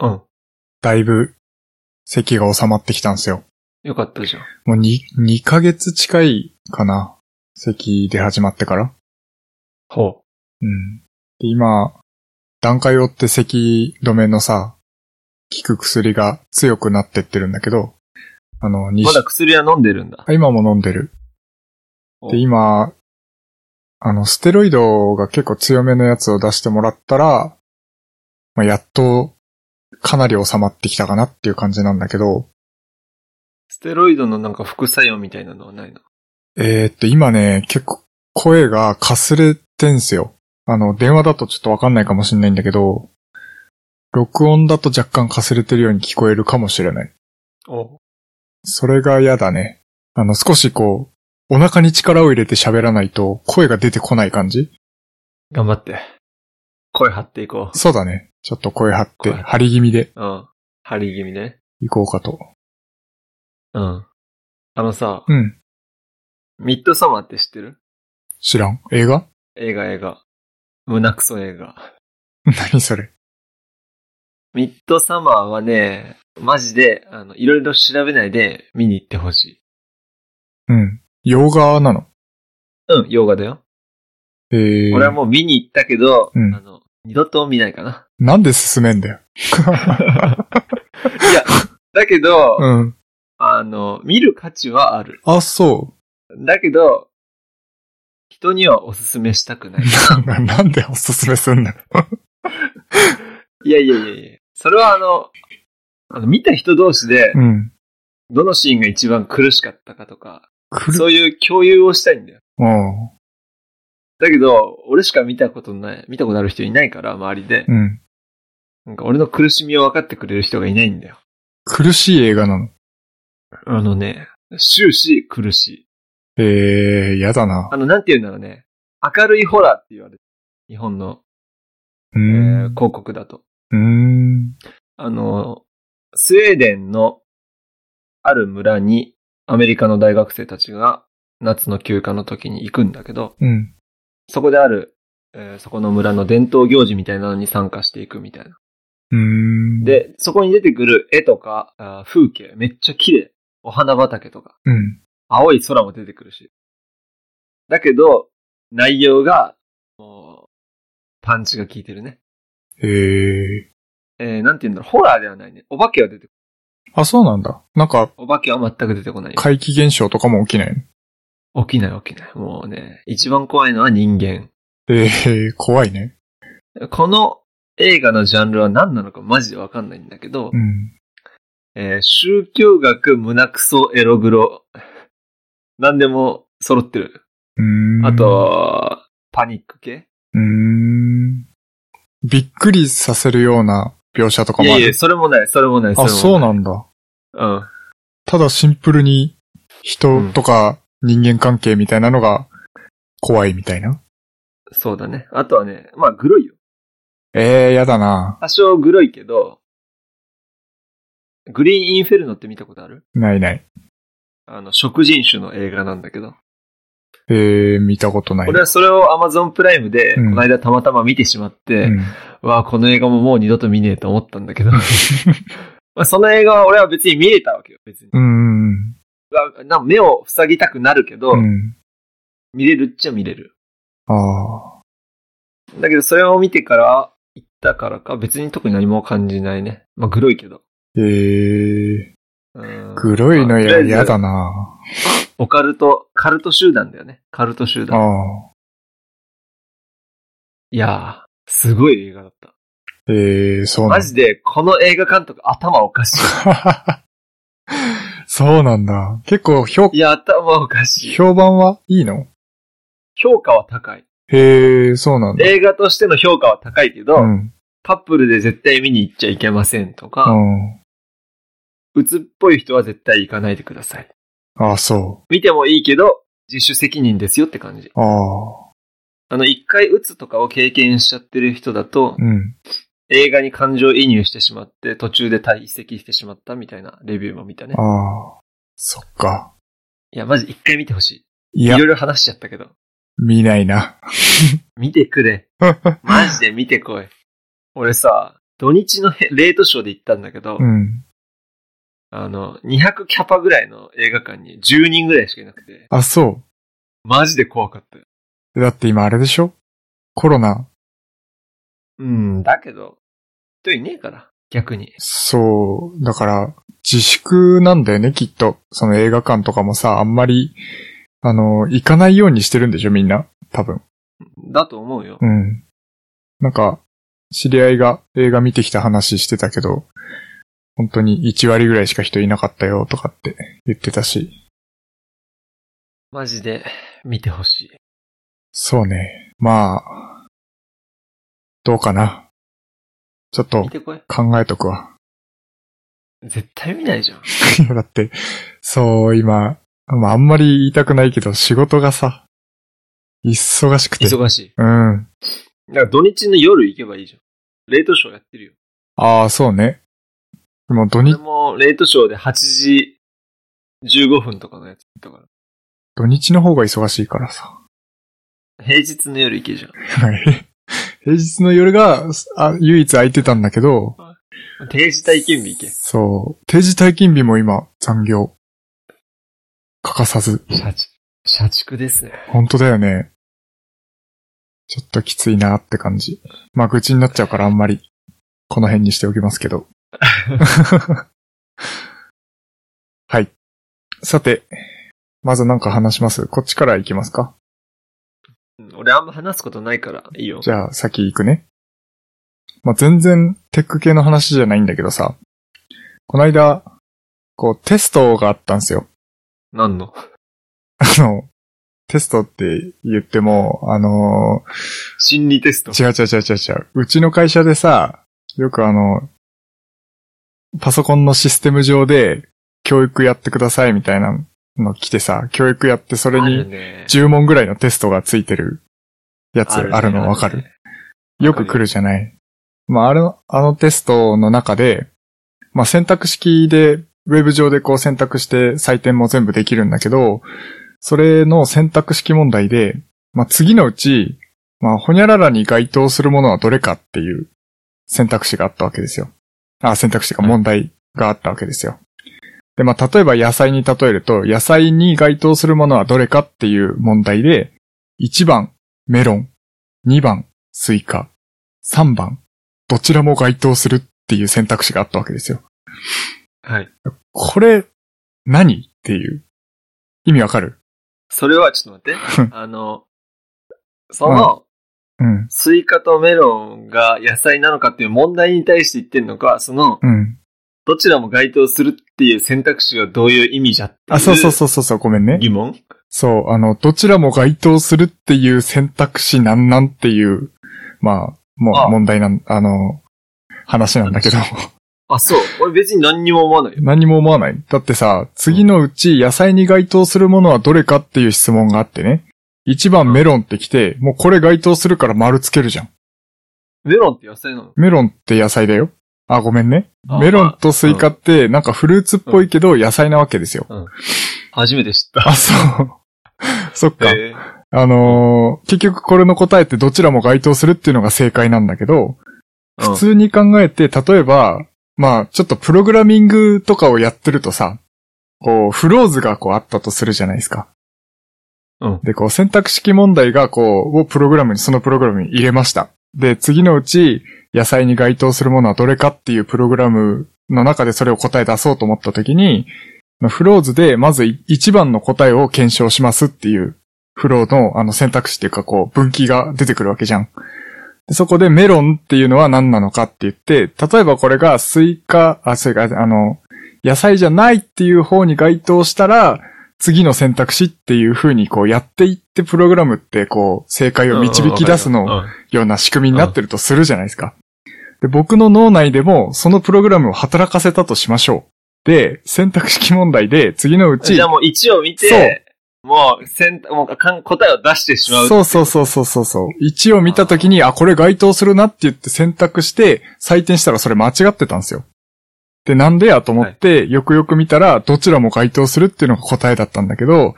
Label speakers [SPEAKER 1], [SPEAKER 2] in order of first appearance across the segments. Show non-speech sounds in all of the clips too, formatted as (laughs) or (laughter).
[SPEAKER 1] うん。
[SPEAKER 2] だいぶ、咳が収まってきたんですよ。
[SPEAKER 1] よかったじゃん。
[SPEAKER 2] もう2、2ヶ月近いかな。咳で始まってから。
[SPEAKER 1] ほ
[SPEAKER 2] うん。で、今、段階を追って咳止めのさ、効く薬が強くなってってるんだけど、あの、
[SPEAKER 1] う。
[SPEAKER 2] に
[SPEAKER 1] まだ薬は飲んでるんだ。
[SPEAKER 2] あ今も飲んでる。
[SPEAKER 1] お
[SPEAKER 2] で、今、あの、ステロイドが結構強めのやつを出してもらったら、まあ、やっと、かなり収まってきたかなっていう感じなんだけど、
[SPEAKER 1] ステロイドのなんか副作用みたいなのはないの
[SPEAKER 2] えーっと、今ね、結構声がかすれてんすよ。あの、電話だとちょっとわかんないかもしんないんだけど、録音だと若干かすれてるように聞こえるかもしれない。
[SPEAKER 1] お
[SPEAKER 2] それが嫌だね。あの、少しこう、お腹に力を入れて喋らないと声が出てこない感じ
[SPEAKER 1] 頑張って。声張っていこ
[SPEAKER 2] そうだね。ちょっと声張って、
[SPEAKER 1] 声張って
[SPEAKER 2] 張り気味で (laughs)
[SPEAKER 1] う。うん。張り気味ね。
[SPEAKER 2] 行こうかと。
[SPEAKER 1] うん。あのさ、
[SPEAKER 2] うん。
[SPEAKER 1] ミッドサマーって知ってる
[SPEAKER 2] 知らん。映画
[SPEAKER 1] 映画映画。胸クソ映画。
[SPEAKER 2] 何それ。
[SPEAKER 1] ミッドサマーはね、マジで、あの、いろいろ調べないで見に行ってほしい。
[SPEAKER 2] うん。洋画なの。
[SPEAKER 1] うん、洋画だよ。
[SPEAKER 2] えー、
[SPEAKER 1] 俺はもう見に行ったけど、
[SPEAKER 2] うん
[SPEAKER 1] あの、二度と見ないかな。
[SPEAKER 2] なんで進めん
[SPEAKER 1] (laughs)
[SPEAKER 2] だよ。 (laughs)
[SPEAKER 1] いや、だけど、
[SPEAKER 2] うん。
[SPEAKER 1] あの、見る価値はある。
[SPEAKER 2] あ、そう。
[SPEAKER 1] だけど、人にはおすすめしたくない。
[SPEAKER 2] (laughs) ななんでおすすめすんの
[SPEAKER 1] いやいやいやいや。それはあの、あの見た人同士で
[SPEAKER 2] う、ん。
[SPEAKER 1] どのシーンが一番苦しかったかとか、
[SPEAKER 2] くる、
[SPEAKER 1] そういう共有をしたいんだよ。
[SPEAKER 2] うん。
[SPEAKER 1] だけど、俺しか見たことない、見たことある人いないから、周りで。
[SPEAKER 2] うん。
[SPEAKER 1] なんか俺の苦しみを分かってくれる人がいないんだよ。
[SPEAKER 2] 苦しい映画なの。
[SPEAKER 1] あのね、終始苦しい。
[SPEAKER 2] えー、やだな
[SPEAKER 1] あ。の、なんて言うんだろうね。明るいホラーって言われる。日本の、
[SPEAKER 2] うー
[SPEAKER 1] えー
[SPEAKER 2] ん。
[SPEAKER 1] 広告だと。
[SPEAKER 2] うーん。
[SPEAKER 1] あの、スウェーデンのある村にアメリカの大学生たちが夏の休暇の時に行くんだけど、
[SPEAKER 2] うん。
[SPEAKER 1] そこである、えーそこの村の伝統行事みたいなのに参加していくみたいな。
[SPEAKER 2] うーん。、
[SPEAKER 1] で、そこに出てくる絵とか、あー風景、めっちゃ綺麗。お花畑とか、
[SPEAKER 2] うん。
[SPEAKER 1] 青い空も出てくるし。だけど、内容が、もう、パンチが効いてるね。
[SPEAKER 2] えー。
[SPEAKER 1] えー、なんて言うんだろう、ホラーではないね。お化けは出てこ
[SPEAKER 2] あ、そうなんだ。なんか、
[SPEAKER 1] お化けは全く出てこないよ。
[SPEAKER 2] 怪奇現象とかも起きないの
[SPEAKER 1] 起きない起きない。もうね、一番怖いのは人間。
[SPEAKER 2] えー、怖いね。
[SPEAKER 1] この映画のジャンルは何なのかマジでわかんないんだけど、
[SPEAKER 2] うん。
[SPEAKER 1] えー宗教学、胸クソ、エログロ。何でも揃ってる。
[SPEAKER 2] うーん。
[SPEAKER 1] あと、は、パニック系
[SPEAKER 2] うーん。びっくりさせるような描写とか
[SPEAKER 1] い
[SPEAKER 2] もあ
[SPEAKER 1] や
[SPEAKER 2] る。
[SPEAKER 1] いや、それもない、それもない、
[SPEAKER 2] あ、
[SPEAKER 1] れ
[SPEAKER 2] そ
[SPEAKER 1] も
[SPEAKER 2] う
[SPEAKER 1] ない。
[SPEAKER 2] なんだ。
[SPEAKER 1] うん。
[SPEAKER 2] ただシンプルに人とか人間関係みたいなのが怖いみたいな。
[SPEAKER 1] そうだね。あとはね、まあ、グロいよ。
[SPEAKER 2] ええー、やだな。
[SPEAKER 1] 多少グロいけど、グリーンインフェルノって見たことある
[SPEAKER 2] ないない。
[SPEAKER 1] あの、食人種の映画なんだけど。
[SPEAKER 2] えー、見たことない。
[SPEAKER 1] 俺はそれを Amazon プライムで、こ
[SPEAKER 2] うん
[SPEAKER 1] の間たまたま見てしまって、
[SPEAKER 2] うん、
[SPEAKER 1] わあ、この映画ももう二度と見ねえと思ったんだけ (laughs) ど。まあその映画は俺は別に見れたわけよ、別に。
[SPEAKER 2] うん。
[SPEAKER 1] わな目を塞ぎたくなるけど、
[SPEAKER 2] うん。
[SPEAKER 1] 見れるっちゃ見れる。
[SPEAKER 2] ああ。
[SPEAKER 1] だけどそれを見てから、行ったからか、別に特に何も感じないね。まあ、グロいけど。
[SPEAKER 2] えー、
[SPEAKER 1] うん
[SPEAKER 2] グロいの
[SPEAKER 1] まあとりあ
[SPEAKER 2] や
[SPEAKER 1] えず
[SPEAKER 2] やだな。
[SPEAKER 1] オカルト、カルト集団だよね。カルト集
[SPEAKER 2] あ
[SPEAKER 1] 団。
[SPEAKER 2] あ。
[SPEAKER 1] いやー、すごい映画だった。
[SPEAKER 2] えー、そうな
[SPEAKER 1] マ
[SPEAKER 2] んだ。
[SPEAKER 1] ジで、この映画監督頭おかし
[SPEAKER 2] (laughs) そうなんだ。結構評
[SPEAKER 1] い。い、や、頭おかしい。
[SPEAKER 2] 評判はいいの
[SPEAKER 1] 評価は高い。
[SPEAKER 2] へえー、そうなんだ。
[SPEAKER 1] 映画としての評価は高いけど、
[SPEAKER 2] うん。
[SPEAKER 1] カップルで絶対見に行っちゃいけませんと
[SPEAKER 2] う
[SPEAKER 1] か、
[SPEAKER 2] ん。
[SPEAKER 1] うつっぽい人は絶対行かないでください。
[SPEAKER 2] ああ、そ
[SPEAKER 1] 見てもいいけど、自主責任ですよって感じ。
[SPEAKER 2] う。ああ。
[SPEAKER 1] あの、一回うつとかを経験しちゃってる人だと、
[SPEAKER 2] うん。
[SPEAKER 1] 映画に感情移入してしまって、途中で退席してしまったみたいなレビューも見たね。
[SPEAKER 2] ああ。そっか。
[SPEAKER 1] いや、マジ一回見てほし
[SPEAKER 2] い
[SPEAKER 1] い。い
[SPEAKER 2] や
[SPEAKER 1] ろ、いろ話しちゃったけど。
[SPEAKER 2] 見ないな。 (laughs)
[SPEAKER 1] 見てくれ。マジで見てこい。俺さ、土日のへレートショーで行ったんだけど、
[SPEAKER 2] うん。
[SPEAKER 1] あの、200キャパぐらいの映画館に10人ぐらいしかいなくて、
[SPEAKER 2] あ、そ
[SPEAKER 1] マジで怖かったよ。
[SPEAKER 2] う。だって今あれでしょコロナ、
[SPEAKER 1] うん、だけど、人いねえから、逆に。
[SPEAKER 2] そう、だから、自粛なんだよね、きっと。その映画館とかもさ、あんまり、あの、行かないようにしてるんでしょ、みんな。多分。
[SPEAKER 1] だと思うよ。
[SPEAKER 2] うん。なんか、知り合いが映画見てきた話してたけど、本当に1割ぐらいしか人いなかったよ、とかって言ってたし。
[SPEAKER 1] マジで、見てほしい。
[SPEAKER 2] そうね。まあ、どうかな。ちょっと
[SPEAKER 1] 見てこい。
[SPEAKER 2] 考えとくわ。 (laughs)
[SPEAKER 1] 絶対見ないじゃん。
[SPEAKER 2] いやだって、そう、今、まあ、あんまり言いたくないけど、仕事がさ、忙しくて。
[SPEAKER 1] 忙しい。
[SPEAKER 2] うん。
[SPEAKER 1] だから土日の夜行けばいいじゃん。レートショーやってるよ。
[SPEAKER 2] ああ、そうね。でも土
[SPEAKER 1] 俺
[SPEAKER 2] 日、
[SPEAKER 1] もレートショーで8時15分とかのやつだか
[SPEAKER 2] 土日の方が忙しいからさ。 (laughs)
[SPEAKER 1] ら。平日の夜行けじゃ
[SPEAKER 2] はい平日の夜が、あ唯一空いてたんだけど、
[SPEAKER 1] ん。定時体験日行
[SPEAKER 2] そう、定時退勤日も今、残業。欠かさず。
[SPEAKER 1] け。社畜。社畜ですね。
[SPEAKER 2] 本当だよね。ちょっときついなって感じ。まあ、愚痴になっちゃうからあんまり、この辺にしておきますけど。 (laughs) はい。さて、まずなんか話しますこっちから行きますか
[SPEAKER 1] うん俺あんま話すことないから、いいよ
[SPEAKER 2] じ。ゃあ、先行くね。まあ、全然テック系の話じゃないんだけどさ、この間、こう、テストがあったんですよ。 (laughs)
[SPEAKER 1] 何の
[SPEAKER 2] あの、テストって言っても、あのー
[SPEAKER 1] 心理テスト。
[SPEAKER 2] 違う違う違う違う違う。うちの会社でさ、よくあの、パソコンのシステム上で、教育やってくださいみたいなの来てさ、教育やってそれ
[SPEAKER 1] あ
[SPEAKER 2] に
[SPEAKER 1] るね。
[SPEAKER 2] 10問ぐらいのテストがついてるやつ
[SPEAKER 1] ね
[SPEAKER 2] あるのわかる
[SPEAKER 1] ね
[SPEAKER 2] よく来るじゃない。まあ、あの、あのテストの中で、まあ、選択式で、ウェブ上でこう選択して採点も全部できるんだけど、それの選択式問題で、まあ、次のうち、まあ、ほにゃららに該当するものはどれかっていう選択肢があったわけですよ。あ、選択肢が問題があったわけですよ。で、まあ、例えば野菜に例えると、野菜に該当するものはどれかっていう問題で、1番、メロン。2番、スイカ。3番、どちらも該当するっていう選択肢があったわけですよ。
[SPEAKER 1] はい。
[SPEAKER 2] これ、何っていう。意味わかる
[SPEAKER 1] それはちょっと待って。あの、その、
[SPEAKER 2] うん。
[SPEAKER 1] スイカとメロンが野菜なのかっていう問題に対して言ってんのか、その、
[SPEAKER 2] うん。
[SPEAKER 1] どちらも該当するっていう選択肢はどういう意味じゃってい
[SPEAKER 2] あ、そうそうそうそうそう、ごめんね。
[SPEAKER 1] 疑問
[SPEAKER 2] そう、あの、どちらも該当するっていう選択肢なんなんっていう、まあ、も
[SPEAKER 1] あ
[SPEAKER 2] う問題なん、あの、話なんだけど、
[SPEAKER 1] あ、そう。俺別に何にも思わないよ。
[SPEAKER 2] (laughs) 何も思わない。だってさ、次のうち野菜に該当するものはどれかっていう質問があってね。1番メロンってきて、もうこれ該当するから丸つけるじゃん。
[SPEAKER 1] メロンって野菜なの
[SPEAKER 2] メロンって野菜だよ。あ、ごめんね。
[SPEAKER 1] あ
[SPEAKER 2] メロンとスイカってなんかフルーツっぽいけど野菜なわけですよ。
[SPEAKER 1] 初めて知った。
[SPEAKER 2] あ、そう。そっか。
[SPEAKER 1] へえ
[SPEAKER 2] あのー結局これの答えってどちらも該当するっていうのが正解なんだけど、
[SPEAKER 1] うん
[SPEAKER 2] 普通に考えて、例えば、まあ、ちょっとプログラミングとかをやってるとさ、こう、フローズがこうあったとするじゃないですか。
[SPEAKER 1] うん
[SPEAKER 2] で、こう、選択式問題がこう、をプログラムに、そのプログラムに入れました。で、次のうち、野菜に該当するものはどれかっていうプログラムの中でそれを答え出そうと思った時に、フローズで、まず1番の答えを検証しますっていうフローのあの選択肢っていうかこう分岐が出てくるわけじゃん。でそこでメロンっていうのは何なのかって言って、例えばこれがスイカ、あ、それか、あの、野菜じゃないっていう方に該当したら、次の選択肢っていう風にこうやっていってプログラムってこう正解を導き出すのを
[SPEAKER 1] うん
[SPEAKER 2] ような仕組みになってるとするじゃないですか。で、僕の脳内でもそのプログラムを働かせたとしましょう。で、選択式問題で次のうち、
[SPEAKER 1] じゃあもう1を見て、もう選択、もうかん答えを出してしまう。
[SPEAKER 2] そうそうそうそうそうそう。1を見たときに、あ、これ該当するなって言って選択して、採点したらそれ間違ってたんですよ。で、なんでやと思って、よくよく見たら、どちらも該当するっていうのが答えだったんだけど、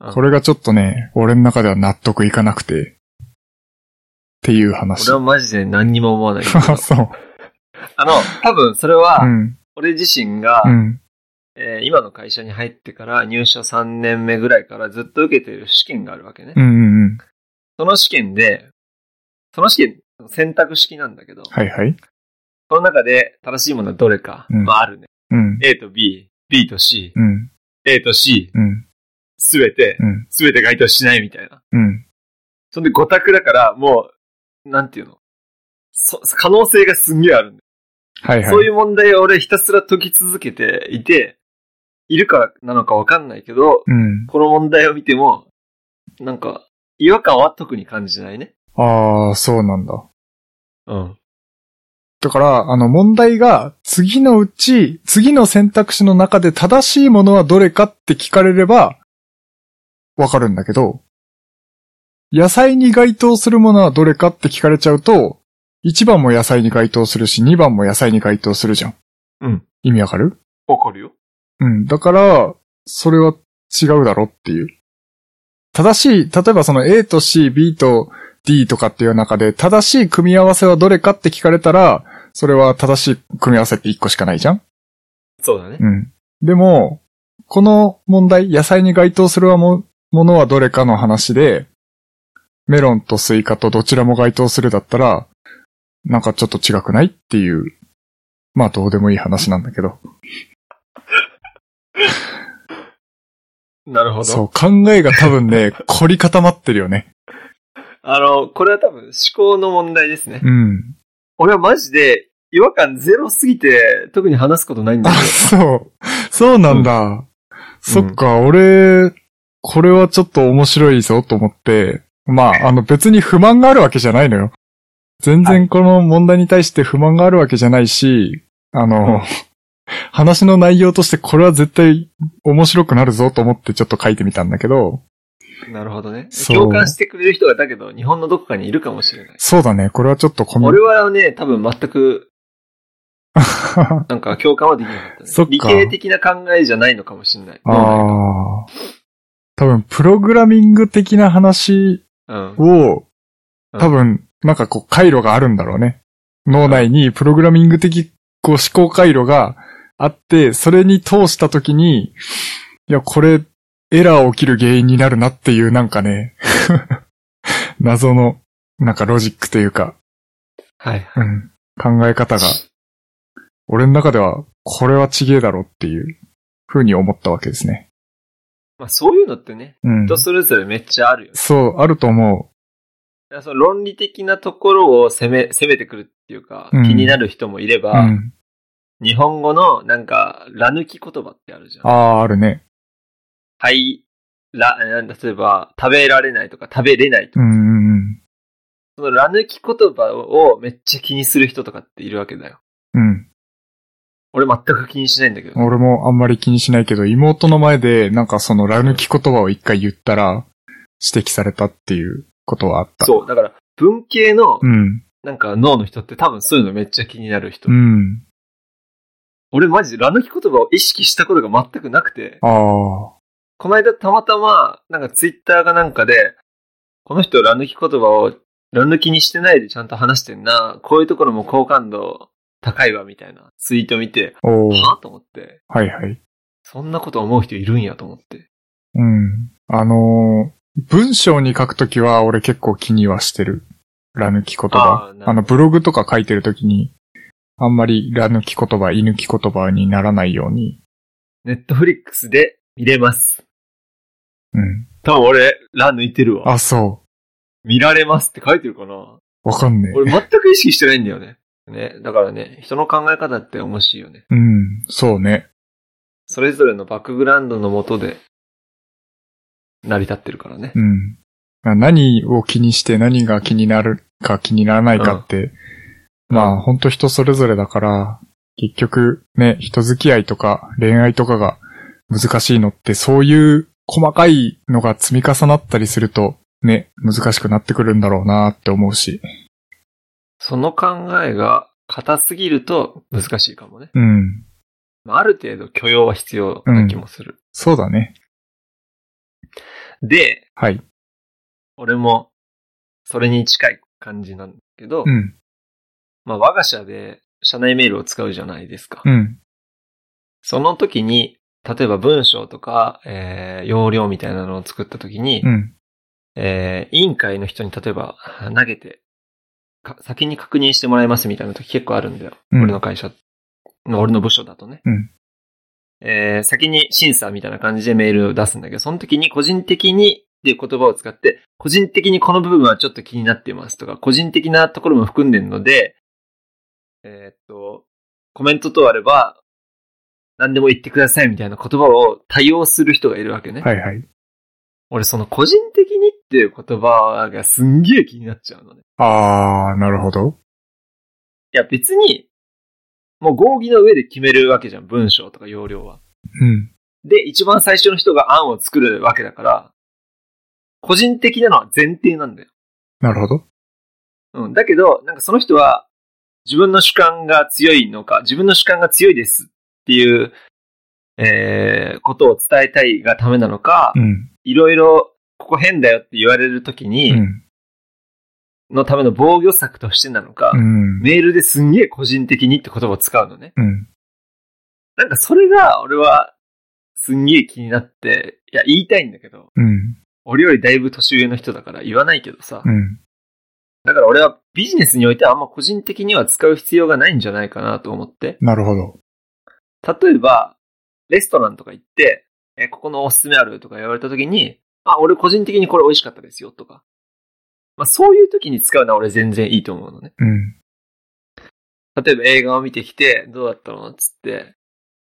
[SPEAKER 1] うん
[SPEAKER 2] これがちょっとね、俺の中では納得いかなくて、っていう話 (laughs)
[SPEAKER 1] 俺。はマジで何にも思わない。
[SPEAKER 2] あ、そう。
[SPEAKER 1] あの、多分それは
[SPEAKER 2] う、ん。
[SPEAKER 1] 俺自身が、
[SPEAKER 2] うん。
[SPEAKER 1] えー今の会社に入ってから入社3年目ぐらいからずっと受けている試験があるわけね。
[SPEAKER 2] うんうんうん。
[SPEAKER 1] その試験で、その試験、選択式なんだけど、
[SPEAKER 2] はいはい。
[SPEAKER 1] その中で正しいものはどれか、
[SPEAKER 2] うん
[SPEAKER 1] まああるね。
[SPEAKER 2] うん。
[SPEAKER 1] A と B、B と C、
[SPEAKER 2] うん。
[SPEAKER 1] A と C、
[SPEAKER 2] うん。
[SPEAKER 1] すべて、
[SPEAKER 2] うん。
[SPEAKER 1] すべて該当しないみたいな。
[SPEAKER 2] うん。
[SPEAKER 1] そんで5択だから、もう、なんていうのそ可能性がすんげえあるんだよ
[SPEAKER 2] はいはい。
[SPEAKER 1] そういう問題を俺ひたすら解き続けていて、いるからなのかわかんないけど、
[SPEAKER 2] うん。
[SPEAKER 1] この問題を見ても、なんか、違和感は特に感じないね。
[SPEAKER 2] ああ、そうなんだ。
[SPEAKER 1] うん。
[SPEAKER 2] だから、あの問題が次のうち、次の選択肢の中で正しいものはどれかって聞かれれば、わかるんだけど、野菜に該当するものはどれかって聞かれちゃうと、1番も野菜に該当するし、2番も野菜に該当するじゃん。
[SPEAKER 1] うん。
[SPEAKER 2] 意味わかる
[SPEAKER 1] わかるよ。
[SPEAKER 2] うん。だから、それは違うだろっていう。正しい、例えばその A と C、B と D とかっていう中で、正しい組み合わせはどれかって聞かれたら、それは正しい組み合わせって1個しかないじゃん
[SPEAKER 1] そうだね。
[SPEAKER 2] うん。でも、この問題、野菜に該当するはもものはどれかの話で、メロンとスイカとどちらも該当するだったら、なんかちょっと違くないっていう、まあどうでもいい話なんだけど。
[SPEAKER 1] なるほ
[SPEAKER 2] そ
[SPEAKER 1] ど。
[SPEAKER 2] う、考えが多分 (laughs) ね、凝り固まってるよね。
[SPEAKER 1] あの、これは多分思考の問題ですね。
[SPEAKER 2] うん。
[SPEAKER 1] 俺はマジで違和感ゼロすぎて特に話すことないんだ
[SPEAKER 2] あ、
[SPEAKER 1] け
[SPEAKER 2] そう。そうなんだ。そっか、俺、これはちょっと面白いぞと思って、まあ、あの別に不満があるわけじゃないのよ。全然この問題に対して不満があるわけじゃないし、あ
[SPEAKER 1] うん
[SPEAKER 2] の、 (laughs) 話の内容としてこれは絶対面白くなるぞと思ってちょっと書いてみたんだけど、
[SPEAKER 1] ど。なるほどね。
[SPEAKER 2] そう
[SPEAKER 1] 共感してくれる人がだけど、日本のどこかにいるかもしれない。
[SPEAKER 2] そうだね、これはちょっとコミ
[SPEAKER 1] 俺はね、多分全く、なんか共感はできなかった、ね。
[SPEAKER 2] そっか
[SPEAKER 1] 理系的な考えじゃないのかもしれない。
[SPEAKER 2] ああ。多分、プログラミング的な話
[SPEAKER 1] うん。
[SPEAKER 2] を、
[SPEAKER 1] うん
[SPEAKER 2] 多分、なんかこう、回路があるんだろうね。脳内にプログラミング的、こう、思考回路があって、それに通したときに、いや、これ、エラー起きる原因になるなっていう、なんかね、 (laughs) 謎の、なんかロジックというか、
[SPEAKER 1] はい。
[SPEAKER 2] うん、考え方が、俺の中では、これはちげえだろっていう、ふうに思ったわけですね。
[SPEAKER 1] まあそういうのってね、
[SPEAKER 2] うん。
[SPEAKER 1] 人それぞれめっちゃあるよね。
[SPEAKER 2] そう、あると思
[SPEAKER 1] だからその論理的なところを攻め、攻めてくるっていうか、
[SPEAKER 2] うん
[SPEAKER 1] 気になる人もいれ
[SPEAKER 2] う。
[SPEAKER 1] ば、
[SPEAKER 2] うん。
[SPEAKER 1] 日本語のなんか、ら抜き言葉ってあるじゃん。
[SPEAKER 2] ああ、あるね。
[SPEAKER 1] はい、ら、なんだ例えば、食べられないとか食べれないと
[SPEAKER 2] う
[SPEAKER 1] か、
[SPEAKER 2] んうんうん。
[SPEAKER 1] そのら抜き言葉をめっちゃ気にする人とかっているわけだよ。
[SPEAKER 2] うん。
[SPEAKER 1] 俺全く気にしないんだけど。
[SPEAKER 2] 俺もあんまり気にしないけど、妹の前で、なんかその、ラ抜き言葉を一回言ったら、指摘されたっていうことはあった。
[SPEAKER 1] そう。だから、文系の、
[SPEAKER 2] うん。
[SPEAKER 1] なんか脳の人って多分そういうのめっちゃ気になる人。
[SPEAKER 2] うん。
[SPEAKER 1] 俺マジでら抜き言葉を意識したことが全くなくて、
[SPEAKER 2] ああ。
[SPEAKER 1] この間たまたま、なんかツイッターがなんかで、この人ラ抜き言葉をラ抜きにしてないでちゃんと話してんな。こういうところも好感度高いわ、みたいなツイート見て、
[SPEAKER 2] おー
[SPEAKER 1] はぁと思って、
[SPEAKER 2] はいはい。
[SPEAKER 1] そんなこと思う人いるんやと思って。
[SPEAKER 2] うん。あのー文章に書くときは、俺結構気にはしてる。ラ抜き言
[SPEAKER 1] あ
[SPEAKER 2] 葉
[SPEAKER 1] ーなるほ。ど
[SPEAKER 2] あの、ブログとか書いてるときに、あんまりラ抜き言葉、居抜き言葉にならないように。
[SPEAKER 1] ネットフリックスで見れます。
[SPEAKER 2] うん。
[SPEAKER 1] 多分俺、ラ抜いてるわ。
[SPEAKER 2] あ、そ
[SPEAKER 1] 見られますって書いてるかな。
[SPEAKER 2] う。わかんねえ。
[SPEAKER 1] 俺全く意識してないんだよね。ね。だからね、人の考え方って面白いよね。
[SPEAKER 2] うん。そうね。
[SPEAKER 1] それぞれのバックグラウンドのもとで、成り立ってるからね。
[SPEAKER 2] うん。何を気にして何が気になるか気にならないかって、まあ本当人それぞれだから、結局ね、人付き合いとか恋愛とかが難しいのってそういう細かいのが積み重なったりするとね、難しくなってくるんだろうなって思うし。
[SPEAKER 1] その考えが硬すぎると難しいかもね。
[SPEAKER 2] うん。
[SPEAKER 1] まあある程度許容は必要な気もする。
[SPEAKER 2] そうだね。
[SPEAKER 1] で、
[SPEAKER 2] はい。
[SPEAKER 1] 俺もそれに近い感じなんだけど、
[SPEAKER 2] うん。
[SPEAKER 1] まあ我が社で社内メールを使うじゃないですか。
[SPEAKER 2] うん。
[SPEAKER 1] その時に、例えば文章とか、えー、要領みたいなのを作った時に、
[SPEAKER 2] うん。
[SPEAKER 1] えー、委員会の人に例えば投げて、か先に確認してもらいますみたいな時結構あるんだよ。
[SPEAKER 2] うん
[SPEAKER 1] 俺の会社、俺の部署だとね。
[SPEAKER 2] うん
[SPEAKER 1] えー、先に審査みたいな感じでメールを出すんだけど、その時に個人的にっていう言葉を使って、個人的にこの部分はちょっと気になっていますとか、個人的なところも含んでるので、えーっと、コメント等あれば、何でも言ってくださいみたいな言葉を対応する人がいるわけね。
[SPEAKER 2] はいはい。
[SPEAKER 1] 俺その個人的にっていう言葉がすんげえ気になっちゃうのね。
[SPEAKER 2] あー、なるほど。
[SPEAKER 1] いや別に、もう合議の上で決めるわけじゃん、文章とか要領は。
[SPEAKER 2] うん。
[SPEAKER 1] で、一番最初の人が案を作るわけだから、個人的なのは前提なんだよ。
[SPEAKER 2] なるほど。
[SPEAKER 1] うん。だけど、なんかその人は、自分の主観が強いのか、自分の主観が強いですっていう、えー、ことを伝えたいがためなのか
[SPEAKER 2] う、ん。
[SPEAKER 1] いろいろ、ここ変だよって言われるとき
[SPEAKER 2] う
[SPEAKER 1] に、
[SPEAKER 2] ん。
[SPEAKER 1] のための防御策としてなのか、
[SPEAKER 2] うん。
[SPEAKER 1] メールですんげえ個人的にって言葉を使うのね。
[SPEAKER 2] うん。
[SPEAKER 1] なんかそれが俺はすんげえ気になって、いや言いたいんだけど、
[SPEAKER 2] うん。
[SPEAKER 1] 俺よりだいぶ年上の人だから言わないけどさ。
[SPEAKER 2] うん。
[SPEAKER 1] だから俺はビジネスにおいてはあんま個人的には使う必要がないんじゃないかなと思って。
[SPEAKER 2] なるほど。
[SPEAKER 1] 例えば、レストランとか行って、え、ここのおすすめあるとか言われた時に、あ、俺個人的にこれ美味しかったですよとか。まあそういう時に使うのは俺全然いいと思うのね。
[SPEAKER 2] うん。
[SPEAKER 1] 例えば映画を見てきて、どうだったのっつって、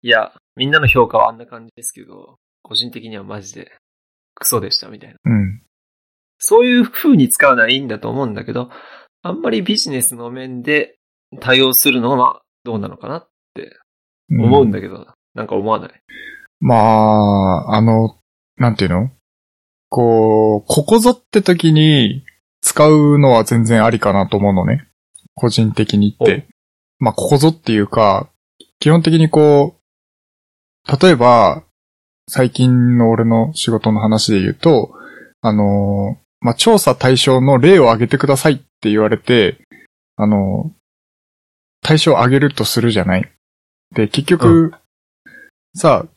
[SPEAKER 1] いや、みんなの評価はあんな感じですけど、個人的にはマジでクソでしたみたいな。
[SPEAKER 2] うん。
[SPEAKER 1] そういう風に使うのはいいんだと思うんだけど、あんまりビジネスの面で対応するのはどうなのかなって思うんだけど、なんか思わない。
[SPEAKER 2] まあ、あの、なんていうのこう、ここぞって時に使うのは全然ありかなと思うのね。個人的に言って。まあ、ここぞっていうか、基本的にこう、例えば、最近の俺の仕事の話で言うと、あの、まあ、調査対象の例を挙げてくださいって言われて、あの、対象を挙げるとするじゃない。で、結局、
[SPEAKER 1] う
[SPEAKER 2] さあ、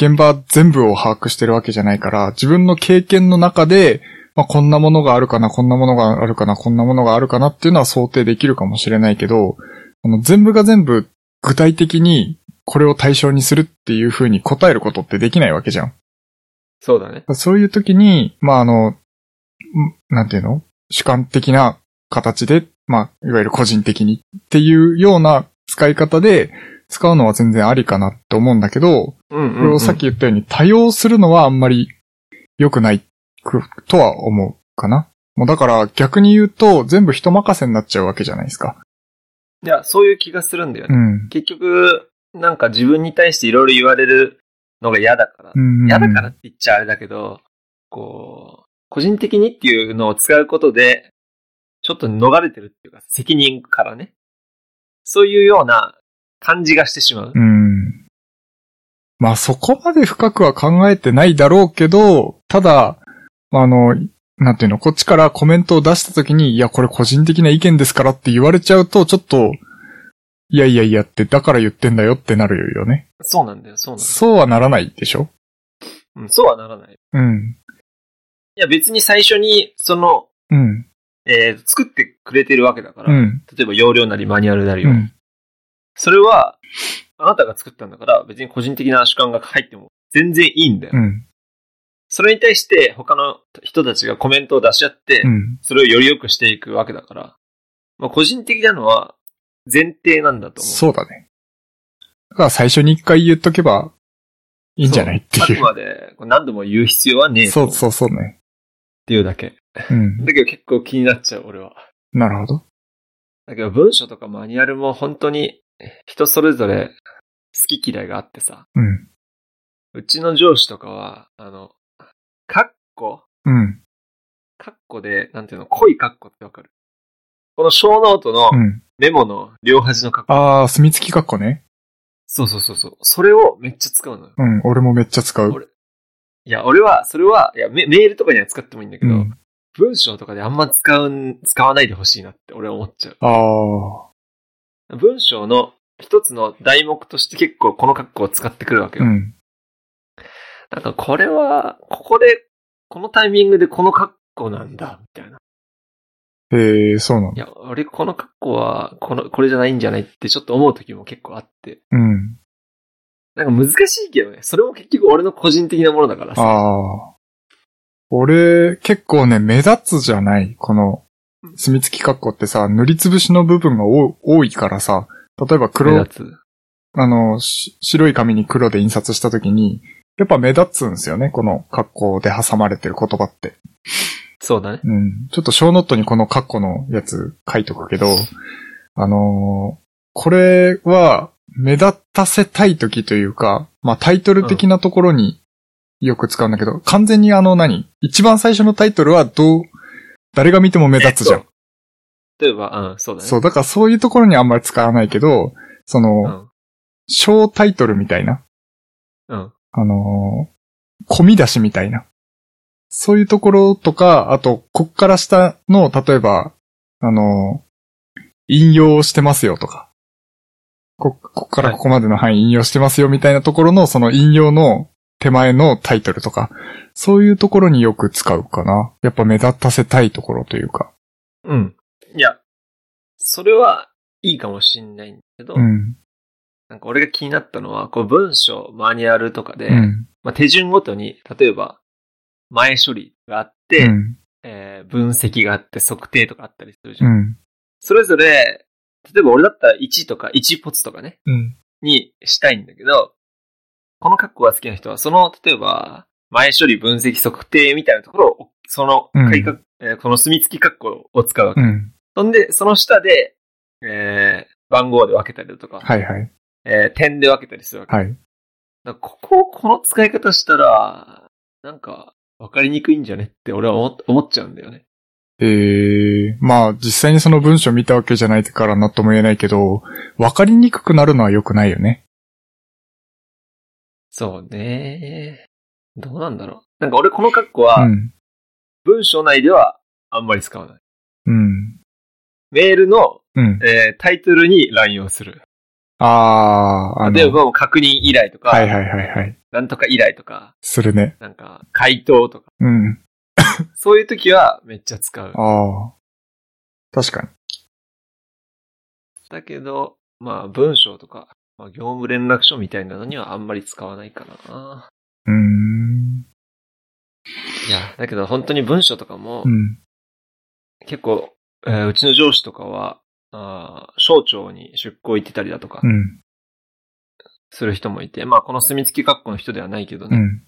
[SPEAKER 2] 現場全部を把握してるわけじゃないから、自分の経験の中で、まあ、こんなものがあるかな、こんなものがあるかな、こんなものがあるかなっていうのは想定できるかもしれないけど、あの全部が全部具体的にこれを対象にするっていう風に答えることってできないわけじゃん。
[SPEAKER 1] そうだね。
[SPEAKER 2] そういう時に、まあ、あの、んなんていうの主観的な形で、まあ、いわゆる個人的にっていうような使い方で使うのは全然ありかなって思うんだけど、
[SPEAKER 1] うんうん、
[SPEAKER 2] これをさっき言ったように多用するのはあんまり良くないくとは思うかな。もうだから逆に言うと全部人任せになっちゃうわけじゃないですか。
[SPEAKER 1] いや、そういう気がするんだよ
[SPEAKER 2] う
[SPEAKER 1] ね。
[SPEAKER 2] ん。
[SPEAKER 1] 結局、なんか自分に対していろいろ言われるのが嫌だから
[SPEAKER 2] うん
[SPEAKER 1] 嫌だからって言っちゃあれだけど、こう、個人的にっていうのを使うことで、ちょっと逃れてるっていうか、責任からね。そういうような感じがしてしまう
[SPEAKER 2] う。ん。まあそこまで深くは考えてないだろうけど、ただ、あの、なんていうの、こっちからコメントを出した時に、いや、これ個人的な意見ですからって言われちゃうと、ちょっと、いやいやいやって、だから言ってんだよってなるよね。
[SPEAKER 1] そうなんだよ、そうなんだよ。
[SPEAKER 2] そうはならないでしょ
[SPEAKER 1] うん、そうはならない。い
[SPEAKER 2] うん。
[SPEAKER 1] や、別に最初に、その、
[SPEAKER 2] うん。
[SPEAKER 1] えー作ってくれてるわけだから、
[SPEAKER 2] うん。
[SPEAKER 1] 例えば容量なりマニュアルなり
[SPEAKER 2] う
[SPEAKER 1] を。
[SPEAKER 2] ん。
[SPEAKER 1] それは、あなたが作ったんだから、別に個人的な主観が入っても全然いいんだよ。
[SPEAKER 2] うん。
[SPEAKER 1] それに対して、他の人たちがコメントを出し合って、
[SPEAKER 2] うん。
[SPEAKER 1] それをより良くしていくわけだから、まあ、個人的なのは前提なんだと思う。
[SPEAKER 2] そうだね。だから最初に一回言っとけば、いいんじゃないって
[SPEAKER 1] あく
[SPEAKER 2] いう。
[SPEAKER 1] までこう何度も言う必要はねえ
[SPEAKER 2] そう
[SPEAKER 1] う。
[SPEAKER 2] そうそうね。
[SPEAKER 1] っていうだけ。
[SPEAKER 2] うん。
[SPEAKER 1] だけど結構気になっちゃう、俺は。
[SPEAKER 2] なるほど。
[SPEAKER 1] だけど文書とかマニュアルも本当に人それぞれ好き嫌いがあってさ、
[SPEAKER 2] うん。
[SPEAKER 1] うちの上司とかは、あの、カッコ
[SPEAKER 2] うん。
[SPEAKER 1] カッコで、なんていうの、濃いカッコってわかるこの小ノートの
[SPEAKER 2] うん。
[SPEAKER 1] メモの両端のカッコ。
[SPEAKER 2] あー、墨付き括弧ね。
[SPEAKER 1] そうそうそうそう。それをめっちゃ使うのよ。
[SPEAKER 2] うん、俺もめっちゃ使う。
[SPEAKER 1] 俺、いや、俺は、それは、いやメ、メールとかには使ってもいいんだけ
[SPEAKER 2] う
[SPEAKER 1] ど、
[SPEAKER 2] ん。
[SPEAKER 1] 文章とかであんま使うん、使わないでほしいなって俺は思っちゃう。
[SPEAKER 2] ああ。
[SPEAKER 1] 文章の一つの題目として結構この格好を使ってくるわけ
[SPEAKER 2] う
[SPEAKER 1] よ。
[SPEAKER 2] ん。
[SPEAKER 1] なんかこれは、ここで、このタイミングでこの格好なんだ、みたいな。
[SPEAKER 2] ええそうなん
[SPEAKER 1] い
[SPEAKER 2] だ。
[SPEAKER 1] や、俺この格好は、この、これじゃないんじゃないってちょっと思う時も結構あって。
[SPEAKER 2] うん。
[SPEAKER 1] なんか難しいけどね。それも結局俺の個人的なものだからさ。
[SPEAKER 2] ああ。俺、結構ね、目立つじゃないこの
[SPEAKER 1] う、ん
[SPEAKER 2] 墨付き格好ってさ、塗りつぶしの部分が多多いからさ、例えば
[SPEAKER 1] 目
[SPEAKER 2] 黒、
[SPEAKER 1] 立つ。
[SPEAKER 2] あの、し白い紙に黒で印刷した時に、やっぱ目立つんですよね、この格好で挟まれてる言葉って。
[SPEAKER 1] そうだね。
[SPEAKER 2] うん。ちょっと小ノットにこのカッコのやつ書いとくけど、あのーこれは目立たせたい時というか、まあタイトル的なところによく使うんだけど、完全にあの何一番最初のタイトルはどう、誰が見ても目立つじゃん。
[SPEAKER 1] 例えば、うん、そうだね。
[SPEAKER 2] そう、だからそういうところにあんまり使わないけど、その、
[SPEAKER 1] うん。
[SPEAKER 2] 小タイトルみたいな、
[SPEAKER 1] うん。
[SPEAKER 2] あのー、込み出しみたいな。そういうところとか、あと、こっから下の、例えば、あのー、引用してますよとか。こ、こっからここまでの範囲引用してますよみたいなところの、その引用の手前のタイトルとか。そういうところによく使うかな。やっぱ目立たせたいところというか。
[SPEAKER 1] うん。いや、それはいいかもしんないんだけど、
[SPEAKER 2] うん。
[SPEAKER 1] なんか俺が気になったのは、こう文章、マニュアルとかで、
[SPEAKER 2] うん。
[SPEAKER 1] まあ手順ごとに、例えば、前処理があって、
[SPEAKER 2] うん。
[SPEAKER 1] えー分析があって、測定とかあったりするじ
[SPEAKER 2] う
[SPEAKER 1] ゃん。
[SPEAKER 2] ん。
[SPEAKER 1] それぞれ、例えば俺だったら1とか1ポツとかね、
[SPEAKER 2] うん。
[SPEAKER 1] にしたいんだけど、この格好が好きな人は、その、例えば、前処理分析測定みたいなところを、その、
[SPEAKER 2] うん
[SPEAKER 1] 仮かえーこの墨付き格好を使うわけ。
[SPEAKER 2] うん。
[SPEAKER 1] そんで、その下で、えー番号で分けたりだとか、
[SPEAKER 2] はいはい。
[SPEAKER 1] えー点で分けたりするわけ。
[SPEAKER 2] はい。
[SPEAKER 1] だからここをこの使い方したら、なんか、分かりにくいんじゃねって俺は思っ思っちゃうんだよね。
[SPEAKER 2] ええまあ実際にその文章見たわけじゃないからなんとも言えないけど、わかりにくくなるのは良くないよね。
[SPEAKER 1] そうねどうなんだろう。なんか俺この格好
[SPEAKER 2] う
[SPEAKER 1] は、
[SPEAKER 2] ん。
[SPEAKER 1] 文章内ではあんまり使わない。
[SPEAKER 2] うん。
[SPEAKER 1] メールの
[SPEAKER 2] うん。
[SPEAKER 1] えータイトルに LINE をする。
[SPEAKER 2] ああー、あの
[SPEAKER 1] 例えば、確認依頼とか、
[SPEAKER 2] はいはいはいはい。
[SPEAKER 1] なんとか依頼とか、
[SPEAKER 2] するね。
[SPEAKER 1] なんか、回答とか、
[SPEAKER 2] うん。
[SPEAKER 1] そういう時はめっちゃ使う。
[SPEAKER 2] ああ。確かに。
[SPEAKER 1] だけど、まあ、文章とか、まあ、業務連絡書みたいなのにはあんまり使わないかな。
[SPEAKER 2] うーん。
[SPEAKER 1] いや、だけど本当に文章とかも、
[SPEAKER 2] うん。
[SPEAKER 1] 結構、えーうちの上司とかは、あー省庁に出向行ってたりだとか
[SPEAKER 2] うん。
[SPEAKER 1] する人もいて、まあこの墨付き格好の人ではないけど
[SPEAKER 2] う
[SPEAKER 1] ね、
[SPEAKER 2] ん。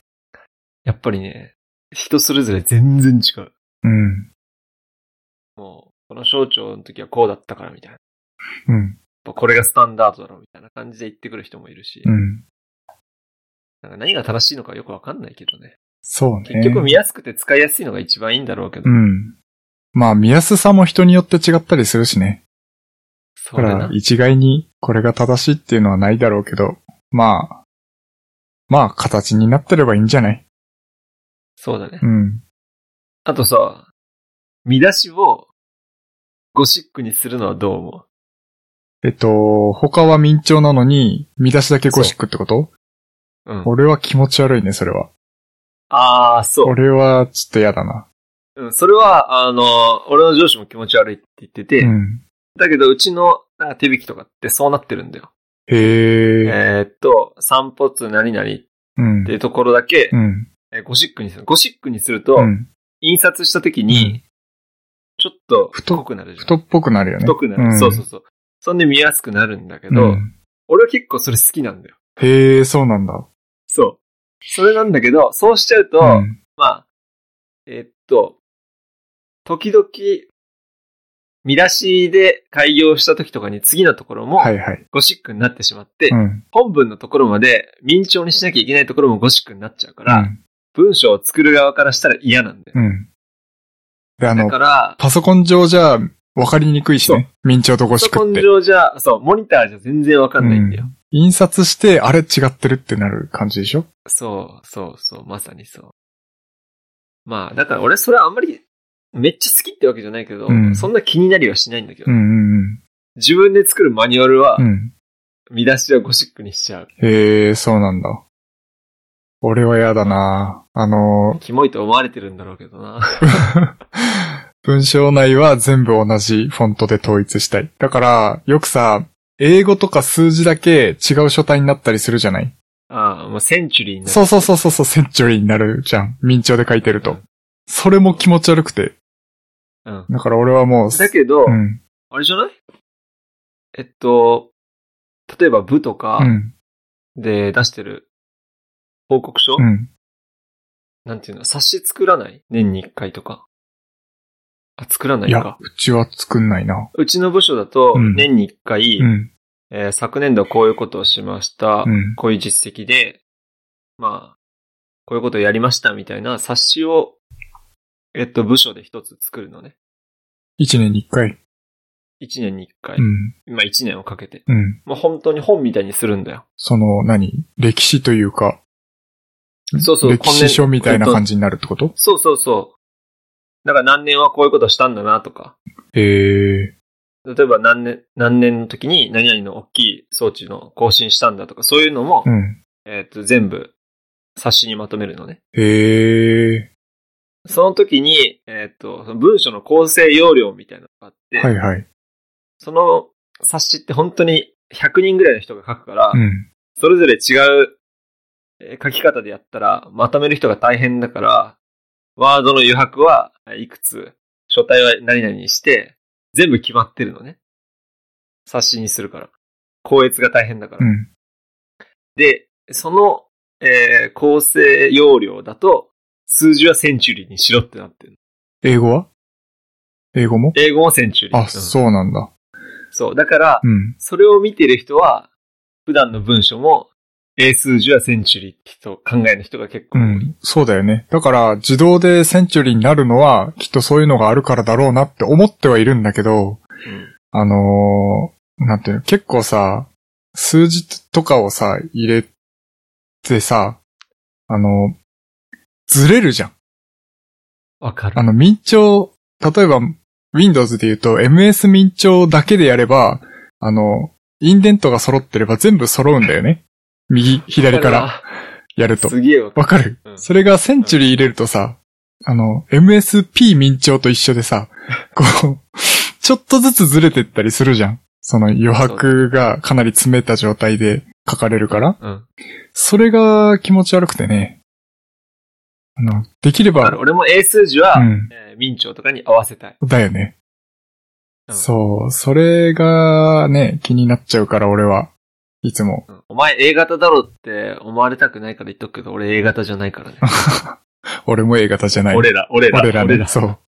[SPEAKER 1] やっぱりね、人それぞれ全然違う。
[SPEAKER 2] うん。
[SPEAKER 1] もう、この省庁の時はこうだったからみたいな。
[SPEAKER 2] うん。
[SPEAKER 1] やっぱこれがスタンダードだろみたいな感じで言ってくる人もいるし、
[SPEAKER 2] うん。
[SPEAKER 1] なんか何が正しいのかよくわかんないけどね。
[SPEAKER 2] そうね。
[SPEAKER 1] 結局見やすくて使いやすいのが一番いいんだろうけど、
[SPEAKER 2] うん。まあ見やすさも人によって違ったりするしね。
[SPEAKER 1] そ
[SPEAKER 2] だか
[SPEAKER 1] れ
[SPEAKER 2] ら
[SPEAKER 1] な、。
[SPEAKER 2] 一概にこれが正しいっていうのはないだろうけど、まあ、まあ、形になってればいいんじゃない
[SPEAKER 1] そうだね
[SPEAKER 2] う。ん。
[SPEAKER 1] あとさ、見出しをゴシックにするのはどう思
[SPEAKER 2] えっと、他は明朝なのに、見出しだけゴシックってこと
[SPEAKER 1] ううん。
[SPEAKER 2] 俺は気持ち悪いね、それは。
[SPEAKER 1] あー、そう。
[SPEAKER 2] 俺は、ちょっと嫌だな。
[SPEAKER 1] うん、それは、あの、俺の上司も気持ち悪いって言ってて、
[SPEAKER 2] うん。
[SPEAKER 1] だけどうちのなんか手引きとかってそうなってるんだよ。
[SPEAKER 2] へえ。
[SPEAKER 1] えーっと、散髪何々って
[SPEAKER 2] うん。
[SPEAKER 1] いうところだけ、
[SPEAKER 2] うん。
[SPEAKER 1] えーゴシックにする。ゴシックにすると、
[SPEAKER 2] うん。
[SPEAKER 1] 印刷した時に、ちょっと太くなるじゃん。
[SPEAKER 2] 太っぽくなるよね。
[SPEAKER 1] 太くなる、
[SPEAKER 2] ん
[SPEAKER 1] そうそうそう。そんで見やすくなるんだけ
[SPEAKER 2] う
[SPEAKER 1] ど、
[SPEAKER 2] ん
[SPEAKER 1] 俺は結構それ好きなんだよ。
[SPEAKER 2] へえ、そうなんだ。
[SPEAKER 1] そう。それなんだけど、そうしちゃうと、
[SPEAKER 2] うん。
[SPEAKER 1] まあ、えっと、時々、見出しで開業した時とかに次のところも
[SPEAKER 2] はいはい。
[SPEAKER 1] ゴシックになってしまって、
[SPEAKER 2] うん。
[SPEAKER 1] 本文のところまで明朝にしなきゃいけないところもゴシックになっちゃうか
[SPEAKER 2] う
[SPEAKER 1] ら、
[SPEAKER 2] ん。
[SPEAKER 1] 文章を作る側からしたら嫌なんだよ。
[SPEAKER 2] うん。で、あ
[SPEAKER 1] だ
[SPEAKER 2] の、
[SPEAKER 1] から、
[SPEAKER 2] パソコン上じゃ、わかりにくいしね。明朝とゴ
[SPEAKER 1] パソ
[SPEAKER 2] シッ
[SPEAKER 1] コ
[SPEAKER 2] クっ
[SPEAKER 1] ン
[SPEAKER 2] て。
[SPEAKER 1] 上じゃ、そう、モニターじゃ全然わかんないんだよ。
[SPEAKER 2] 印刷して、あれ違ってるってなる感じでしょ
[SPEAKER 1] そう、そう、そう、まさにそう。まあ、だから俺それはあんまり、めっちゃ好きってわけじゃないけど、
[SPEAKER 2] うん
[SPEAKER 1] そんな気になりはしないんだけど、
[SPEAKER 2] うんうんうん。
[SPEAKER 1] 自分で作るマニュアルは
[SPEAKER 2] う、ん。
[SPEAKER 1] 見出しはゴシックにしちゃう。
[SPEAKER 2] へえ、そうなんだ。俺は嫌だなあの、 (laughs)
[SPEAKER 1] キモいと思われてるんだろうけどな。
[SPEAKER 2] 文章内は全部同じフォントで統一したい。だから、よくさ、英語とか数字だけ違う書体になったりするじゃない
[SPEAKER 1] ああ、もうセンチュリーになる。
[SPEAKER 2] そうそうそうそうそう、センチュリーになるじゃん。明朝で書いてると。それも気持ち悪くて。
[SPEAKER 1] うん。
[SPEAKER 2] だから俺はもう、
[SPEAKER 1] だけど、
[SPEAKER 2] うん。
[SPEAKER 1] あれじゃないえっと、例えば部と
[SPEAKER 2] う
[SPEAKER 1] か
[SPEAKER 2] ん。
[SPEAKER 1] で出してる報告書、
[SPEAKER 2] うん。
[SPEAKER 1] なんていうの冊子作らない年に一回とか。あ、作らないい
[SPEAKER 2] や
[SPEAKER 1] か、。
[SPEAKER 2] うちは作んないな。
[SPEAKER 1] うちの部署だと、
[SPEAKER 2] うん
[SPEAKER 1] 年に一回、
[SPEAKER 2] うん。
[SPEAKER 1] えー昨年度はこういうことをしました。
[SPEAKER 2] うん。
[SPEAKER 1] こういう実績で、まあ、こういうことをやりましたみたいな冊子を、えっと、部署で一つ作るのね。
[SPEAKER 2] 一年に一回。
[SPEAKER 1] 一年に一回。
[SPEAKER 2] うん。
[SPEAKER 1] まあ一年をかけて。
[SPEAKER 2] うん。
[SPEAKER 1] まあ本当に本みたいにするんだよ。
[SPEAKER 2] その、何歴史というか、
[SPEAKER 1] そうそう、
[SPEAKER 2] 歴史書みたいな感
[SPEAKER 1] じ。
[SPEAKER 2] じになるってこと
[SPEAKER 1] そうそうそう。だから何年はこういうことしたんだなとか。
[SPEAKER 2] へえ。
[SPEAKER 1] 例えば何年、何年の時に何々の大きい装置の更新したんだとか、そういうのも、
[SPEAKER 2] うん。
[SPEAKER 1] えっと、全部、冊子にまとめるのね。
[SPEAKER 2] へえ。
[SPEAKER 1] その時に、えっ、と、その文章の構成要領みたいなのがあって、
[SPEAKER 2] はいはい。
[SPEAKER 1] その冊子って本当に100人ぐらいの人が書くから、
[SPEAKER 2] うん。
[SPEAKER 1] それぞれ違うえー書き方でやったら、まとめる人が大変だから、ワードの余白はいくつ、書体は何々にして、全部決まってるのね。冊子にするから。校閲が大変だから。
[SPEAKER 2] うん。
[SPEAKER 1] で、その、えー構成要領だと、数字はセンチュリーにしろってなってる。
[SPEAKER 2] 英語は英語も
[SPEAKER 1] 英語もセンチュリー。
[SPEAKER 2] あ、
[SPEAKER 1] うん。
[SPEAKER 2] そうなんだ。
[SPEAKER 1] そう。だから、
[SPEAKER 2] うん。
[SPEAKER 1] それを見てる人は、普段の文章も、英数字はセンチュリーって人、考えの人が結構
[SPEAKER 2] う
[SPEAKER 1] 多い。
[SPEAKER 2] ん。そうだよね。だから、自動でセンチュリーになるのは、きっとそういうのがあるからだろうなって思ってはいるんだけど、あのー、なんていうの、結構さ、数字とかをさ、入れてさ、あの、ずれるじゃん。
[SPEAKER 1] わ、か
[SPEAKER 2] あ
[SPEAKER 1] る。
[SPEAKER 2] の、民調、例えば、Windows で言うと、MS 民調だけでやれば、あの、インデントが揃ってれば全部揃うんだよね。右、左から
[SPEAKER 1] わ
[SPEAKER 2] やると
[SPEAKER 1] かるわ。すげえわか
[SPEAKER 2] わかる
[SPEAKER 1] うん
[SPEAKER 2] それがセンチュリー入れるとさ、あの、MSP 民調と一緒でさ、こう、ちょっとずつずれてったりするじゃん。その余白がかなり詰めた状態で書かれるから。
[SPEAKER 1] る。うん。
[SPEAKER 2] それが気持ち悪くてね。あの、できれ
[SPEAKER 1] わかる
[SPEAKER 2] ば、
[SPEAKER 1] 俺も英数字は、
[SPEAKER 2] うん、
[SPEAKER 1] えー明朝とかに合わせたい。
[SPEAKER 2] だよね。
[SPEAKER 1] うん
[SPEAKER 2] そう、それがね、気になっちゃうから俺はいつも。
[SPEAKER 1] うんお前 A 型だろって思われたくないから言っとくけど、俺 A 型じゃないからね。
[SPEAKER 2] 俺も A 型じゃない。
[SPEAKER 1] 俺ら、俺ら、
[SPEAKER 2] 俺ら
[SPEAKER 1] 俺
[SPEAKER 2] ね、
[SPEAKER 1] ら。
[SPEAKER 2] そう。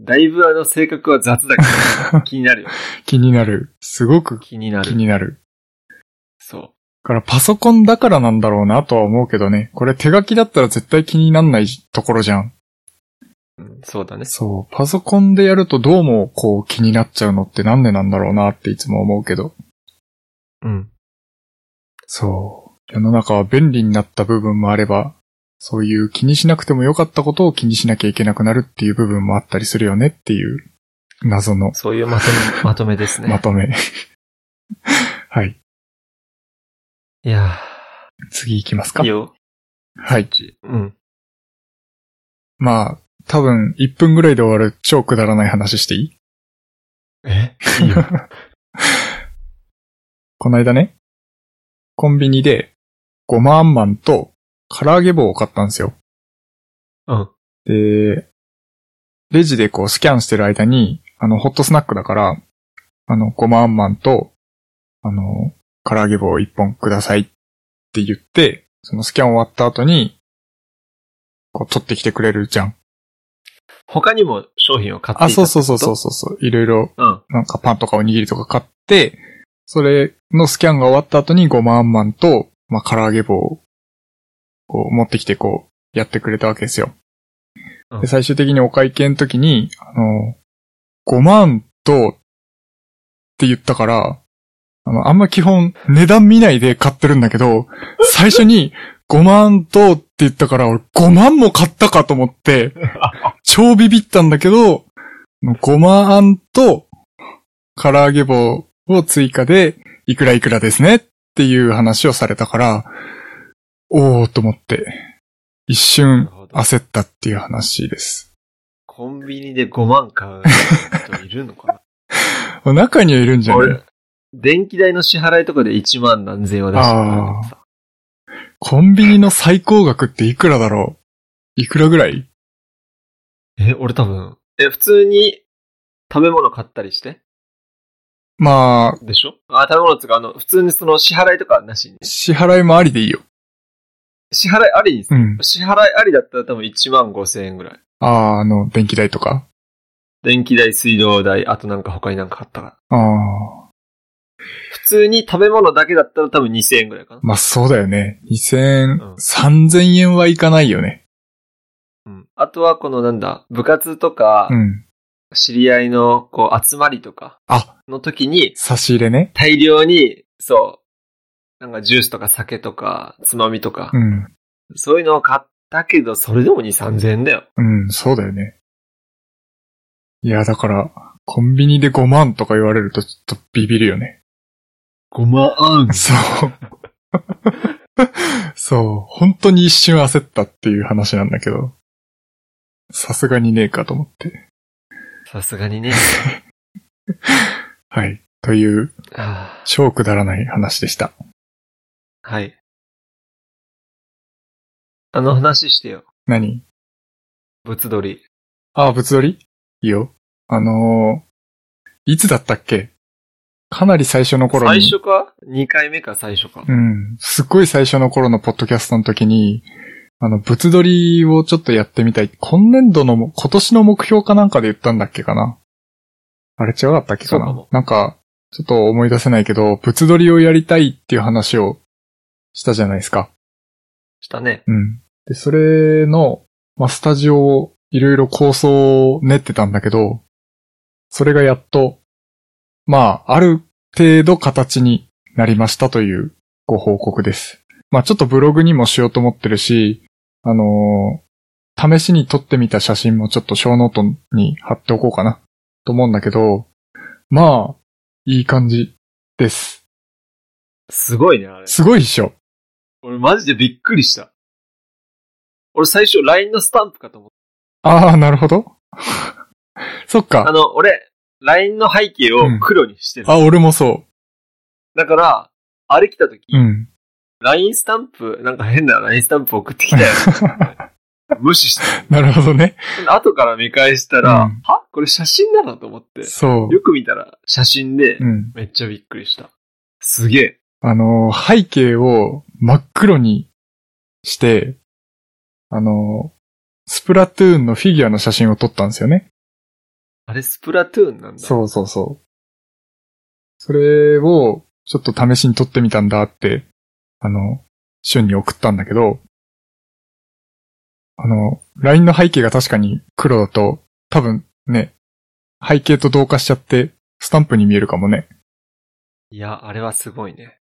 [SPEAKER 1] だいぶあの性格は雑だけ
[SPEAKER 2] (laughs)
[SPEAKER 1] ど、気になるよ。
[SPEAKER 2] 気になる。すごく
[SPEAKER 1] 気にな
[SPEAKER 2] 気
[SPEAKER 1] る。
[SPEAKER 2] になる。
[SPEAKER 1] そう。
[SPEAKER 2] だからパソコンだからなんだろうなとは思うけどね。これ手書きだったら絶対気になんないところじゃん。
[SPEAKER 1] うんそうだね。
[SPEAKER 2] そう。パソコンでやるとどうもこう気になっちゃうのってなんでなんだろうなっていつも思うけど。
[SPEAKER 1] うん。
[SPEAKER 2] そう。世の中は便利になった部分もあれば、そういう気にしなくてもよかったことを気にしなきゃいけなくなるっていう部分もあったりするよねっていう謎の
[SPEAKER 1] そういうまと
[SPEAKER 2] (laughs)
[SPEAKER 1] め、まとめですね。
[SPEAKER 2] まとめ。 (laughs) はい。
[SPEAKER 1] いや
[SPEAKER 2] 次行きます
[SPEAKER 1] ー、
[SPEAKER 2] か
[SPEAKER 1] いい。よ。
[SPEAKER 2] はい。
[SPEAKER 1] うん。
[SPEAKER 2] まあ、多分1分ぐらいで終わる超くだらない話していい
[SPEAKER 1] えい
[SPEAKER 2] (laughs)
[SPEAKER 1] いよ。
[SPEAKER 2] この間ね、コンビニで、ごまあんまんと、唐揚げ棒を買ったんですよ。
[SPEAKER 1] うん。
[SPEAKER 2] で、レジでこうスキャンしてる間に、あの、ホットスナックだから、あの、ごまあんまんと、あの、唐揚げ棒を一本くださいって言って、そのスキャン終わった後に、こう取ってきてくれるじゃん。
[SPEAKER 1] 他にも商品を買ってい
[SPEAKER 2] あ、
[SPEAKER 1] た
[SPEAKER 2] そうそうそうそうう。そうそう。いろいろ
[SPEAKER 1] うん。
[SPEAKER 2] なんかパンとかおにぎりとか買って、それのスキャンが終わった後にごまあんまんと、まあ、唐揚げ棒を、こう持ってきてこう、やってくれたわけですよ。
[SPEAKER 1] うん
[SPEAKER 2] で、最終的にお会計の時に、あの、ごまんと、って言ったから、あの、あんま基本、値段見ないで買ってるんだけ
[SPEAKER 1] (laughs)
[SPEAKER 2] ど、最初に、5万とって言ったから、俺5万も買ったかと思って、超ビビったんだけど、ごまあんと、唐揚げ棒を追加で、いくらいくらですねっていう話をされたから、おーと思って、一瞬
[SPEAKER 1] なるほど
[SPEAKER 2] 焦ったっていう話です。
[SPEAKER 1] コンビニで5万買う人いる
[SPEAKER 2] (laughs)
[SPEAKER 1] のか
[SPEAKER 2] 中にはいるんじ
[SPEAKER 1] な
[SPEAKER 2] ゃない
[SPEAKER 1] 俺、電気代の支払いとかで1万何千円は出してるからさ。
[SPEAKER 2] コンビニの最高額っていくらだろういくらぐらい
[SPEAKER 1] え、俺多分、え、普通に食べ物買ったりして
[SPEAKER 2] まあ、
[SPEAKER 1] でしょあ、食べ物とか、あの、普通にその支払いとかはなしに。
[SPEAKER 2] 支払いもありでいいよ。
[SPEAKER 1] 支払いありにす
[SPEAKER 2] う
[SPEAKER 1] る、
[SPEAKER 2] ん。
[SPEAKER 1] 支払いありだったら多分1万5千円ぐらい。
[SPEAKER 2] ああ、あの、電気代とか。
[SPEAKER 1] 電気代、水道代、あとなんか他になんか買ったから。
[SPEAKER 2] ああ、
[SPEAKER 1] 普通に食べ物だけだったら多分2千円ぐらいかな。
[SPEAKER 2] まあそうだよね。2000円、
[SPEAKER 1] ん
[SPEAKER 2] 3000円はいかないよね。
[SPEAKER 1] うん。あとはこのなんだ、部活とか
[SPEAKER 2] う、ん。
[SPEAKER 1] 知り合いのこう集まりとか
[SPEAKER 2] あ、
[SPEAKER 1] の時に
[SPEAKER 2] 差し入れね。
[SPEAKER 1] 大量に、そう、なんかジュースとか酒とか、つまみとか
[SPEAKER 2] う、ん。
[SPEAKER 1] そういうのを買ったけど、それでも2、3000円だよ。
[SPEAKER 2] うん、そうだよね。いや、だから、コンビニで5万とか言われるとちょっとビビるよね。
[SPEAKER 1] 5万
[SPEAKER 2] そう。そう。本当に一瞬焦ったっていう話なんだけど。さすがにねえかと思って。
[SPEAKER 1] さすがにね。 (laughs)
[SPEAKER 2] はい。という、
[SPEAKER 1] はあ
[SPEAKER 2] 超くだらない話でした。
[SPEAKER 1] はい。あの話してよ。
[SPEAKER 2] 何
[SPEAKER 1] 物撮り。
[SPEAKER 2] あ、物撮りいいよ。あのー、いつだったっけかなり最初の頃
[SPEAKER 1] 最
[SPEAKER 2] に。
[SPEAKER 1] 初か ?2 回目か最初か。
[SPEAKER 2] うん。すっごい最初の頃のポッドキャストの時に、あの、物撮りをちょっとやってみたい。今年度のも、今年の目標かなんかで言ったんだっけかな。あれ違うかったっけかな
[SPEAKER 1] そうかも
[SPEAKER 2] なんか、ちょっと思い出せないけど、物撮りをやりたいっていう話をしたじゃないですか。
[SPEAKER 1] したね。
[SPEAKER 2] うん。で、それの、まあ、スタジオをいろいろ構想を練ってたんだけど、それがやっと、まあ、ある程度形になりましたというご報告です。まあ、ちょっとブログにもしようと思ってるし、あのー試しに撮ってみた写真もちょっと小ノートに貼っておこうかなと思うんだけど、まあ、いい感じです。
[SPEAKER 1] すごいね、あれ。
[SPEAKER 2] すごいっしょ。
[SPEAKER 1] 俺マジでびっくりした。俺最初 LINE のスタンプかと思っ
[SPEAKER 2] ああ、なるほど。 (laughs) そっか
[SPEAKER 1] た。あ。の、俺、LINE の背景を黒にしてる。
[SPEAKER 2] あ、俺もそ
[SPEAKER 1] だから、あれ来た時、
[SPEAKER 2] う。うん。
[SPEAKER 1] LINE スタンプ、なんか変な LINE スタンプ送ってき
[SPEAKER 2] (laughs)
[SPEAKER 1] たよ。無視して。
[SPEAKER 2] なるほどね。
[SPEAKER 1] 後から見返したら、
[SPEAKER 2] うん
[SPEAKER 1] はこれ写真なのと思って。
[SPEAKER 2] そ
[SPEAKER 1] よく見たら写真で
[SPEAKER 2] う。う、ん。
[SPEAKER 1] めっちゃびっくりした。すげえ。
[SPEAKER 2] あのー、背景を真っ黒にして、あのー、スプラトゥーンのフィギュアの写真を撮ったんですよね。
[SPEAKER 1] あれスプラトゥーンなんだ。
[SPEAKER 2] そうそうそう。それを、ちょっと試しに撮ってみたんだって、あの、瞬に送ったんだけど、あの、LINE の背景が確かに黒だと、多分ね、背景と同化しちゃって、スタンプに見えるかもね。
[SPEAKER 1] いや、あれはすごいね。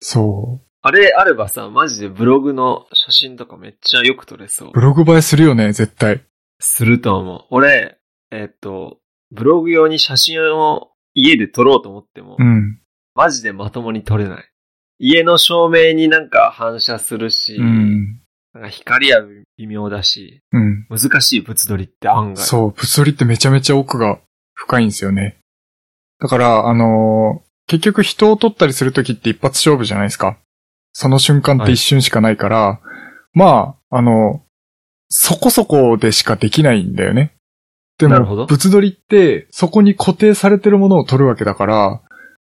[SPEAKER 2] そ
[SPEAKER 1] あれあればさ、マジでブログの写真とかめっちゃよく撮れそう
[SPEAKER 2] う。ブ。ログ映えするよね、絶対。
[SPEAKER 1] すると思う。俺、えっと、ブログ用に写真を家で撮ろうと思っても、
[SPEAKER 2] うん。
[SPEAKER 1] マジでまともに撮れない。家の照明になんか反射するし、
[SPEAKER 2] うん。
[SPEAKER 1] なんか光は微妙だし、
[SPEAKER 2] うん。
[SPEAKER 1] 難しい物撮りって案外。
[SPEAKER 2] そう、物撮りってめちゃめちゃ奥が深いんですよね。だから、あのー結局人を撮ったりするときって一発勝負じゃないですか。その瞬間って一瞬しかないから、まあ、あのそこそこでしかできないんだよね。で
[SPEAKER 1] なるほど
[SPEAKER 2] も、物撮りって、そこに固定されてるものを撮るわけだから、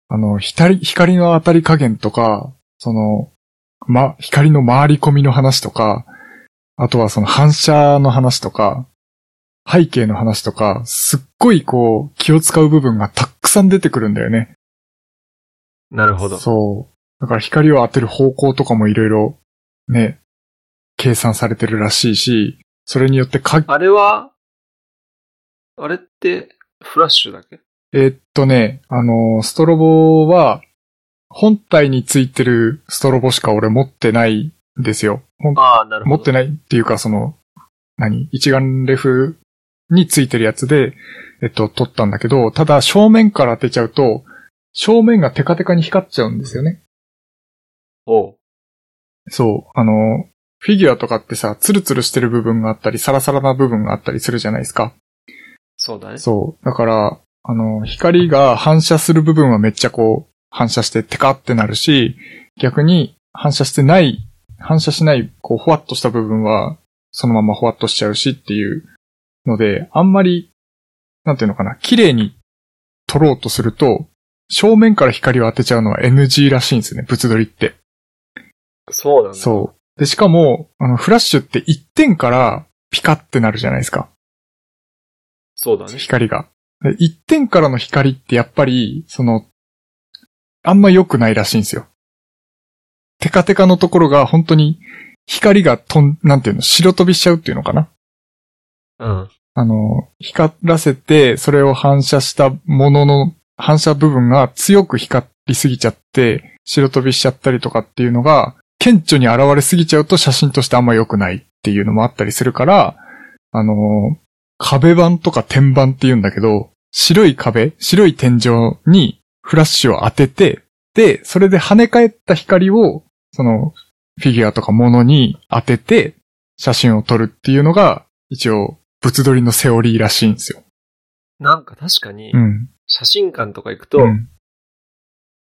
[SPEAKER 2] あの、光、光の当たり加減とか、その、ま、光の回り込みの話とか、あとはその反射の話とか、背景の話とか、すっごいこう、気を使う部分がたくさん出てくるんだよね。
[SPEAKER 1] なるほど。
[SPEAKER 2] そう。だから光を当てる方向とかもいろいろ、ね、計算されてるらしいし、それによってか、
[SPEAKER 1] あれは、あれって、フラッシュだっけ
[SPEAKER 2] えーっとね、あのーストロボは、本体についてるストロボしか俺持ってないんですよ。ほん
[SPEAKER 1] ああ、なるほど。
[SPEAKER 2] 持ってないっていうか、その、何一眼レフについてるやつで、えっと、撮ったんだけど、ただ正面から当てちゃうと、正面がテカテカに光っちゃうんですよね。
[SPEAKER 1] おう。
[SPEAKER 2] そう、あの、フィギュアとかってさ、ツルツルしてる部分があったり、サラサラな部分があったりするじゃないですか。
[SPEAKER 1] そうだね。
[SPEAKER 2] そう。だから、あの、光が反射する部分はめっちゃこう、反射してテカってなるし、逆に反射してない、反射しない、こう、ほわっとした部分は、そのままほわっとしちゃうしっていうので、あんまり、なんていうのかな、綺麗に撮ろうとすると、正面から光を当てちゃうのは NG らしいんですよね、物撮りって。
[SPEAKER 1] そうなんだ。
[SPEAKER 2] そう。で、しかも、あの、フラッシュって一点からピカってなるじゃないですか。
[SPEAKER 1] そうだね。
[SPEAKER 2] 光が。で一点からの光ってやっぱり、その、あんま良くないらしいんですよ。テカテカのところが本当に光がとん、なんていうの、白飛びしちゃうっていうのかな
[SPEAKER 1] うん。
[SPEAKER 2] あの、光らせて、それを反射したものの、反射部分が強く光りすぎちゃって、白飛びしちゃったりとかっていうのが、顕著に現れすぎちゃうと写真としてあんま良くないっていうのもあったりするから、あの、壁板とか天板って言うんだけど、白い壁、白い天井にフラッシュを当てて、で、それで跳ね返った光を、その、フィギュアとか物に当てて、写真を撮るっていうのが、一応、物撮りのセオリーらしいんですよ。
[SPEAKER 1] なんか確かに
[SPEAKER 2] う、ん。
[SPEAKER 1] 写真館とか行くと、
[SPEAKER 2] うん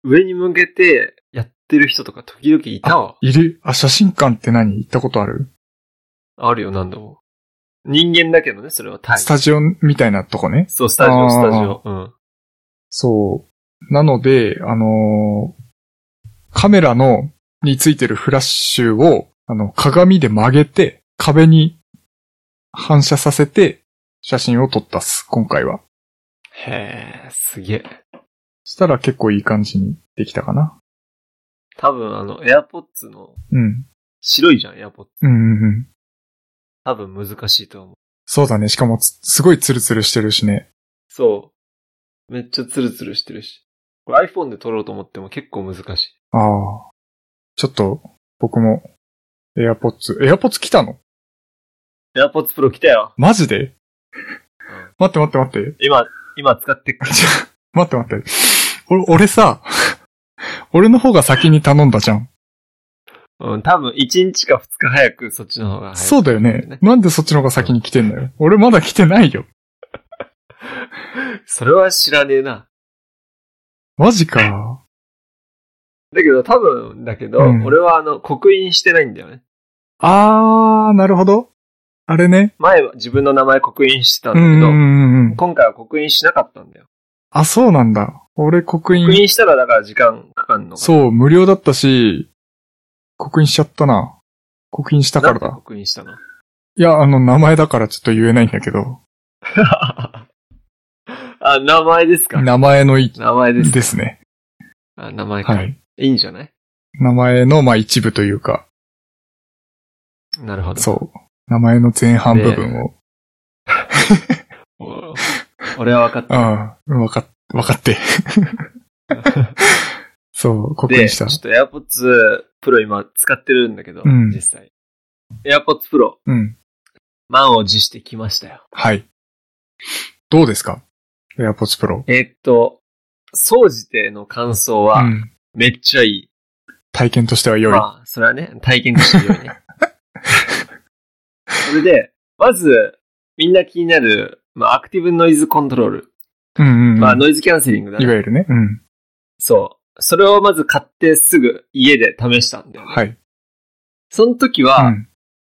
[SPEAKER 1] 上に向けてやってる人とか時々いたわ。
[SPEAKER 2] いるあ、写真館って何行ったことある
[SPEAKER 1] あるよ、何度も。人間だけどね、それはタイ。
[SPEAKER 2] スタジオみたいなとこね。
[SPEAKER 1] そう、スタジ
[SPEAKER 2] あ
[SPEAKER 1] オ、
[SPEAKER 2] ー
[SPEAKER 1] スタジオ。うん。
[SPEAKER 2] そう。なので、あのーカメラの、についてるフラッシュを、あの、鏡で曲げて、壁に反射させて、写真を撮ったっす、今回は。
[SPEAKER 1] へえ、すげえ。
[SPEAKER 2] したら結構いい感じにできたかな。
[SPEAKER 1] 多分あの、AirPods の、
[SPEAKER 2] うん。
[SPEAKER 1] 白いじゃん、AirPods。
[SPEAKER 2] うんうんうん。
[SPEAKER 1] 多分難しいと思う。
[SPEAKER 2] そうだね。しかもつ、すごいツルツルしてるしね。
[SPEAKER 1] そう。めっちゃツルツルしてるし。これ iPhone で撮ろうと思っても結構難しい。
[SPEAKER 2] ああ。ちょっと、僕も、AirPods、AirPods 来たの
[SPEAKER 1] AirPods Pro 来たよ。
[SPEAKER 2] マジで待って待って待って。 (laughs)
[SPEAKER 1] 今、今使ってっから。
[SPEAKER 2] ちょ待って待って。俺、俺さ、俺の方が先に頼んだじゃん。
[SPEAKER 1] うん、多分1日か2日早くそっちの方が早い。
[SPEAKER 2] そうだよね。なんでそっちの方が先に来てんのよ。俺まだ来てないよ。
[SPEAKER 1] それは知らねえな。
[SPEAKER 2] マジか。
[SPEAKER 1] だけど多分だけど、
[SPEAKER 2] うん
[SPEAKER 1] 俺はあの、刻印してないんだよね。
[SPEAKER 2] あー、なるほど。あれね。
[SPEAKER 1] 前は自分の名前刻印してたん
[SPEAKER 2] う
[SPEAKER 1] だ
[SPEAKER 2] ん
[SPEAKER 1] け
[SPEAKER 2] うん
[SPEAKER 1] ど、
[SPEAKER 2] うんうん。
[SPEAKER 1] 今回は刻印しなかったんだよ。
[SPEAKER 2] あ、そうなんだ。俺刻
[SPEAKER 1] 刻
[SPEAKER 2] 印、
[SPEAKER 1] 印したらだから時間かかんのか
[SPEAKER 2] そう、無料だったし、刻印しちゃったな。刻印した
[SPEAKER 1] な。
[SPEAKER 2] か
[SPEAKER 1] なん
[SPEAKER 2] ら
[SPEAKER 1] で
[SPEAKER 2] だ。
[SPEAKER 1] 刻印したの (laughs)
[SPEAKER 2] いや、あの、名前だからちょっと言えないんだけど。
[SPEAKER 1] あ、名前ですか
[SPEAKER 2] 名前のい、
[SPEAKER 1] 名前ですか
[SPEAKER 2] ですね。
[SPEAKER 1] あ名前か、。
[SPEAKER 2] はいい。
[SPEAKER 1] いんじゃない
[SPEAKER 2] 名前の、まあ一部というか、
[SPEAKER 1] なるほど。
[SPEAKER 2] そう。名前の前半部分を。
[SPEAKER 1] お俺は分かった。
[SPEAKER 2] ああ、わかっ、わか
[SPEAKER 1] (laughs)
[SPEAKER 2] って。そう、刻
[SPEAKER 1] で、
[SPEAKER 2] 印し
[SPEAKER 1] ち
[SPEAKER 2] た
[SPEAKER 1] ょ。っと AirPods Pro 今使ってるんだけど、
[SPEAKER 2] うん
[SPEAKER 1] 実際。AirPods Pro、
[SPEAKER 2] うん。
[SPEAKER 1] 満を持してきましたよ。
[SPEAKER 2] はい。どうですか ?AirPods Pro。
[SPEAKER 1] えーっと、総じての感想は、
[SPEAKER 2] うん。
[SPEAKER 1] めっちゃいい。
[SPEAKER 2] 体験としては良い。
[SPEAKER 1] まあ、それはね、体験としてよいね。 (laughs) それで、まず、みんな気になる、まあ、アクティブノイズコントロール。
[SPEAKER 2] うんうんうん。
[SPEAKER 1] まあ、ノイズキャンセリングだ
[SPEAKER 2] い
[SPEAKER 1] ね
[SPEAKER 2] わゆるね。うん。
[SPEAKER 1] そう。それをまず買ってすぐ家で試したんだよね。
[SPEAKER 2] はい。
[SPEAKER 1] その時
[SPEAKER 2] う
[SPEAKER 1] は、
[SPEAKER 2] ん。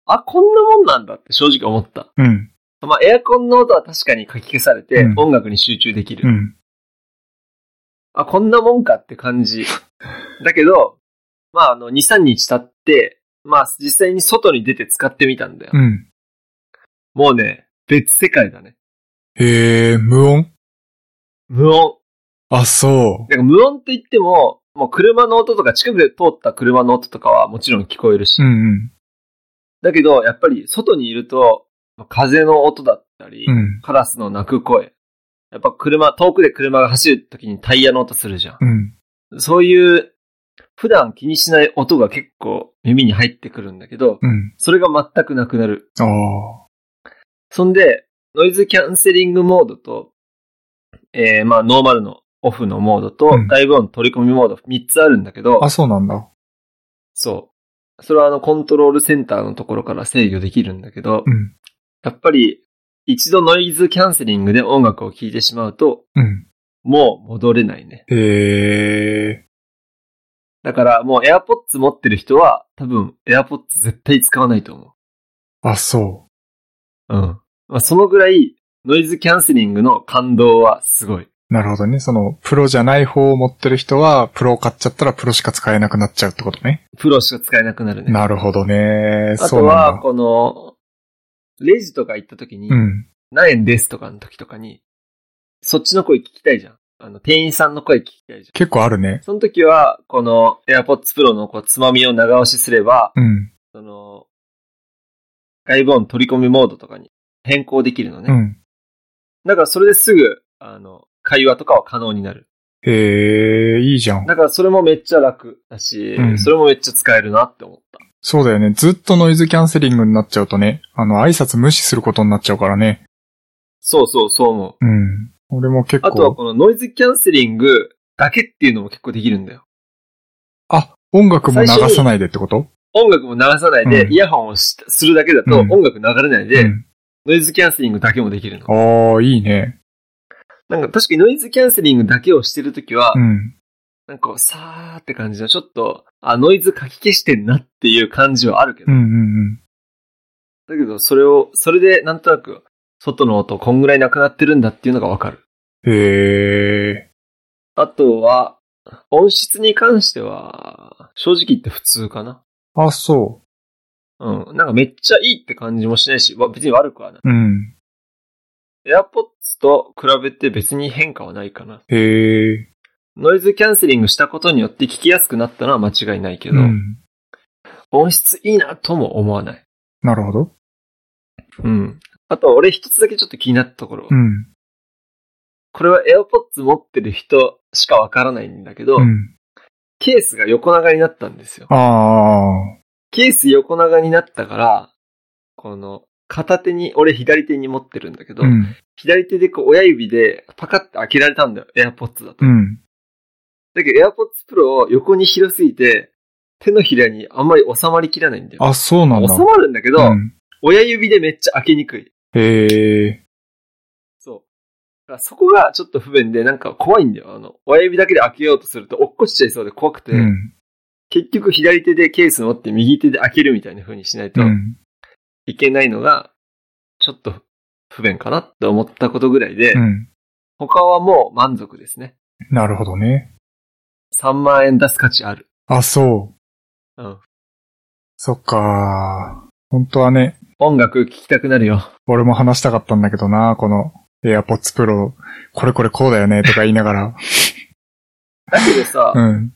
[SPEAKER 1] あ、こんなもんなんだって正直思った。
[SPEAKER 2] うん。
[SPEAKER 1] まあ、エアコンの音は確かに書き消されて、
[SPEAKER 2] うん
[SPEAKER 1] 音楽に集中できる。
[SPEAKER 2] うん。
[SPEAKER 1] あ、こんなもんかって感じ。 (laughs) だけど、まあ、あの、2、3日経って、まあ、実際に外に出て使ってみたんだよ。
[SPEAKER 2] うん。
[SPEAKER 1] もうね、別世界だね。
[SPEAKER 2] へえ、無音
[SPEAKER 1] 無音。
[SPEAKER 2] あ、そ
[SPEAKER 1] だから無音と言っても、もう車の音とか近くで通った車の音とかはもちろん聞こえるし。
[SPEAKER 2] う。うん
[SPEAKER 1] だけど、やっぱり外にいると、風の音だったり、
[SPEAKER 2] うん。うん。
[SPEAKER 1] カラスの鳴く声。やっぱ車、遠くで車が走る時にタイヤの音するじゃん。
[SPEAKER 2] うん。
[SPEAKER 1] そういう、普段気にしない音が結構耳に入ってくるんだけど、
[SPEAKER 2] うん。
[SPEAKER 1] それが全くなくなる。
[SPEAKER 2] ああ。
[SPEAKER 1] そんで、ノイズキャンセリングモードと、えー、まあ、ノーマルのオフのモードと、
[SPEAKER 2] うん
[SPEAKER 1] ライブオン取り込みモード3つあるんだけど、
[SPEAKER 2] あ、そうなんだ。
[SPEAKER 1] そう。それはあの、コントロールセンターのところから制御できるんだけど、
[SPEAKER 2] うん。
[SPEAKER 1] やっぱり、一度ノイズキャンセリングで音楽を聴いてしまうと、
[SPEAKER 2] うん。
[SPEAKER 1] もう戻れないね。
[SPEAKER 2] え
[SPEAKER 1] だからもう AirPods 持ってる人は、多分 AirPods 絶対使わないと思
[SPEAKER 2] ー、あ、そう。
[SPEAKER 1] う。うん。まあ、そのぐらい、ノイズキャンセリングの感動はすごい。
[SPEAKER 2] なるほどね。その、プロじゃない方を持ってる人は、プロを買っちゃったらプロしか使えなくなっちゃうってことね。
[SPEAKER 1] プロしか使えなくなるね。
[SPEAKER 2] なるほどね。
[SPEAKER 1] あ
[SPEAKER 2] そ
[SPEAKER 1] と
[SPEAKER 2] うな
[SPEAKER 1] は、
[SPEAKER 2] んだ。
[SPEAKER 1] この、レジとか行った時に、
[SPEAKER 2] うん。
[SPEAKER 1] 何円ですとかの時とかに、そっちの声聞きたいじゃん。あの、店員さんの声聞きたいじゃ
[SPEAKER 2] 結構あるね
[SPEAKER 1] ん。。その時は、この AirPods Pro のこうつまみを長押しすれば、
[SPEAKER 2] うん。
[SPEAKER 1] その、外部音取り込みモードとかに変更できるのね。
[SPEAKER 2] うん。
[SPEAKER 1] だからそれですぐ、あの、会話とかは可能になる。
[SPEAKER 2] えー、いいじゃん。
[SPEAKER 1] だからそれもめっちゃ楽だし、
[SPEAKER 2] うん
[SPEAKER 1] それもめっちゃ使えるなって思った。
[SPEAKER 2] そうだよね。ずっとノイズキャンセリングになっちゃうとね、あの、挨拶無視することになっちゃうからね。
[SPEAKER 1] そうそう、そう思
[SPEAKER 2] う
[SPEAKER 1] う。
[SPEAKER 2] ん。俺も結
[SPEAKER 1] あとは
[SPEAKER 2] 構、
[SPEAKER 1] このノイズキャンセリングだけっていうのも結構できるんだよ。
[SPEAKER 2] あ、音楽も流さないでってこと
[SPEAKER 1] 音楽も流さないで、
[SPEAKER 2] うん
[SPEAKER 1] イヤホンをしするだけだと
[SPEAKER 2] うん
[SPEAKER 1] 音楽流れないで、
[SPEAKER 2] うん
[SPEAKER 1] ノイズキャンセリングだけもできるの。
[SPEAKER 2] ああ、いいね。
[SPEAKER 1] なんか確かにノイズキャンセリングだけをしてるときは、
[SPEAKER 2] うん。
[SPEAKER 1] なんかこうさーって感じの、ちょっと、あ、ノイズかき消してんなっていう感じはあるけど、
[SPEAKER 2] うんうん
[SPEAKER 1] だけどそれを、それでなんとなく、外の音こんぐらいなくなってるんだっていうのがわかる。
[SPEAKER 2] うん。へえ。
[SPEAKER 1] あとは、音質に関しては、正直言って普通かな。
[SPEAKER 2] あ、そ
[SPEAKER 1] うん。なんかめっちゃいいって感じもしないし、わ別に悪くはない。
[SPEAKER 2] う。うん。
[SPEAKER 1] AirPods と比べて別に変化はないかな。
[SPEAKER 2] へえ。
[SPEAKER 1] ノイズキャンセリングしたことによって聞きやすくなったのは間違いないけど、
[SPEAKER 2] うん。
[SPEAKER 1] 音質いいなとも思わない。
[SPEAKER 2] なるほど。
[SPEAKER 1] うん。あと、俺一つだけちょっと気になったところ。
[SPEAKER 2] うん。
[SPEAKER 1] これは AirPods 持ってる人しかわからないんだけど、
[SPEAKER 2] うん。
[SPEAKER 1] ケースが横長になったんですよ。
[SPEAKER 2] ああ。
[SPEAKER 1] ケース横長になったから、この、片手に、俺左手に持ってるんだけど、
[SPEAKER 2] うん。
[SPEAKER 1] 左手でこう親指でパカッて開けられたんだよ、AirPods だ
[SPEAKER 2] う
[SPEAKER 1] と。
[SPEAKER 2] ん。
[SPEAKER 1] だけど AirPods Pro を横に広すぎて、手のひらにあんまり収まりきらないんだよ。
[SPEAKER 2] あ、そうなんだ。
[SPEAKER 1] 収まるんだけど、
[SPEAKER 2] うん。
[SPEAKER 1] 親指でめっちゃ開けにくい。
[SPEAKER 2] へえ。
[SPEAKER 1] そう。だからそこがちょっと不便で、なんか怖いんだよ。あの、親指だけで開けようとすると落っこちちゃいそうで怖くて、
[SPEAKER 2] うん。
[SPEAKER 1] 結局左手でケース持って右手で開けるみたいな風にしないと
[SPEAKER 2] うん。
[SPEAKER 1] いけないのが、ちょっと不便かなって思ったことぐらいで、
[SPEAKER 2] うん。
[SPEAKER 1] 他はもう満足ですね。
[SPEAKER 2] なるほどね。
[SPEAKER 1] 3万円出す価値ある。
[SPEAKER 2] あ、そう。
[SPEAKER 1] うん。
[SPEAKER 2] そっかー。本当はね、
[SPEAKER 1] 音楽聴きたくなるよ。
[SPEAKER 2] 俺も話したかったんだけどな、この AirPods Pro、これこれこうだよね、とか言いながら。
[SPEAKER 1] だけどさ、
[SPEAKER 2] うん。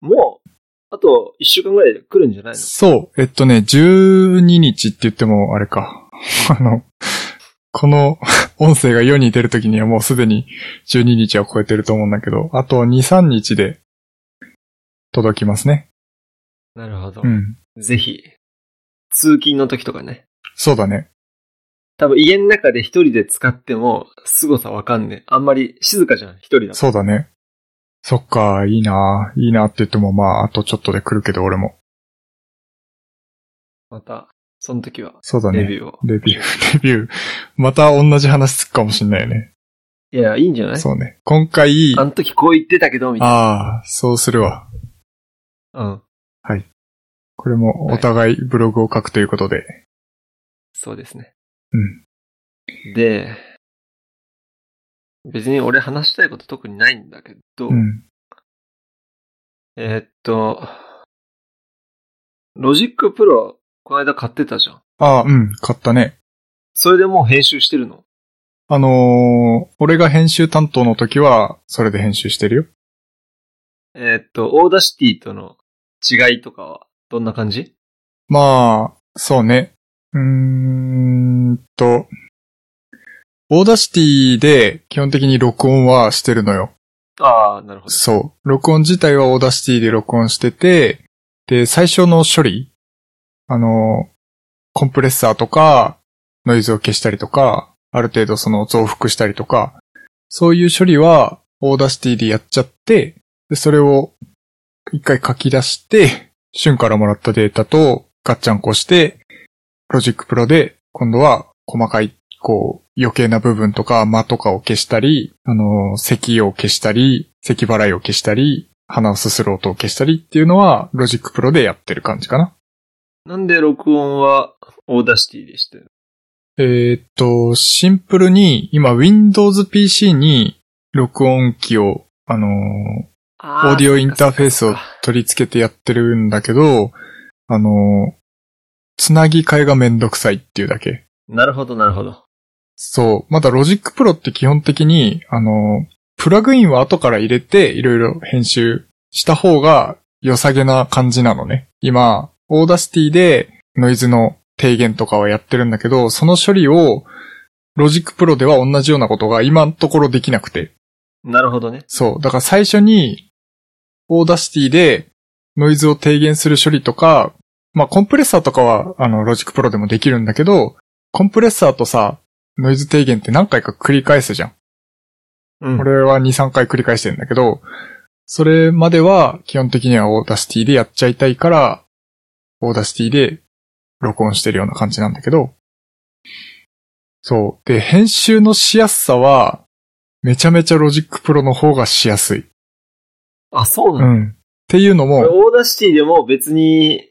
[SPEAKER 1] もう、あと1週間ぐらいで来るんじゃないの
[SPEAKER 2] そう、えっとね、12日って言っても、あれか。 (laughs) あの、この (laughs) 音声が世に出るときにはもうすでに12日は超えてると思うんだけど、あと2、3日で届きますね。
[SPEAKER 1] なるほど
[SPEAKER 2] うん。
[SPEAKER 1] ぜひ、通勤の時とかね。
[SPEAKER 2] そうだね。
[SPEAKER 1] 多分家の中で一人で使っても凄さわかんねえ。あんまり静かじゃん、一人だと
[SPEAKER 2] そうだね。そっか、いいな、いいなって言っても、まあ、あとちょっとで来るけど、俺も。
[SPEAKER 1] また、その時は、
[SPEAKER 2] そうだね。
[SPEAKER 1] レビューを。
[SPEAKER 2] レビュー、レ (laughs) ビュー。また同じ話つくかもしんないよね。
[SPEAKER 1] いや、いいんじゃない
[SPEAKER 2] そうね。今回、
[SPEAKER 1] あ
[SPEAKER 2] あ
[SPEAKER 1] の時こう言ってたけど、みたい
[SPEAKER 2] あー、そうするわ。
[SPEAKER 1] な。うん。
[SPEAKER 2] これもお互いブログを書くということで。
[SPEAKER 1] そうですね。
[SPEAKER 2] うん。
[SPEAKER 1] で、別に俺話したいこと特にないんだけど、
[SPEAKER 2] うん。
[SPEAKER 1] えーっと、ロジックプロ、この間買ってたじゃん。
[SPEAKER 2] ああ、うん、買ったね。
[SPEAKER 1] それでもう編集してるの
[SPEAKER 2] あのー、俺が編集担当の時は、それで編集してるよ。
[SPEAKER 1] えーっと、オーダーシティとの違いとかは、どんな感じ
[SPEAKER 2] まあ、そうね。うーんと、オーダーシティで基本的に録音はしてるのよ。
[SPEAKER 1] ああ、なるほど。
[SPEAKER 2] そう。録音自体はオーダーシティで録音してて、で、最初の処理あの、コンプレッサーとか、ノイズを消したりとか、ある程度その増幅したりとか、そういう処理は、オーダーシティでやっちゃって、で、それを一回書き出して、瞬からもらったデータとガッチャンコして、ロジックプロで今度は細かい、こう、余計な部分とか間とかを消したり、あの、咳を消したり、咳払いを消したり、鼻をすする音を消したりっていうのは、ロジックプロでやってる感じかな。
[SPEAKER 1] なんで録音はオーダーシティでしたよ
[SPEAKER 2] えーっと、シンプルに、今 Windows PC に録音機を、あのーオーディオインターフェースを取り付けてやってるんだけど、あの、つなぎ替えがめんどくさいっていうだけ。
[SPEAKER 1] なるほど、なるほど。
[SPEAKER 2] そう。まだロジックプロって基本的に、あの、プラグインは後から入れていろいろ編集した方が良さげな感じなのね。今、オーダーシティでノイズの低減とかはやってるんだけど、その処理をロジックプロでは同じようなことが今のところできなくて。
[SPEAKER 1] なるほどね。
[SPEAKER 2] そう。だから最初に、オーダーシティでノイズを低減する処理とか、まあコンプレッサーとかは、あの、ロジックプロでもできるんだけど、コンプレッサーとさ、ノイズ低減って何回か繰り返すじゃん。
[SPEAKER 1] うん。
[SPEAKER 2] 俺は2、3回繰り返してるんだけど、それまでは基本的にはオーダーシティでやっちゃいたいから、オーダーシティで録音してるような感じなんだけど、そう。で、編集のしやすさは、めちゃめちゃロジックプロの方がしやすい。
[SPEAKER 1] あ、そう
[SPEAKER 2] う
[SPEAKER 1] なの、
[SPEAKER 2] ん。っていうの
[SPEAKER 1] こ
[SPEAKER 2] も、
[SPEAKER 1] れオーダーシティでも別に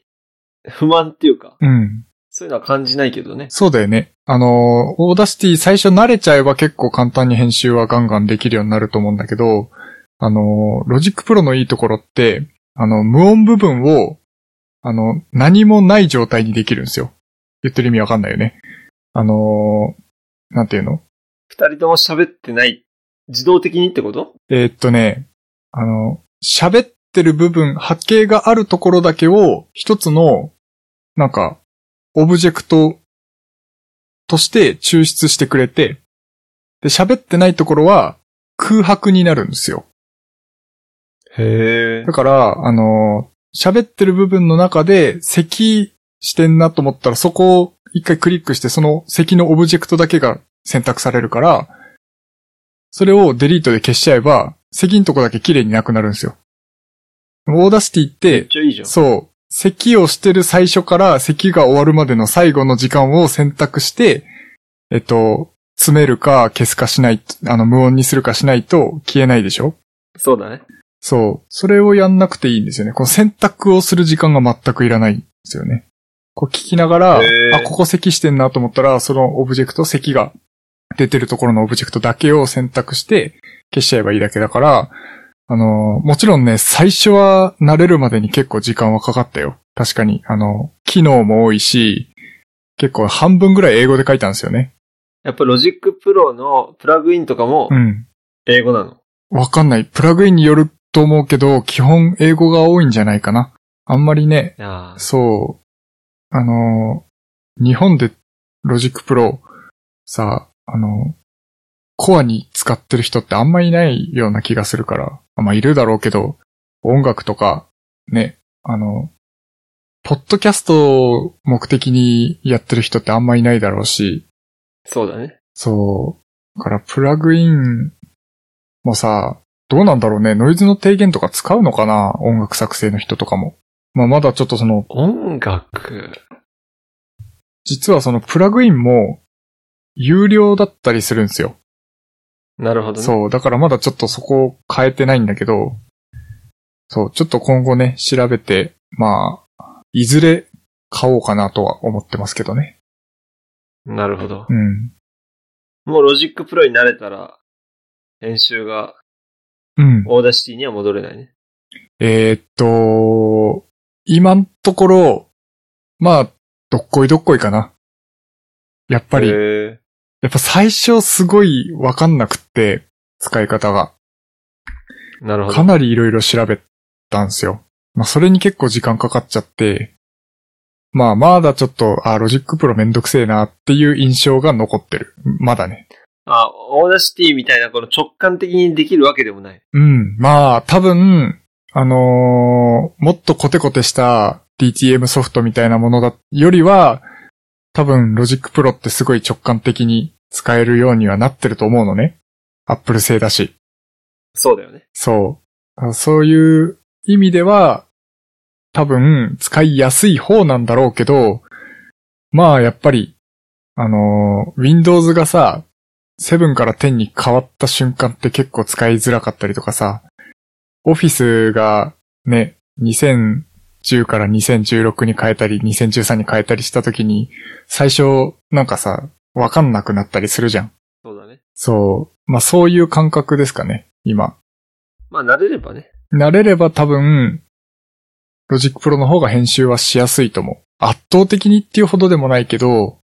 [SPEAKER 1] 不満っていうか、
[SPEAKER 2] うん。
[SPEAKER 1] そういうのは感じないけどね。
[SPEAKER 2] そうだよね。あのー、オーダーシティ最初慣れちゃえば結構簡単に編集はガンガンできるようになると思うんだけど、あのー、ロジックプロのいいところって、あの、無音部分を、あの、何もない状態にできるんですよ。言ってる意味わかんないよね。あのー、なんていうの
[SPEAKER 1] 二人とも喋ってない。自動的にってこと
[SPEAKER 2] えーっとね、あの、喋ってる部分、波形があるところだけを、一つの、なんか、オブジェクトとして抽出してくれて、で、喋ってないところは空白になるんですよ。
[SPEAKER 1] へえ
[SPEAKER 2] だ。から、あの、喋ってる部分の中で、咳してんなと思ったら、そこを一回クリックして、その咳のオブジェクトだけが選択されるから、それをデリートで消しちゃえば、咳のとこだけ綺麗になくなるんですよ。オーダーシティって
[SPEAKER 1] めっ、ちゃいいじゃん。
[SPEAKER 2] そう、咳をしてる最初から咳が終わるまでの最後の時間を選択して、えっと、詰めるか消すかしない、あの、無音にするかしないと消えないでしょ
[SPEAKER 1] そうだね。
[SPEAKER 2] そう。それをやんなくていいんですよね。この選択をする時間が全くいらないんですよね。こう聞きながら
[SPEAKER 1] へー、
[SPEAKER 2] あ、ここ咳してんなと思ったら、そのオブジェクト、咳が出てるところのオブジェクトだけを選択して消しちゃえばいいだけだから、あのー、もちろんね、最初は慣れるまでに結構時間はかかったよ。確かに。あの、機能も多いし、結構半分ぐらい英語で書いたんですよね。
[SPEAKER 1] やっぱロジックプロのプラグインとかも
[SPEAKER 2] うん。
[SPEAKER 1] 英語なの。
[SPEAKER 2] わかんない。プラグインによると思うけど、基本英語が多いんじゃないかな。あんまりね、
[SPEAKER 1] いやー
[SPEAKER 2] そう、あのー、日本でロジックプロ、さ、あのー、コアに使ってる人ってあんまいないような気がするから、あまあいるだろうけど、音楽とか、ね、あの、ポッドキャストを目的にやってる人ってあんまいないだろうし、
[SPEAKER 1] そうだね。
[SPEAKER 2] そう。だから、プラグインもさ、どうなんだろうね。ノイズの低減とか使うのかな音楽作成の人とかも。まあ、まだちょっとその、
[SPEAKER 1] 音楽。
[SPEAKER 2] 実はそのプラグインも、有料だったりするんですよ。
[SPEAKER 1] なるほどね。
[SPEAKER 2] そう。だからまだちょっとそこを変えてないんだけど、そう。ちょっと今後ね、調べて、まあ、いずれ買おうかなとは思ってますけどね。
[SPEAKER 1] なるほど
[SPEAKER 2] う。ん。
[SPEAKER 1] もうロジックプロになれたら、編集が
[SPEAKER 2] うん。
[SPEAKER 1] オーダーシティには戻れないね。
[SPEAKER 2] えーっと、今んところ、まあ、どっこいどっこいかな。やっぱり、
[SPEAKER 1] へ
[SPEAKER 2] や
[SPEAKER 1] ー
[SPEAKER 2] っぱ最初すごいわかんなくって、使い方が。
[SPEAKER 1] なるほ
[SPEAKER 2] か
[SPEAKER 1] ど。
[SPEAKER 2] なりいろいろ調べたんですよ。まあ、それに結構時間かかっちゃって、まあ、まだちょっと、あ、ロジックプロめんどくせえなっていう印象が残ってる。まだね。
[SPEAKER 1] あ、オーダーシティみたいなこの直感的にできるわけでもない。
[SPEAKER 2] うん。まあ、多分、あのーもっとコテコテした DTM ソフトみたいなものだ、よりは、多分、ロジックプロってすごい直感的に使えるようにはなってると思うのね。アップル製だし。
[SPEAKER 1] そうだよね。
[SPEAKER 2] そう。そういう意味では、多分使いやすい方なんだろうけど、まあやっぱり、あのー Windows がさ、7から10に変わった瞬間って結構使いづらかったりとかさ、Office がね、2010から2016に変えたり、2013に変えたりした時に、最初なんかさ、わかんなくなったりするじゃん。
[SPEAKER 1] そうだね。
[SPEAKER 2] そう。まあそういう感覚ですかね、今。
[SPEAKER 1] まあ、慣れればね。
[SPEAKER 2] 慣れれば多分、ロジックプロの方が編集はしやすいと思う。圧倒的にっていうほどでもないけど、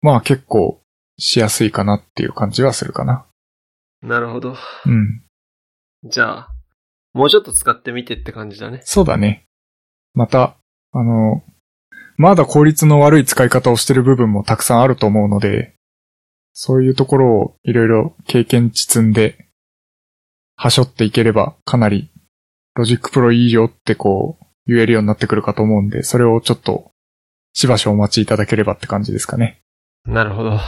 [SPEAKER 2] まあ結構しやすいかなっていう感じはするかな。
[SPEAKER 1] なるほど。
[SPEAKER 2] うん。
[SPEAKER 1] じゃあ、もうちょっと使ってみてって感じだね。
[SPEAKER 2] そうだね。また、あの、まだ効率の悪い使い方をしてる部分もたくさんあると思うので、そういうところをいろいろ経験値積んで、はしょっていければかなり、ロジックプロいいよってこう、言えるようになってくるかと思うんで、それをちょっと、しばしお待ちいただければって感じですかね。
[SPEAKER 1] なるほど。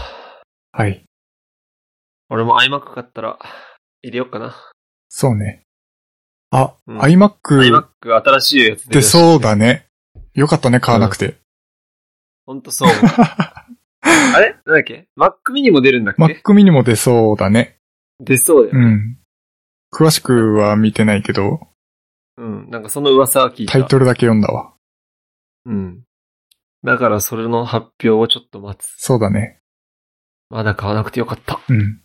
[SPEAKER 2] はい。
[SPEAKER 1] 俺も iMac 買ったら、入れようかな。
[SPEAKER 2] そうね。あ、
[SPEAKER 1] うん
[SPEAKER 2] iMac っ
[SPEAKER 1] iMac 新しいやつ出
[SPEAKER 2] て
[SPEAKER 1] るし
[SPEAKER 2] そうだね。よかったね、買わなくて。
[SPEAKER 1] ほんとそう。
[SPEAKER 2] (laughs)
[SPEAKER 1] あれなんだっけ ?Mac mini も出るんだっけ、
[SPEAKER 2] Mac mini も出そうだね。
[SPEAKER 1] 出そうだ
[SPEAKER 2] う
[SPEAKER 1] よ。
[SPEAKER 2] ん。詳しくは見てないけど、
[SPEAKER 1] うん。なんかその噂は聞いた。
[SPEAKER 2] タイトルだけ読んだわ。
[SPEAKER 1] うん。だからそれの発表をちょっと待つ。
[SPEAKER 2] そうだね。
[SPEAKER 1] まだ買わなくてよかった。
[SPEAKER 2] うん。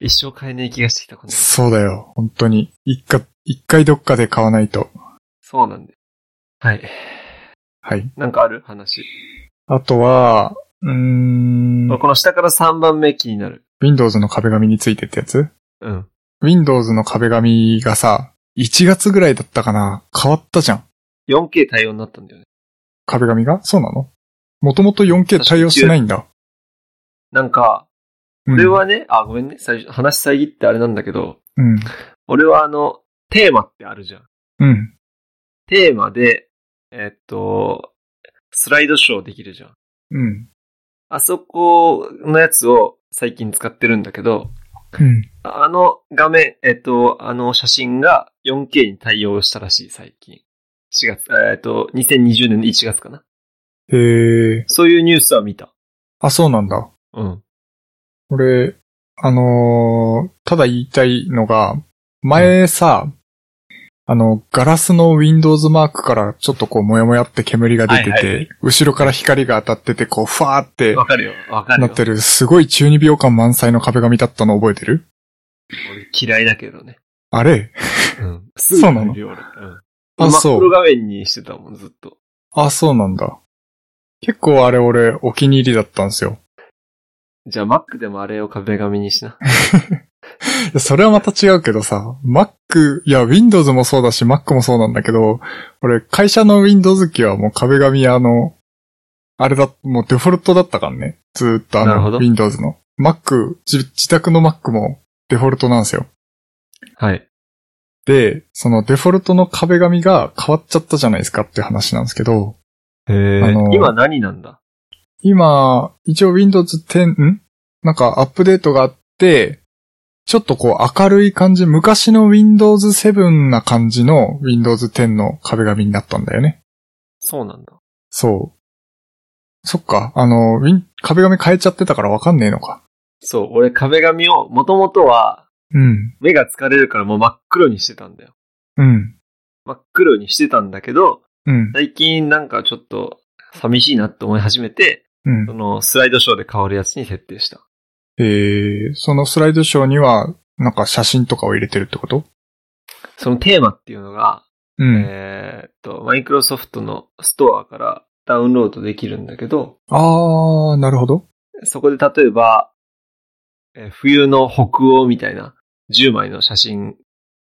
[SPEAKER 1] 一生買えない気がしてきた、この間
[SPEAKER 2] そうだよ。本当に。一回、一回どっかで買わないと。
[SPEAKER 1] そうなんで。はい。
[SPEAKER 2] はい。
[SPEAKER 1] なんかある話。
[SPEAKER 2] あとは、うーん、
[SPEAKER 1] この下から3番目気になる。
[SPEAKER 2] Windows の壁紙についてってやつ
[SPEAKER 1] うん。
[SPEAKER 2] ?Windows の壁紙がさ、1月ぐらいだったかな変わったじゃん。
[SPEAKER 1] 4K 対応になったんだよね。
[SPEAKER 2] 壁紙がそうなのもともと 4K 対応してないんだ。
[SPEAKER 1] なんか、
[SPEAKER 2] うん
[SPEAKER 1] 俺、はね、あ、ごめんね。最初、話遮ってあれなんだけど、
[SPEAKER 2] うん。
[SPEAKER 1] 俺はあの、テーマってあるじゃん。
[SPEAKER 2] うん。
[SPEAKER 1] テーマで、えっと、スライドショーできるじゃん。
[SPEAKER 2] うん。
[SPEAKER 1] あそこのやつを最近使ってるんだけど、
[SPEAKER 2] うん。
[SPEAKER 1] あの画面、えっと、あの写真が 4K に対応したらしい、最近。4月、えっと、2020年の1月かな。
[SPEAKER 2] へえ。
[SPEAKER 1] そういうニュースは見た。
[SPEAKER 2] あ、そうなんだ。
[SPEAKER 1] うん。
[SPEAKER 2] 俺、あのーただ言いたいのが、前さ、あの、ガラスの Windows マークからちょっとこう、もやもやって煙が出てて、
[SPEAKER 1] はいはい
[SPEAKER 2] 後ろから光が当たってて、こう、ファーって
[SPEAKER 1] わかるよ。わかる
[SPEAKER 2] な
[SPEAKER 1] よ。
[SPEAKER 2] ってる、すごい中二病感満載の壁紙だったの覚えてる
[SPEAKER 1] 俺嫌いだけどね。
[SPEAKER 2] あれ
[SPEAKER 1] うん。
[SPEAKER 2] そうなの
[SPEAKER 1] すぐ見るよ俺うん。
[SPEAKER 2] あ、
[SPEAKER 1] 真っ
[SPEAKER 2] そ
[SPEAKER 1] 黒
[SPEAKER 2] う。
[SPEAKER 1] 画面にしてたもん、ずっと。
[SPEAKER 2] あ、そうなんだ。結構あれ俺、お気に入りだったんですよ。
[SPEAKER 1] じゃあ Mac でもあれを壁紙に
[SPEAKER 2] (laughs)
[SPEAKER 1] しな。
[SPEAKER 2] いや、それはまた違うけどさ、Mac、いや、Windows もそうだし、Mac もそうなんだけど、俺、会社の Windows 機はもう壁紙あの、あれだ、もうデフォルトだったからね。ずーっとあ
[SPEAKER 1] なるほ
[SPEAKER 2] の、
[SPEAKER 1] ど
[SPEAKER 2] Windows の。Mac、自自宅の Mac もデフォルトなんですよ。
[SPEAKER 1] はい。
[SPEAKER 2] で、そのデフォルトの壁紙が変わっちゃったじゃないですかっていう話なんですけど、
[SPEAKER 1] へえ
[SPEAKER 2] あのー
[SPEAKER 1] 今何なんだ
[SPEAKER 2] 今、一応 Windows 10、んなんかアップデートがあって、ちょっとこう明るい感じ、昔の Windows 7な感じの Windows 10の壁紙になったんだよね。
[SPEAKER 1] そうなんだ。
[SPEAKER 2] そう。そっか、あの、Win- 壁紙変えちゃってたからわかんねえのか。
[SPEAKER 1] そう、俺壁紙を、もともとは、
[SPEAKER 2] うん、
[SPEAKER 1] 目が疲れるからもう真っ黒にしてたんだよ。
[SPEAKER 2] うん、
[SPEAKER 1] 真っ黒にしてたんだけど、
[SPEAKER 2] うん、
[SPEAKER 1] 最近なんかちょっと寂しいなって思い始めて、
[SPEAKER 2] うん
[SPEAKER 1] そ。のスライドショーで変わるやつに設定した。
[SPEAKER 2] えー、そのスライドショーには、なんか写真とかを入れてるってこと
[SPEAKER 1] そのテーマっていうのが、
[SPEAKER 2] うん。
[SPEAKER 1] えーっと、マイクロソフトのストアからダウンロードできるんだけど、
[SPEAKER 2] あー、なるほど。
[SPEAKER 1] そこで例えば、えー冬の北欧みたいな10枚の写真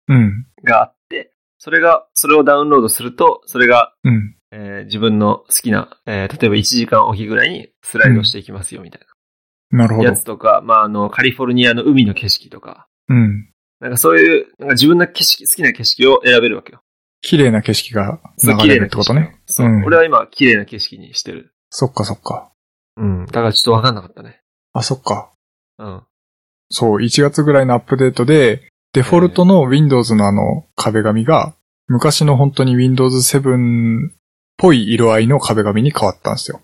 [SPEAKER 2] うん、
[SPEAKER 1] があって、それが、それをダウンロードすると、それが
[SPEAKER 2] うん。
[SPEAKER 1] えー自分の好きな、えー例えば1時間おきぐらいにスライドしていきますよみたい
[SPEAKER 2] なるほ
[SPEAKER 1] な
[SPEAKER 2] ど
[SPEAKER 1] や。つとか、まあ、あの、カリフォルニアの海の景色とか、
[SPEAKER 2] うん。
[SPEAKER 1] なんかそういう、なんか自分の景色、好きな景色を選べるわけよ。
[SPEAKER 2] 綺麗な景色が
[SPEAKER 1] そう
[SPEAKER 2] 流れるってことね。
[SPEAKER 1] 綺麗な景色をそう、
[SPEAKER 2] うん
[SPEAKER 1] 俺は今、綺麗な景色にしてる。
[SPEAKER 2] そっかそっか。
[SPEAKER 1] うん。だからちょっとわかんなかったね。
[SPEAKER 2] あ、そっか。
[SPEAKER 1] うん。
[SPEAKER 2] そう、1月ぐらいのアップデートで、デフォルトの Windows のあの壁紙が、昔の本当に Windows 7っぽい色合いの壁紙に変わったんですよ。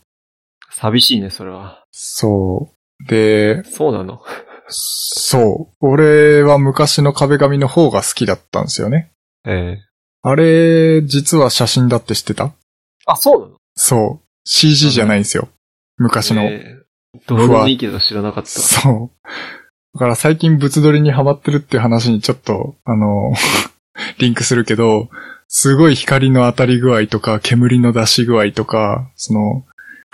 [SPEAKER 1] 寂しいね、それは。
[SPEAKER 2] そう。で、
[SPEAKER 1] そうなの
[SPEAKER 2] そう。俺は昔の壁紙の方が好きだったんですよね。
[SPEAKER 1] ええ
[SPEAKER 2] あれ、実は写真だって知ってた
[SPEAKER 1] あ、そうなの
[SPEAKER 2] そう。CG じゃないんですよ。昔の。
[SPEAKER 1] ええどうでもいいけど知らなかった。
[SPEAKER 2] そう。だから最近物撮りにハマってるっていう話にちょっと、あの、 (laughs) リンクするけど、すごい光の当たり具合とか、煙の出し具合とか、その、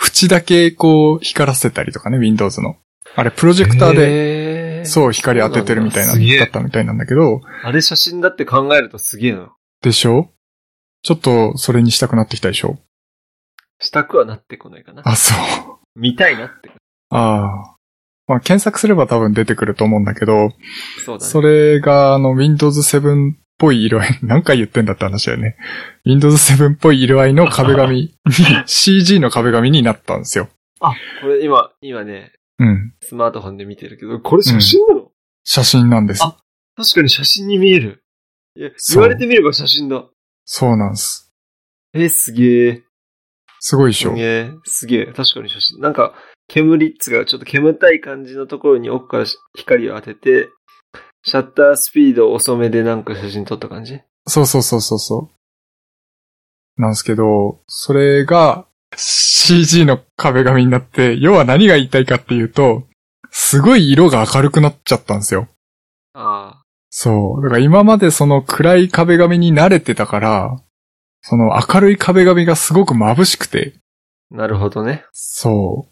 [SPEAKER 2] 縁だけこう光らせたりとかね、Windows の。あれ、プロジェクターで、
[SPEAKER 1] で
[SPEAKER 2] そう光当ててるみたいな、
[SPEAKER 1] そうなんだすげえ
[SPEAKER 2] だったみたいなんだけど、
[SPEAKER 1] あれ写真だって考えるとすげえな。
[SPEAKER 2] でしょちょっと、それにしたくなってきたでしょ
[SPEAKER 1] したくはなってこないかな。
[SPEAKER 2] あ、そう。
[SPEAKER 1] 見たいなって。
[SPEAKER 2] ああ。まあ、検索すれば多分出てくると思うんだけど、
[SPEAKER 1] そうだね。
[SPEAKER 2] それが、あの、Windows 7っぽい色合い、 (laughs) 何回言ってんだって話だよね。Windows 7っぽい色合いの壁紙に、
[SPEAKER 1] (laughs)
[SPEAKER 2] CG の壁紙になったんですよ。
[SPEAKER 1] これ今、今ね、
[SPEAKER 2] うん。
[SPEAKER 1] スマートフォンで見てるけど、これ写真なの、
[SPEAKER 2] 写真なんです。
[SPEAKER 1] あ確かに写真に見える。いや、
[SPEAKER 2] そう
[SPEAKER 1] 言われてみれば写真だ。
[SPEAKER 2] そうなんです。
[SPEAKER 1] え、すげえ。
[SPEAKER 2] すごいでし
[SPEAKER 1] す
[SPEAKER 2] ょ
[SPEAKER 1] げ。え。すげえ。確かに写真。なんか、煙っつうか、ちょっと煙たい感じのところに奥から光を当てて、シャッタースピード遅めでなんか写真撮った感じ
[SPEAKER 2] そうそうそうそうそう。なんですけど、それが CG の壁紙になって、要は何が言いたいかっていうと、すごい色が明るくなっちゃったんですよ。
[SPEAKER 1] あ
[SPEAKER 2] そう。だから今までその暗い壁紙に慣れてたから、その明るい壁紙がすごく眩しくて。
[SPEAKER 1] あ、なるほどね。
[SPEAKER 2] そ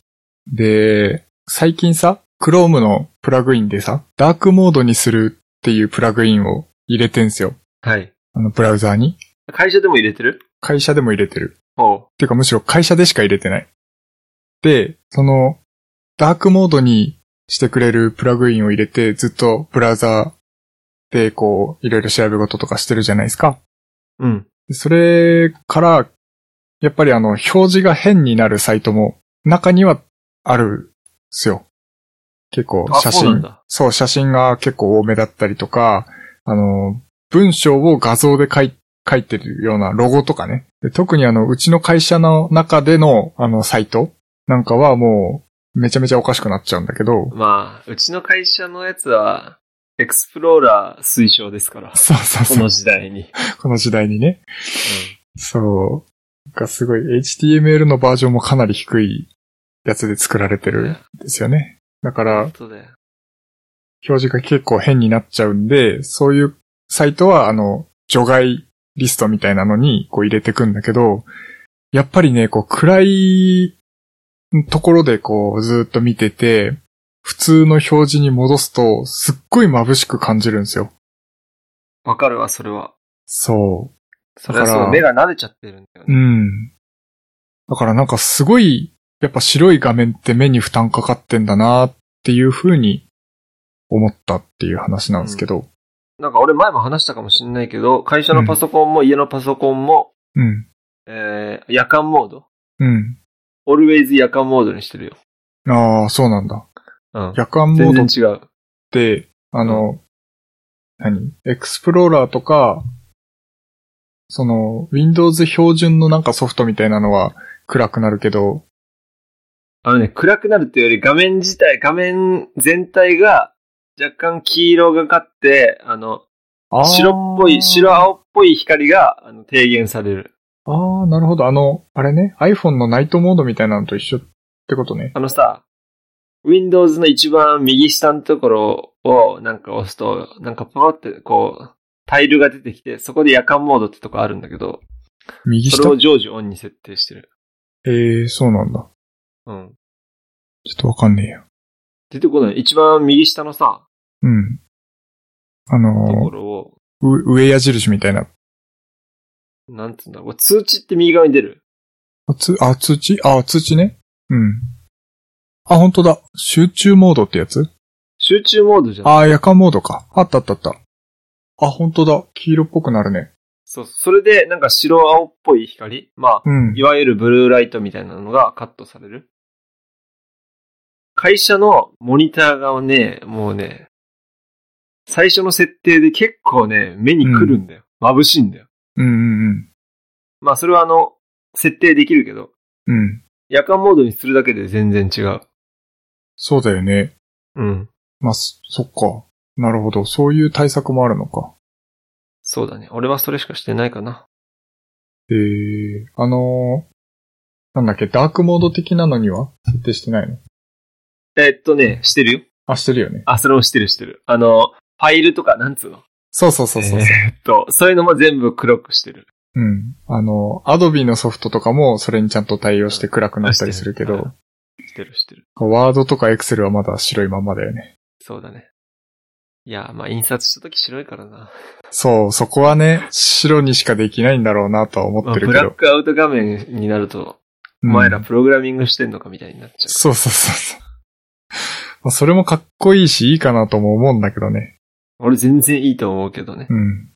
[SPEAKER 2] う。で、最近さ、Chrome のプラグインでさ、ダークモードにするっていうプラグインを入れてんすよ。
[SPEAKER 1] はい。
[SPEAKER 2] あの、ブラウザーに。
[SPEAKER 1] 会社でも入れてる
[SPEAKER 2] 会社でも入れてる。
[SPEAKER 1] おう。
[SPEAKER 2] ていうかむしろ会社でしか入れてない。で、その、ダークモードにしてくれるプラグインを入れて、ずっとブラウザーでこう、いろいろ調べ事とかしてるじゃないですか。
[SPEAKER 1] うん。
[SPEAKER 2] でそれから、やっぱりあの、表示が変になるサイトも、中にはあるんすよ。結構、
[SPEAKER 1] あ
[SPEAKER 2] 写
[SPEAKER 1] そうなん
[SPEAKER 2] 真
[SPEAKER 1] だ。
[SPEAKER 2] そう、写真が結構多めだったりとか、あの、文章を画像で書い書いてるようなロゴとかね。で特にあの、うちの会社の中での、あの、サイトなんかはもう、めちゃめちゃおかしくなっちゃうんだけ
[SPEAKER 1] (laughs)
[SPEAKER 2] ど、
[SPEAKER 1] まあ、うちの会社のやつは、エクスプローラー推奨ですから。こ
[SPEAKER 2] そうそうそう
[SPEAKER 1] の、時代に。
[SPEAKER 2] (laughs) この時代にね。そう。なんかすごい HTML のバージョンもかなり低いやつで作られてるんですよね。だから、
[SPEAKER 1] うん。そうだよ。
[SPEAKER 2] 表示が結構変になっちゃうんで、そういうサイトは、あの、除外リストみたいなのにこう入れてくんだけど、やっぱりね、こう暗いところでこうずっと見てて、普通の表示に戻すとすっごい眩しく感じるんですよ。
[SPEAKER 1] わかるわ、それは。
[SPEAKER 2] そう。
[SPEAKER 1] それはそ
[SPEAKER 2] だか
[SPEAKER 1] う
[SPEAKER 2] ら
[SPEAKER 1] 目が慣れちゃってるんだよ
[SPEAKER 2] う
[SPEAKER 1] ね。
[SPEAKER 2] ん。だからなんかすごい、やっぱ白い画面って目に負担かかってんだなっていう風に思ったっていう話なんですけど。
[SPEAKER 1] なんか俺前も話したかもしんないけど、会社のパソコンも家のパソコンも、
[SPEAKER 2] うん。
[SPEAKER 1] えー、夜間モード
[SPEAKER 2] うん。
[SPEAKER 1] オルウェイズ夜間モードにしてるよ。
[SPEAKER 2] ああ、そうなんだ。
[SPEAKER 1] うん。
[SPEAKER 2] 夜間モード
[SPEAKER 1] 全
[SPEAKER 2] っ
[SPEAKER 1] 然違う。
[SPEAKER 2] て、あの、何エクスプローラーとか、その、Windows 標準のなんかソフトみたいなのは暗くなるけど、
[SPEAKER 1] あのね、暗くなるっていうより画面自体、画面全体が若干黄色がかって、あの、
[SPEAKER 2] あー
[SPEAKER 1] 白っぽい、白。青っぽい光があの低減される。
[SPEAKER 2] ああ、なるほど。あの、あれね、iPhone のナイトモードみたいなのと一緒ってことね。
[SPEAKER 1] あのさ、Windows の一番右下のところをなんか押すと、なんかポロってこう、タイルが出てきて、そこで夜間モードってとこあるんだけど、
[SPEAKER 2] 右
[SPEAKER 1] そ
[SPEAKER 2] 下
[SPEAKER 1] れを常時オンに設定してる。
[SPEAKER 2] ええそうなんだ。
[SPEAKER 1] うん。
[SPEAKER 2] ちょっとわかんねえや。
[SPEAKER 1] 出てこない。一番右下のさ、
[SPEAKER 2] うん。あ
[SPEAKER 1] とこ
[SPEAKER 2] の
[SPEAKER 1] ろを、
[SPEAKER 2] ーう上矢印みたいな。
[SPEAKER 1] なんつうんだろう、これ通知って右側に出る。
[SPEAKER 2] あ、つ、あ、通知あ、通知ね。うん。あ、本当だ。集中モードってやつ
[SPEAKER 1] 集中モードじゃん。
[SPEAKER 2] あ、夜間モードか。あったあったあった。あ、本当だ。黄色っぽくなるね。
[SPEAKER 1] そう、それでなんか白青っぽい光まあ、
[SPEAKER 2] うん
[SPEAKER 1] い。わゆるブルーライトみたいなのがカットされる。会社のモニターがね、もうね、最初の設定で結構ね、目に来るんだよ。眩しいんだよ。
[SPEAKER 2] うんうん
[SPEAKER 1] まあそれはあの、設定できるけど、
[SPEAKER 2] うん。うん。
[SPEAKER 1] 夜間モードにするだけで全然違う。
[SPEAKER 2] そうだよね。
[SPEAKER 1] うん。
[SPEAKER 2] まあ、そそっか。なるほど。そういう対策もあるのか。
[SPEAKER 1] そうだね。俺はそれしかしてないかな。
[SPEAKER 2] えー、あのー、なんだっけ、ダークモード的なのには設定してないの
[SPEAKER 1] えっとね、してるよ。
[SPEAKER 2] あ、してるよね。
[SPEAKER 1] あ、それもしてるしてる。あの、ファイルとか、なんつうの
[SPEAKER 2] そうそうそうそうそう。
[SPEAKER 1] えーっと、そういうのも全部黒くしてる。
[SPEAKER 2] うん。あの、アドビのソフトとかもそれにちゃんと対応して暗くなったりするけど、
[SPEAKER 1] してるしてる。
[SPEAKER 2] ワードとかエクセルはまだ白いまんまだよね。
[SPEAKER 1] そうだね。いや、まあ、印刷した時白いからな。
[SPEAKER 2] そう、そこはね、白にしかできないんだろうなとは
[SPEAKER 1] ま
[SPEAKER 2] 思っ
[SPEAKER 1] あ
[SPEAKER 2] てる
[SPEAKER 1] ブ
[SPEAKER 2] け
[SPEAKER 1] ラッ
[SPEAKER 2] ど。
[SPEAKER 1] クアウト画面になると、お
[SPEAKER 2] うん
[SPEAKER 1] 前らプログラミングしてんのかみたいになっちゃ
[SPEAKER 2] そうそうそうそう。 (laughs) まあそれもかっこいいし、いいかなとも思うんだけどね。
[SPEAKER 1] う。俺全然いいと思うけどね。
[SPEAKER 2] うん。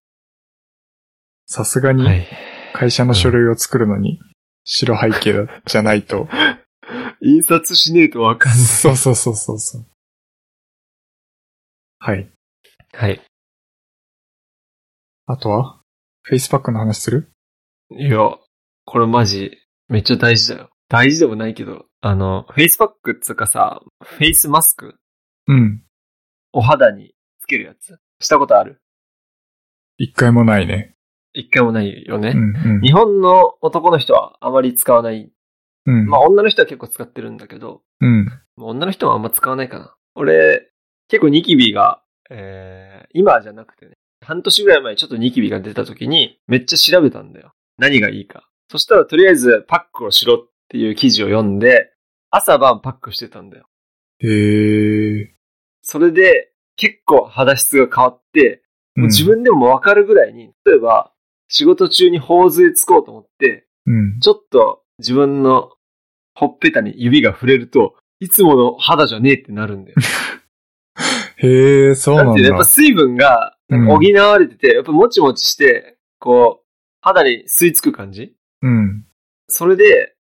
[SPEAKER 2] さすが
[SPEAKER 1] は
[SPEAKER 2] に
[SPEAKER 1] い。
[SPEAKER 2] 会社の書類を作るのに、白背景だじゃないと。
[SPEAKER 1] 印刷しねえとわかんない。
[SPEAKER 2] そうそうそうそうそう。はい。
[SPEAKER 1] はい。
[SPEAKER 2] あとはフェイスパックの話する
[SPEAKER 1] いや、これマジ、めっちゃ大事だよ。大事でもないけど、あの、フェイスパックっつうかさ、フェイスマスク
[SPEAKER 2] うん。
[SPEAKER 1] お肌につけるやつ。したことある
[SPEAKER 2] 一回もないね。
[SPEAKER 1] 一回もないよね。
[SPEAKER 2] うんうん。
[SPEAKER 1] 日本の男の人はあまり使わない。
[SPEAKER 2] うん。
[SPEAKER 1] まあ女の人は結構使ってるんだけど、
[SPEAKER 2] うん。
[SPEAKER 1] もう女の人はあんま使わないかな。俺、結構ニキビが、えー、今じゃなくてね、半年ぐらい前にちょっとニキビが出た時に、めっちゃ調べたんだよ。何がいいか。そしたらとりあえずパックをしろっていう記事を読んで、朝晩パックしてたんだよ。
[SPEAKER 2] へえ。
[SPEAKER 1] それで、結構肌質が変わっ
[SPEAKER 2] う
[SPEAKER 1] て、
[SPEAKER 2] ん
[SPEAKER 1] もう自分でもわかるぐらいに、例えば、仕事中に頬杖つこうと思って、
[SPEAKER 2] うん。
[SPEAKER 1] ちょっと自分のほっぺたに指が触れると、いつもの肌じゃねえってなるんだよ。
[SPEAKER 2] へえ、そうな
[SPEAKER 1] なん
[SPEAKER 2] ん
[SPEAKER 1] ていうのやっぱ
[SPEAKER 2] だ。
[SPEAKER 1] 水分が
[SPEAKER 2] うん
[SPEAKER 1] 補われてて、やっぱもちもちして、こう、肌に吸い付く感じ
[SPEAKER 2] うん。
[SPEAKER 1] それで、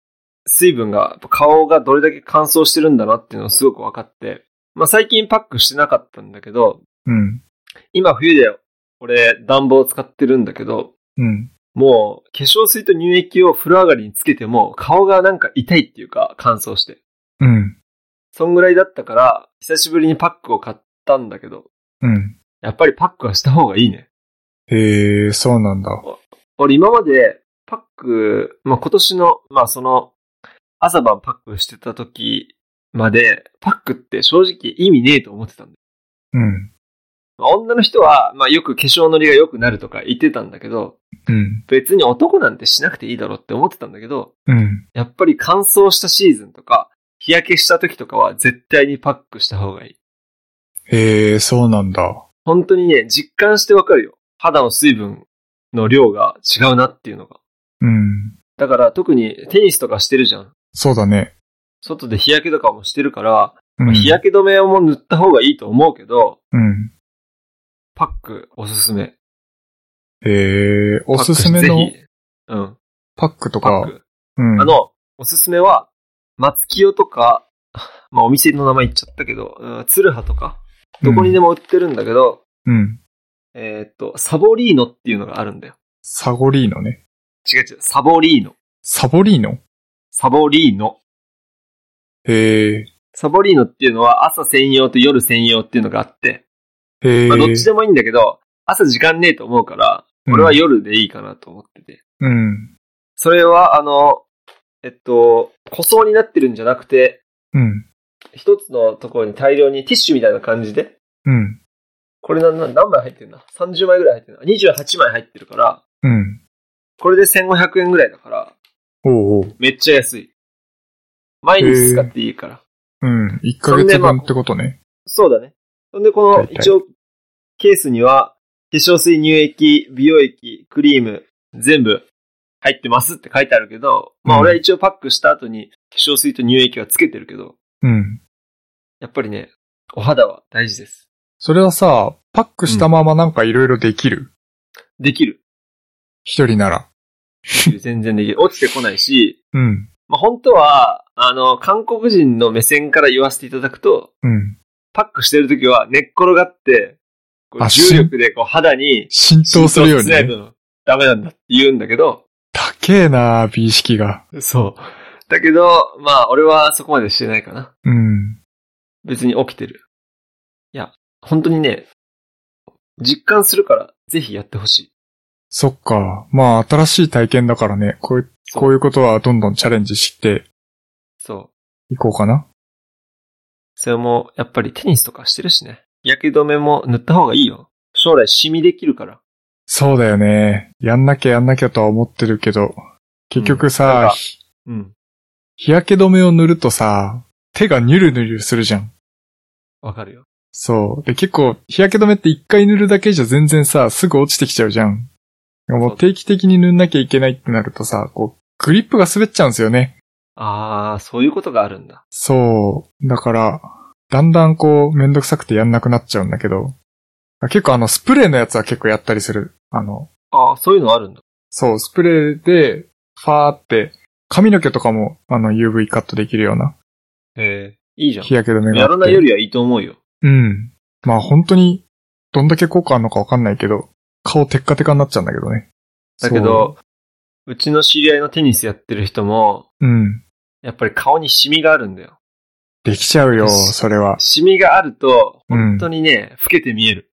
[SPEAKER 1] 水分が、やっぱ顔がどれだけ乾燥してるんだなっていうのをすごく分かって、まあ最近パックしてなかったんだけど、
[SPEAKER 2] うん。
[SPEAKER 1] 今冬で俺暖房使ってるんだけど、
[SPEAKER 2] うん。
[SPEAKER 1] もう化粧水と乳液を風呂上がりにつけても顔がなんか痛いっていうか乾燥して。
[SPEAKER 2] うん。
[SPEAKER 1] そんぐらいだったから、久しぶりにパックを買ったんだけど、
[SPEAKER 2] うん。
[SPEAKER 1] やっぱりパックはした方がいいね。
[SPEAKER 2] へえ、そうなんだ。
[SPEAKER 1] 俺今までパック、まあ、今年の、まあ、その、朝晩パックしてた時まで、パックって正直意味ねえと思ってたんだよ。
[SPEAKER 2] うん。
[SPEAKER 1] まあ、女の人は、まあ、よく化粧のりが良くなるとか言ってたんだけど、
[SPEAKER 2] うん。
[SPEAKER 1] 別に男なんてしなくていいだろうって思ってたんだけど、
[SPEAKER 2] うん。
[SPEAKER 1] やっぱり乾燥したシーズンとか、日焼けした時とかは絶対にパックした方がいい。
[SPEAKER 2] へえ、そうなんだ。
[SPEAKER 1] 本当にね、実感してわかるよ。肌の水分の量が違うなっていうのが。
[SPEAKER 2] うん。
[SPEAKER 1] だから特にテニスとかしてるじゃん。
[SPEAKER 2] そうだね。
[SPEAKER 1] 外で日焼けとかもしてるから、
[SPEAKER 2] うん。
[SPEAKER 1] 日焼け止めも塗った方がいいと思うけど、
[SPEAKER 2] うん。
[SPEAKER 1] パックおすすめ。
[SPEAKER 2] へえ、おすすめの
[SPEAKER 1] パックぜひうん、
[SPEAKER 2] パックと
[SPEAKER 1] パ
[SPEAKER 2] か
[SPEAKER 1] ッ。ク。
[SPEAKER 2] うん。
[SPEAKER 1] あ、の、おすすめは、松清とか、 (laughs) まあお店の名前言っちゃったけど、うんツルハとか、どこにでも売ってるんだけど、
[SPEAKER 2] うん。
[SPEAKER 1] えーっと、サボリーノっていうのがあるんだよ。
[SPEAKER 2] サゴリーノね。
[SPEAKER 1] 違う違う、サボリーノ。
[SPEAKER 2] サボリーノ
[SPEAKER 1] サボリーノ。
[SPEAKER 2] へえ。
[SPEAKER 1] サボリーノっていうのは朝専用と夜専用っていうのがあって、
[SPEAKER 2] へえ。
[SPEAKER 1] まあ、どっちでもいいんだけど、朝時間ねえと思うから、
[SPEAKER 2] うん
[SPEAKER 1] 俺は夜でいいかなと思ってて。
[SPEAKER 2] うん。
[SPEAKER 1] それは、あの、えっと、塗装になってるんじゃなくて、
[SPEAKER 2] うん。
[SPEAKER 1] 一つのところに大量にティッシュみたいな感じで、
[SPEAKER 2] うん。
[SPEAKER 1] これなな何枚入ってんだ ?30 枚ぐらい入ってんだ ?28 枚入ってるから、
[SPEAKER 2] うん。
[SPEAKER 1] これで1500円ぐらいだから、
[SPEAKER 2] おうおう。
[SPEAKER 1] めっちゃ安い。毎日使っていいから。
[SPEAKER 2] うん。1ヶ月分ってことね。
[SPEAKER 1] そうだね。そんで、この、
[SPEAKER 2] 大体
[SPEAKER 1] 一応、ケースには、化粧水、乳液、美容液、クリーム、全部入ってますって書いてあるけど、まあ
[SPEAKER 2] うん
[SPEAKER 1] 俺は一応パックした後に化粧水と乳液はつけてるけど、
[SPEAKER 2] うん。
[SPEAKER 1] やっぱりね、お肌は大事です。
[SPEAKER 2] それはさ、パックしたままなんかいろいろできる
[SPEAKER 1] できる。
[SPEAKER 2] 一人なら。
[SPEAKER 1] (laughs) できる全然できる。落ちてこないし、
[SPEAKER 2] うん。
[SPEAKER 1] まあ、本当は、あの、韓国人の目線から言わせていただくと、
[SPEAKER 2] うん。
[SPEAKER 1] パックしてるときは寝っ転がって、こう
[SPEAKER 2] あ
[SPEAKER 1] 重力でこう肌に
[SPEAKER 2] 浸透するように
[SPEAKER 1] 浸透しない
[SPEAKER 2] ね。
[SPEAKER 1] とダメなんだって言うんだけど、
[SPEAKER 2] 高えな美意識が。
[SPEAKER 1] そう。だけど、まあ、俺はそこまでしてないかな。
[SPEAKER 2] うん。
[SPEAKER 1] 別に起きてる。いや、本当にね、実感するから、ぜひやってほしい。
[SPEAKER 2] そっか。まあ、新しい体験だからね。こういう、
[SPEAKER 1] そう
[SPEAKER 2] こういうことはどんどんチャレンジして
[SPEAKER 1] そう。
[SPEAKER 2] いこうかな。
[SPEAKER 1] それも、やっぱりテニスとかしてるしね。焼け止めも塗った方がいいよ。将来シミできるから。
[SPEAKER 2] そうだよね。やんなきゃやんなきゃとは思ってるけど、結局
[SPEAKER 1] うんなん
[SPEAKER 2] さ、
[SPEAKER 1] か
[SPEAKER 2] ひ
[SPEAKER 1] うん。
[SPEAKER 2] 日焼け止めを塗るとさ、手がニュルニュルするじゃん。
[SPEAKER 1] わかるよ。
[SPEAKER 2] そう。で、結構、日焼け止めって一回塗るだけじゃ全然さ、すぐ落ちてきちゃうじゃん。もう定期的に塗んなきゃいけないってなるとさ、こう、グリップが滑っちゃうんですよね。
[SPEAKER 1] あー、そういうことがあるんだ。
[SPEAKER 2] そう。だから、だんだんこう、めんどくさくてやんなくなっちゃうんだけど、結構あの、スプレーのやつは結構やったりする。あの、
[SPEAKER 1] あー、そういうのあるんだ。
[SPEAKER 2] そう、スプレーで、ファーって、髪の毛とかも、あの、UV カットできるような、
[SPEAKER 1] へえ、いいじゃん
[SPEAKER 2] 日。焼け止めがあって。
[SPEAKER 1] やらないよりはいいと思うよ。
[SPEAKER 2] うん。まあ本当に、どんだけ効果あるのかわかんないけど、顔テッカテカになっちゃうんだけどね。
[SPEAKER 1] だけど、うちの知り合いのテニスやってる人も、
[SPEAKER 2] そう、うん。
[SPEAKER 1] やっぱり顔にシミがあるんだよ。
[SPEAKER 2] できちゃうよ、
[SPEAKER 1] よし
[SPEAKER 2] それは。
[SPEAKER 1] シミがあると、
[SPEAKER 2] うん
[SPEAKER 1] 本当にね、老けて見える。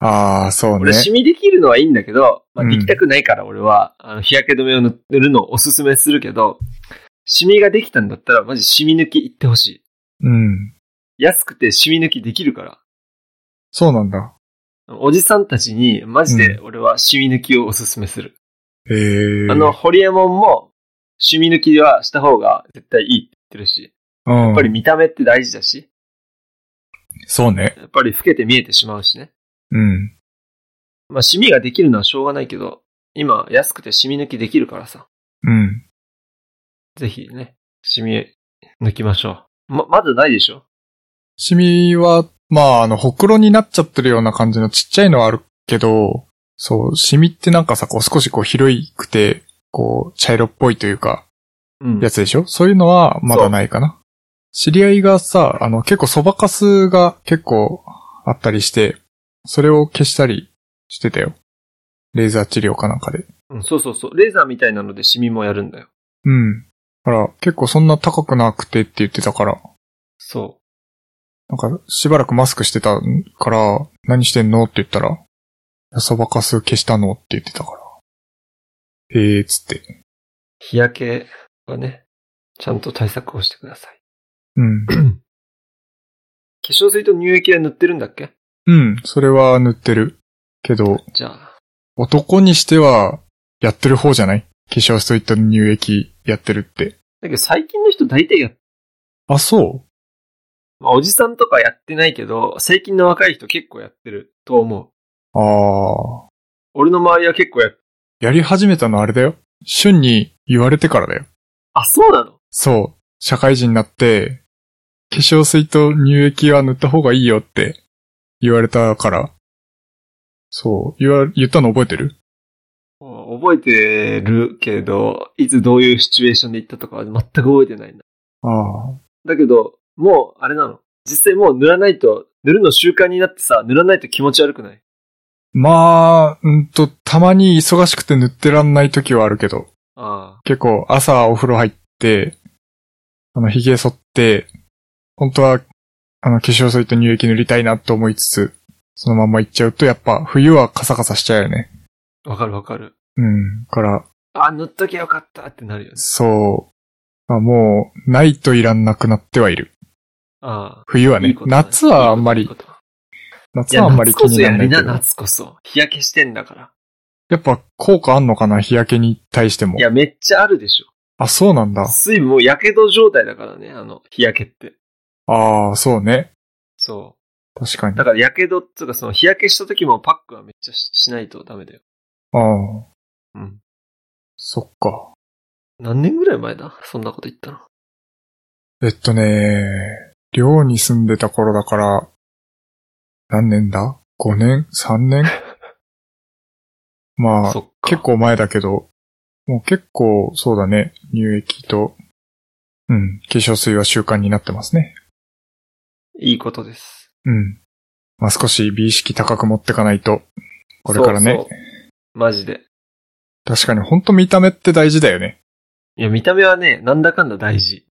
[SPEAKER 2] ああ、そうね
[SPEAKER 1] 俺、。シミできるのはいいんだけど、まあ、
[SPEAKER 2] うん
[SPEAKER 1] できたくないから俺は、あの日焼け止めを塗るのをおすすめするけど、シミができたんだったら、マジシミ抜き行ってほし
[SPEAKER 2] うん。
[SPEAKER 1] い。安くてシミ抜きできるから。
[SPEAKER 2] そうなんだ。
[SPEAKER 1] おじさんたちに、マジで俺はシミ抜きをおすすめする。
[SPEAKER 2] ええ。
[SPEAKER 1] あの、、ホリエモンも、シミ抜きはした方が絶対いいって言ってるし、
[SPEAKER 2] や
[SPEAKER 1] やっぱり、見た目って大事だし、
[SPEAKER 2] そうね。
[SPEAKER 1] やっぱり老けて見えてしまうしね。
[SPEAKER 2] うん。
[SPEAKER 1] まあ、シミができるのはしょうがないけど、今、安くてシミ抜きできるからさ。
[SPEAKER 2] うん。
[SPEAKER 1] ぜひね、シミ抜きましょう。ま、まだないでしょ
[SPEAKER 2] シミは、まあ、あの、ほくろになっちゃってるような感じのちっちゃいのはあるけど、そう、シミってなんかさ、こう少しこう広くて、こう、茶色っぽいというか、
[SPEAKER 1] うん
[SPEAKER 2] やつでしょそういうのはまだないかな。知り合いがさ、あの、結構そばかすが結構あったりして、それを消したりしてたよ。レーザー治療かなんかで。
[SPEAKER 1] うんそうそうそう。レーザーみたいなのでシミもやるんだよ。
[SPEAKER 2] うん。だから結構そんな高くなくてって言ってたから、
[SPEAKER 1] そ
[SPEAKER 2] なんかしばらくマスクしてたから、何してんのって言ったら、いやそばかす消したのって言ってたから。えーっつって。
[SPEAKER 1] う。日焼けはね、ちゃんと対策をしてください。
[SPEAKER 2] うん。
[SPEAKER 1] (coughs) 化粧水と乳液は塗ってるんだっけ
[SPEAKER 2] うん。それは塗ってる。けど、
[SPEAKER 1] じゃあ、
[SPEAKER 2] 男にしては、やってる方じゃない化粧水と乳液やってるって。
[SPEAKER 1] だけど最近の人大体や、
[SPEAKER 2] あ、そ
[SPEAKER 1] まあ、おじさんとかやってないけど、最近の若い人結構やってると思う。
[SPEAKER 2] うああ。
[SPEAKER 1] 俺の周りは結構や、
[SPEAKER 2] やり始めたのあれだよ。瞬に言われてからだよ。
[SPEAKER 1] あ、そうなの
[SPEAKER 2] そう。社会人になって、化粧水と乳液は塗った方がいいよって言われたから。そう。言わ、言ったの覚えてる
[SPEAKER 1] うん覚えてるけど、いつどういうシチュエーションで行ったとかは全く覚えてないな。
[SPEAKER 2] ああ。
[SPEAKER 1] だけど、もう、あれなの。実際もう塗らないと、塗るの習慣になってさ、塗らないと気持ち悪くない
[SPEAKER 2] まあ、うんと、たまに忙しくて塗ってらんない時はあるけど。
[SPEAKER 1] あ
[SPEAKER 2] 結構朝お風呂入って、あの、髭剃って、本当は、あの、化粧水と乳液塗りたいなと思いつつ、そのまんま行っちゃうと、やっぱ冬はカサカサしちゃうよね。
[SPEAKER 1] あ。わかるわかる。
[SPEAKER 2] うん。だから、
[SPEAKER 1] あ、塗っときゃよかったってなるよね。
[SPEAKER 2] そう、まあ、もう、ないといらなくなってはいる。
[SPEAKER 1] あ
[SPEAKER 2] 冬は
[SPEAKER 1] あ。
[SPEAKER 2] ね。
[SPEAKER 1] いいことだ
[SPEAKER 2] 夏はあんまり
[SPEAKER 1] いい、こといいことい
[SPEAKER 2] 夏
[SPEAKER 1] や、
[SPEAKER 2] はあんま
[SPEAKER 1] 夏
[SPEAKER 2] り気
[SPEAKER 1] こ
[SPEAKER 2] に
[SPEAKER 1] そ
[SPEAKER 2] なら
[SPEAKER 1] や
[SPEAKER 2] ない
[SPEAKER 1] り
[SPEAKER 2] け
[SPEAKER 1] な、
[SPEAKER 2] ど。
[SPEAKER 1] 夏こそ。日焼けしてんだから。
[SPEAKER 2] やっぱ効果あんのかな日焼けに対しても
[SPEAKER 1] い。や、めっちゃあるでしょ。
[SPEAKER 2] あ、そうなんだ。
[SPEAKER 1] 水分もう火傷状態だからね、あの、日焼けって。
[SPEAKER 2] ああ、そうね。
[SPEAKER 1] そ
[SPEAKER 2] 確か
[SPEAKER 1] う。
[SPEAKER 2] に。
[SPEAKER 1] だから、火傷っていうか、その、日焼けした時もパックはめっちゃししないとダメだよ。
[SPEAKER 2] ああ、
[SPEAKER 1] うん。
[SPEAKER 2] そっか。
[SPEAKER 1] 何年ぐらい前だそんなこと言ったの。
[SPEAKER 2] えっとね、寮に住んでた頃だから、何年だ ?5 年 ?3
[SPEAKER 1] (laughs)
[SPEAKER 2] 年まあ
[SPEAKER 1] そっ、か
[SPEAKER 2] 結構前だけど、もう結構そうだね、乳液とうん。化粧水は習慣になってますね。
[SPEAKER 1] いいことです。
[SPEAKER 2] うん。まあ、少し美意識高く持ってかないと、これからね。
[SPEAKER 1] そうそう。マジで。
[SPEAKER 2] 確かにほんと見た目って大事だよね。
[SPEAKER 1] いや、見た目はね、なんだかんだ大事。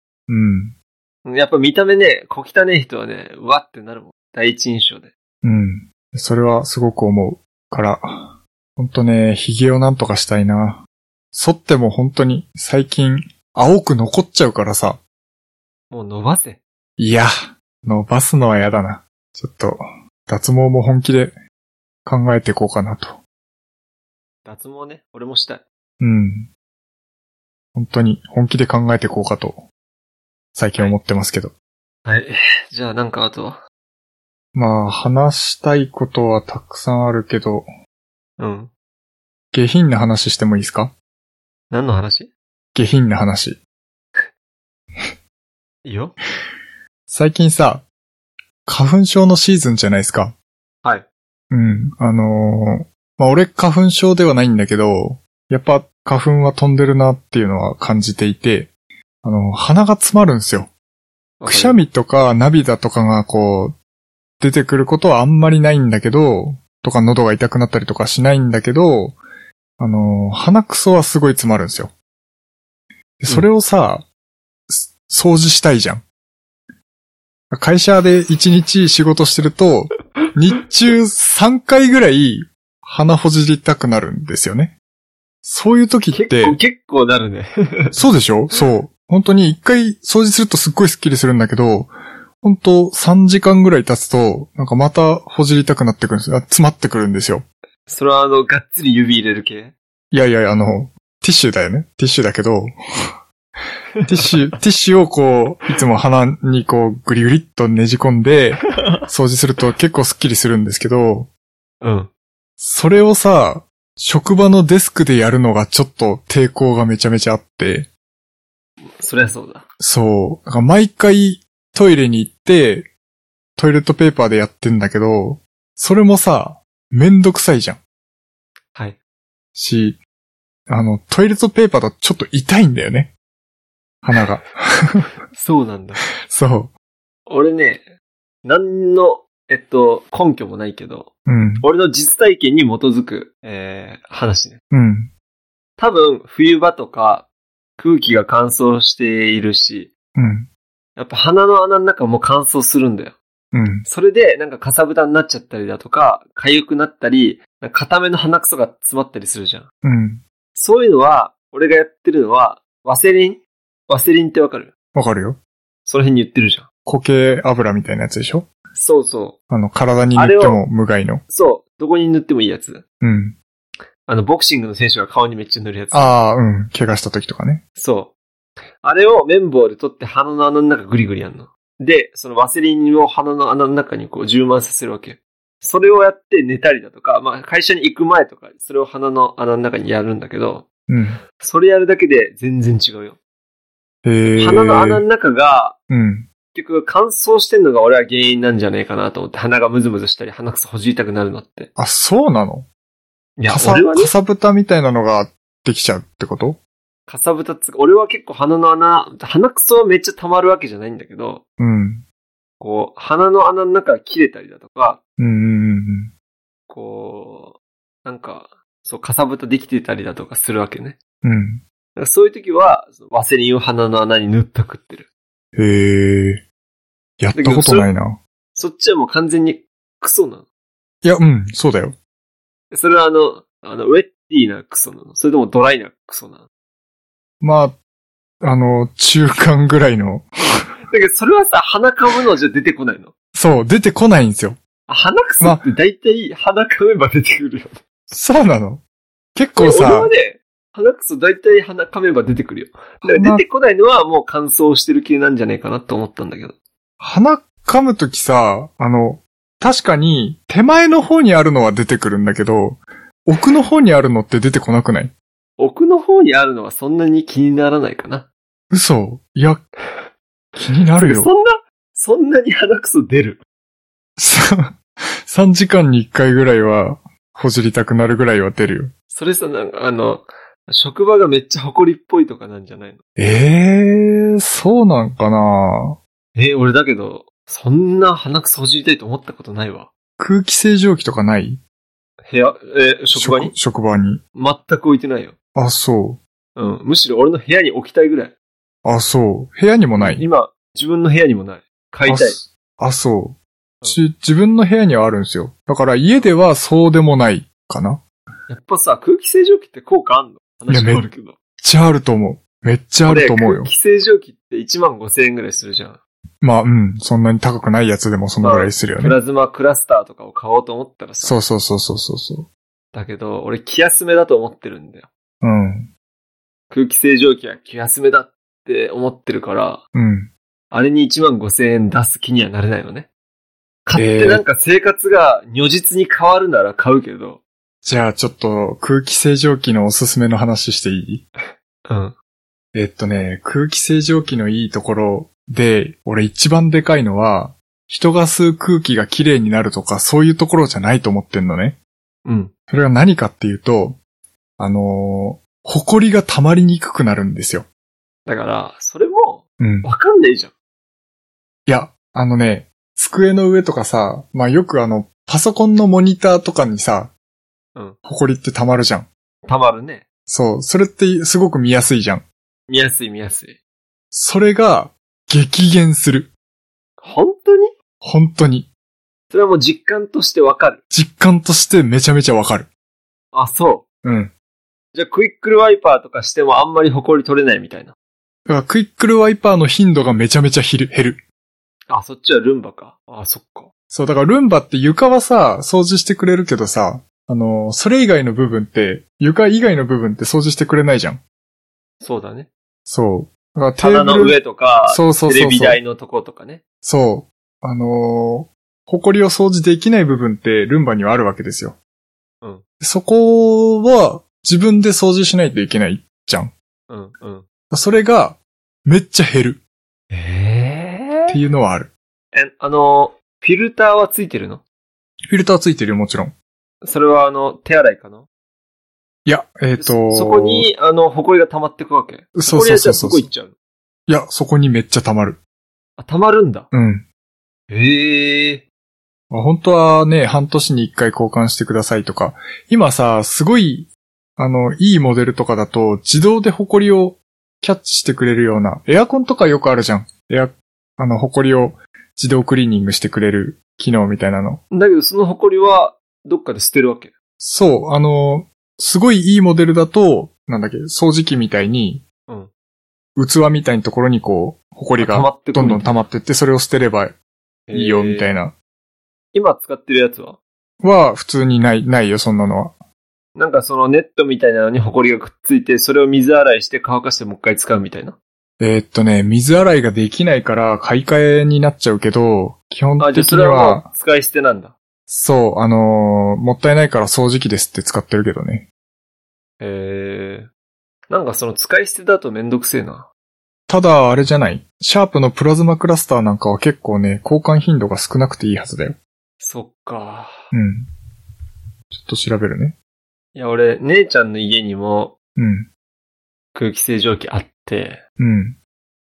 [SPEAKER 2] うん。
[SPEAKER 1] やっぱ見た目ね、小汚い人はね、うわってなるもん。第一印象で。
[SPEAKER 2] うん。それはすごく思うから。ほんとね、髭をなんとかしたいな。剃っても本当に最近青く残っちゃうからさ。
[SPEAKER 1] もう伸ばせ。
[SPEAKER 2] いや、伸ばすのは嫌だな。ちょっと、脱毛も本気で考えていこうかなと。
[SPEAKER 1] 脱毛ね、俺もしたい。
[SPEAKER 2] うん。本当に本気で考えていこうかと、最近思ってますけど。
[SPEAKER 1] はい。じゃあなんかあとは。
[SPEAKER 2] まあ、話したいことはたくさんあるけど、
[SPEAKER 1] うん。
[SPEAKER 2] 下品な話してもいいですか
[SPEAKER 1] 何の話
[SPEAKER 2] 下品な話。
[SPEAKER 1] いいよ。
[SPEAKER 2] 最近さ、花粉症のシーズンじゃないですか。
[SPEAKER 1] はい。
[SPEAKER 2] うん。あのーまあ、俺花粉症ではないんだけど、やっぱ花粉は飛んでるなっていうのは感じていて、あの、鼻が詰まるんですよ。くしゃみとか涙とかがこう、出てくることはあんまりないんだけど、とか喉が痛くなったりとかしないんだけど、あの、鼻くそはすごい詰まるんですよ。でそれをさ、す掃除したいじゃん。会社で一日仕事してると、日中3回ぐらい鼻ほじりたくなるんですよね。そういう時って。
[SPEAKER 1] 結構、結構なるね。
[SPEAKER 2] そうでしょそう。本当に一回掃除するとすっごいスッキリするんだけど、本当3時間ぐらい経つと、なんかまたほじりたくなってくるんですよ。あ詰まってくるんですよ。
[SPEAKER 1] それはあの、がっつり指入れる系
[SPEAKER 2] いやいやいや、あの、ティッシュだよね。ティッシュだけど、 (laughs) ティッシュ、ティッシュをこう、いつも鼻にこう、ぐりぐりっとねじ込んで、掃除すると結構スッキリするんですけど、
[SPEAKER 1] うん。
[SPEAKER 2] それをさ、職場のデスクでやるのがちょっと抵抗がめちゃめちゃあって、
[SPEAKER 1] そりゃそうだ。
[SPEAKER 2] そう。なんか毎回トイレに行って、トイレットペーパーでやってんだけど、それもさ、めんどくさいじゃん。
[SPEAKER 1] はい。
[SPEAKER 2] し、あの、トイレットペーパーだとちょっと痛いんだよね。鼻が。 (laughs)
[SPEAKER 1] そうなんだ。
[SPEAKER 2] そ
[SPEAKER 1] 俺ね、何の、えっと、根拠もないけど、
[SPEAKER 2] う。うん。
[SPEAKER 1] 俺の実体験に基づく、えー、話ね。
[SPEAKER 2] うん。
[SPEAKER 1] 多分、冬場とか、空気が乾燥しているし、
[SPEAKER 2] うん。
[SPEAKER 1] やっぱ鼻の穴の中も乾燥するんだよ。
[SPEAKER 2] うん。
[SPEAKER 1] それで、なんかかさぶたになっちゃったりだとか、痒くなったり、なんか固めの鼻くそが詰まったりするじゃん。
[SPEAKER 2] うん。
[SPEAKER 1] そういうのは、俺がやってるのは、ワセリンワセリンってわかる
[SPEAKER 2] わかるよ。
[SPEAKER 1] その辺に言ってるじゃん。
[SPEAKER 2] 固形油みたいなやつでしょ
[SPEAKER 1] そうそ
[SPEAKER 2] あの、体に塗っても無害の。
[SPEAKER 1] う。そう。どこに塗ってもいいやつ。
[SPEAKER 2] うん。
[SPEAKER 1] あの、ボクシングの選手が顔にめっちゃ塗るやつ。
[SPEAKER 2] ああ、うん。怪我した時とかね。
[SPEAKER 1] そう。あれを綿棒で取って鼻の穴の中グリグリやんの。で、そのワセリンを鼻の穴の中にこう充満させるわけ。それをやって寝たりだとか、まあ会社に行く前とか、それを鼻の穴の中にやるんだけど、
[SPEAKER 2] うん。
[SPEAKER 1] それやるだけで全然違うよ。
[SPEAKER 2] へえ。
[SPEAKER 1] 鼻の穴の中が、
[SPEAKER 2] うん。
[SPEAKER 1] 結局乾燥してんのが俺は原因なんじゃないかなと思って、鼻がムズムズしたり、鼻くそほじりたくなるのって。
[SPEAKER 2] あ、そうなの
[SPEAKER 1] いや
[SPEAKER 2] か、さ、
[SPEAKER 1] 俺はね
[SPEAKER 2] か、さぶたみたいなのができちゃうってこと
[SPEAKER 1] かさぶたつうか俺は結構鼻の穴、鼻くそはめっちゃ溜まるわけじゃないんだけど、
[SPEAKER 2] うん。
[SPEAKER 1] こう、鼻の穴の中が切れたりだとか、
[SPEAKER 2] うんうんうん
[SPEAKER 1] こう、なんか、そう、かさぶたできてたりだとかするわけね。
[SPEAKER 2] うん。
[SPEAKER 1] だからそういう時は、そのワセリンを鼻の穴に塗ったくってる。
[SPEAKER 2] うん。へえ。やったことないな。
[SPEAKER 1] そっちはもう完全にクソなの。
[SPEAKER 2] いや、うん、そうだよ。
[SPEAKER 1] それはあの、あの、ウェッティなクソなの。それともドライなクソなの。
[SPEAKER 2] まあ、あの、中間ぐらいの。
[SPEAKER 1] だけどそれはさ、鼻かむのじゃ出てこないの。
[SPEAKER 2] そう、出てこないんですよ。
[SPEAKER 1] あ鼻くそって大体鼻かめば出てくるよ。
[SPEAKER 2] そうなの。結構
[SPEAKER 1] 俺は
[SPEAKER 2] さ、
[SPEAKER 1] ね、鼻くそ大体鼻かめば出てくるよ。だから出てこないのはもう乾燥してる系なんじゃないかなと思ったんだけど。
[SPEAKER 2] 鼻噛むときさ、あの、確かに手前の方にあるのは出てくるんだけど、奥の方にあるのって出てこなくない
[SPEAKER 1] 奥の方にあるのはそんなに気にならないかな。
[SPEAKER 2] 嘘いや、気になるよ
[SPEAKER 1] そ。んな、そんなに鼻くそ出る。
[SPEAKER 2] さ3時間に1回ぐらいは、ほじりたくなるぐらいは出るよ。
[SPEAKER 1] それさ、なんかあの、職場がめっちゃ埃っぽいとかなんじゃないの
[SPEAKER 2] ええれ、そうなんかな
[SPEAKER 1] え、俺だけど、そんな鼻くそほじりたいと思ったことないわ。
[SPEAKER 2] 空気清浄機とかない
[SPEAKER 1] 部屋、え、職場に
[SPEAKER 2] 職場に。
[SPEAKER 1] 全く置いてないよ。
[SPEAKER 2] あ、そ
[SPEAKER 1] うん。むしろ俺の部屋に置きたいぐらい。
[SPEAKER 2] う。あ、そう。部屋にもない。
[SPEAKER 1] 今、自分の部屋にもない。買いたい。
[SPEAKER 2] あ、そうう。ち、自分の部屋にはあるんですよ。だから家ではそうでもないかな。
[SPEAKER 1] やっぱさ、空気清浄機って効果あんの
[SPEAKER 2] いや
[SPEAKER 1] 話変わるけど。
[SPEAKER 2] めっちゃあると思う。めっちゃあると思う
[SPEAKER 1] これ
[SPEAKER 2] よ
[SPEAKER 1] 空。気清浄機って1万5千円ぐらいするじゃん。
[SPEAKER 2] まあ、うん。そんなに高くないやつでもそのぐらいするよ
[SPEAKER 1] プ
[SPEAKER 2] ね。
[SPEAKER 1] ラズマクラスターとかを買おうと思ったらさ。
[SPEAKER 2] そうそうそうそうそうそ
[SPEAKER 1] だけど、俺気休めだと思ってるんだよ。
[SPEAKER 2] う。うん。
[SPEAKER 1] 空気清浄機は気休めだって思ってるから、
[SPEAKER 2] うん。
[SPEAKER 1] あれに1万5千円出す気にはなれないのね。買ってなんか生活が如実に変わるなら買うけど。
[SPEAKER 2] じゃあちょっと空気清浄機のおすすめの話していい
[SPEAKER 1] うん。
[SPEAKER 2] えっとね、空気清浄機のいいところで、俺一番でかいのは、人が吸う空気がきれいになるとか、そういうところじゃないと思ってんのね。
[SPEAKER 1] うん。
[SPEAKER 2] それが何かっていうと、あのー、埃が溜まりにくくなるんですよ。
[SPEAKER 1] だから、それも
[SPEAKER 2] うん。
[SPEAKER 1] わかんないじゃん。
[SPEAKER 2] いや、あのね、机の上とかさ、まあ、よくあの、パソコンのモニターとかにさ、
[SPEAKER 1] うん。
[SPEAKER 2] 埃って溜まるじゃん。
[SPEAKER 1] たまるね。
[SPEAKER 2] そう、それってすごく見やすいじゃん。
[SPEAKER 1] 見やすい見やすい。
[SPEAKER 2] それが、激減する。
[SPEAKER 1] 本当に
[SPEAKER 2] 本当に。
[SPEAKER 1] それはもう実感としてわかる。
[SPEAKER 2] 実感としてめちゃめちゃわかる。
[SPEAKER 1] あ、そう。
[SPEAKER 2] うん。
[SPEAKER 1] じゃあクイックルワイパーとかしてもあんまり埃取れないみたいな。
[SPEAKER 2] だからクイックルワイパーの頻度がめちゃめちゃ減る。減る
[SPEAKER 1] あ、そっちはルンバか。あ、そっか。
[SPEAKER 2] そう、だからルンバって床はさ、掃除してくれるけどさ、あの、それ以外の部分って、床以外の部分って掃除してくれないじゃん。
[SPEAKER 1] そうだね。
[SPEAKER 2] そう。だからテ
[SPEAKER 1] 棚
[SPEAKER 2] ーブル
[SPEAKER 1] の上とか、
[SPEAKER 2] そうそうそうそう
[SPEAKER 1] テレビ台のとことかね。
[SPEAKER 2] そう。あのー、埃を掃除できない部分ってルンバにはあるわけですよ。
[SPEAKER 1] うん。
[SPEAKER 2] そこは自分で掃除しないといけないじゃん。
[SPEAKER 1] うん、うん。
[SPEAKER 2] それがめっちゃ減る
[SPEAKER 1] え
[SPEAKER 2] っていうのはある。
[SPEAKER 1] え。あの、フィルターはついてるの
[SPEAKER 2] フィルターついてるよ、もちろん。
[SPEAKER 1] それはあの、手洗いかない
[SPEAKER 2] や、えっ、と
[SPEAKER 1] そそこ、に、あの、埃が溜まってくわけ。
[SPEAKER 2] そうそうそうそ
[SPEAKER 1] 埃はじゃあそうこ行っちゃうの
[SPEAKER 2] いや、そこにめっちゃ溜まる。
[SPEAKER 1] あ、溜まるんだ。
[SPEAKER 2] うん。
[SPEAKER 1] へえ。
[SPEAKER 2] まあ本当はね、半年に一回交換してくださいとか。今さ、すごい、あの、いいモデルとかだと、自動で埃をキャッチしてくれるような、エアコンとかよくあるじゃん。エア、あの、埃を自動クリーニングしてくれる機能みたいなの。
[SPEAKER 1] だけど、その埃は、どっかで捨てるわけ。
[SPEAKER 2] そう、あの、すごいいいモデルだと、なんだっけ、掃除機みたいに、
[SPEAKER 1] うん
[SPEAKER 2] 器みたいなところにこう、埃
[SPEAKER 1] 溜ま
[SPEAKER 2] が
[SPEAKER 1] ってく
[SPEAKER 2] ど
[SPEAKER 1] る
[SPEAKER 2] んどん溜まってって、それを捨てればいいよ、みたい
[SPEAKER 1] な。
[SPEAKER 2] な。
[SPEAKER 1] 今使ってるやつは
[SPEAKER 2] は、普通にない、ないよ、そんなのは。
[SPEAKER 1] なんかそのネットみたいなのに埃がくっついて、それを水洗いして乾かしてもう一回使うみたいな。
[SPEAKER 2] えーっとね、水洗いができないから買い替えになっちゃうけど、基本
[SPEAKER 1] あ、じゃあ
[SPEAKER 2] 的
[SPEAKER 1] そ
[SPEAKER 2] に
[SPEAKER 1] れ
[SPEAKER 2] は、
[SPEAKER 1] はもう使い捨てなんだ。
[SPEAKER 2] そう、あのーもったいないから掃除機ですって使ってるけどね。
[SPEAKER 1] へえ。なんかその使い捨てだとめんどくせえな。
[SPEAKER 2] ただ、あれじゃない。シャープのプラズマクラスターなんかは結構ね、交換頻度が少なくていいはずだよ。
[SPEAKER 1] そっか。
[SPEAKER 2] うん。ちょっと調べるね。
[SPEAKER 1] いや、俺、姉ちゃんの家にも
[SPEAKER 2] うん。
[SPEAKER 1] 空気清浄機あって、
[SPEAKER 2] うん。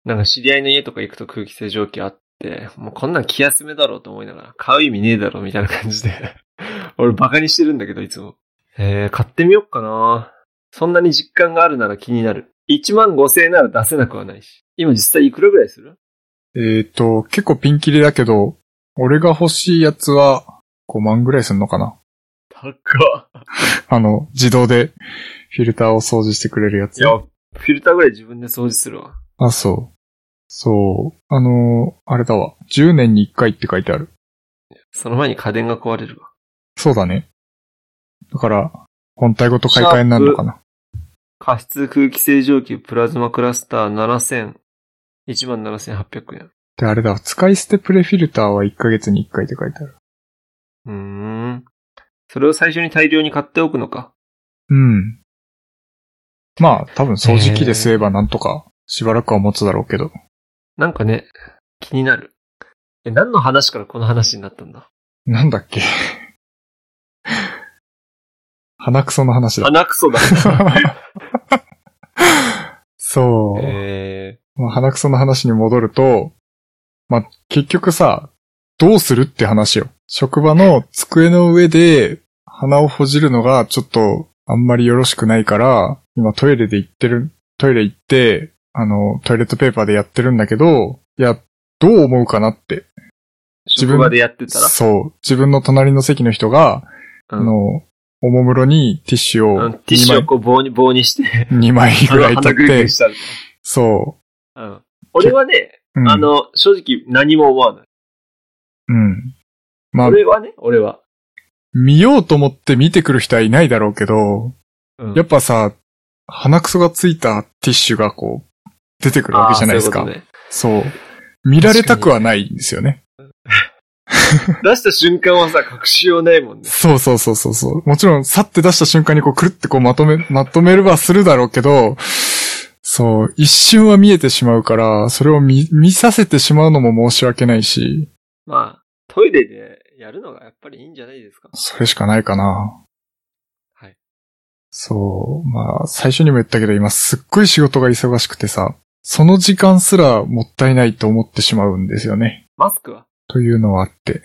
[SPEAKER 1] なんか知り合いの家とか行くと空気清浄機あって、もうこんなん気休めだろうと思いながら、買う意味ねえだろみたいな感じで。 (laughs) 俺バカにしてるんだけど、いつも。えー、買ってみよっかな。そんなに実感があるなら気になる。1万5千円なら出せなくはないし。今実際いくらぐらいする
[SPEAKER 2] えーっと、結構ピンキリだけど、俺が欲しいやつは5万ぐらいすんのかな。 (laughs)
[SPEAKER 1] 高っ。
[SPEAKER 2] あの、自動でフィルターを掃除してくれるやつ。
[SPEAKER 1] いや、フィルターぐらい自分で掃除するわ。
[SPEAKER 2] あ、そう。そう。あのーあれだわ。10年に1回って書いてある。
[SPEAKER 1] その前に家電が壊れるわ。
[SPEAKER 2] そうだね。だから、本体ごと買い替えになるのかな。
[SPEAKER 1] 加湿空気清浄機プラズマクラスター7000、17,800円。
[SPEAKER 2] で、あれだわ。使い捨てプレフィルターは1ヶ月に1回って書いてある。
[SPEAKER 1] うーん。それを最初に大量に買っておくのか。
[SPEAKER 2] うん。まあ、多分掃除機で吸えばなんとか、しばらくは持つだろうけど。
[SPEAKER 1] なんかね、気になる。え、何の話からこの話になったんだ
[SPEAKER 2] なんだっけ。鼻くその (laughs) 話だ。
[SPEAKER 1] 鼻くそだ。
[SPEAKER 2] (laughs) そう。
[SPEAKER 1] え
[SPEAKER 2] まあ鼻くその話に戻ると、まあ、結局さ、どうするって話よ。職場の机の上で鼻をほじるのがちょっとあんまりよろしくないから、今トイレで行ってる、トイレ行って、あの、トイレットペーパーでやってるんだけど、いや、どう思うかなって。自分
[SPEAKER 1] 職場でやってたら。
[SPEAKER 2] そう。自分の隣の席の人が、
[SPEAKER 1] う
[SPEAKER 2] あ
[SPEAKER 1] ん
[SPEAKER 2] の、おもむろにティッシュを
[SPEAKER 1] うんティッシュをこう棒に、棒
[SPEAKER 2] (laughs)
[SPEAKER 1] にして、
[SPEAKER 2] 2枚ぐらい
[SPEAKER 1] 鼻
[SPEAKER 2] 取
[SPEAKER 1] ぐ
[SPEAKER 2] っ
[SPEAKER 1] るぐ
[SPEAKER 2] て
[SPEAKER 1] る、したら。
[SPEAKER 2] そ
[SPEAKER 1] うん。俺はね、
[SPEAKER 2] う。うん、
[SPEAKER 1] あの、正直何も思わない。
[SPEAKER 2] うん。まあ、
[SPEAKER 1] 俺はね、俺は。
[SPEAKER 2] 見ようと思って見てくる人はいないだろうけど、
[SPEAKER 1] うん
[SPEAKER 2] やっぱさ、鼻くそがついたティッシュがこう、出てくるわけじゃないですか。
[SPEAKER 1] あー
[SPEAKER 2] そ
[SPEAKER 1] そうういうこ
[SPEAKER 2] 見られたくはないんですよね。
[SPEAKER 1] とね出した瞬間はさ、隠しようないもんね。
[SPEAKER 2] そうそうそうそうそう。もちろん、さって出した瞬間にこう、くるってこう、まとめ、まとめればするだろうけど、そう、一瞬は見えてしまうから、それを見、見させてしまうのも申し訳ないし、
[SPEAKER 1] まあ、トイレでやるのがやっぱりいいんじゃないですか。
[SPEAKER 2] それしかないかな。
[SPEAKER 1] はい。
[SPEAKER 2] そう。まあ、最初にも言ったけど、今すっごい仕事が忙しくてさ、その時間すらもったいないと思ってしまうんですよね。
[SPEAKER 1] マスクは
[SPEAKER 2] というのはあって。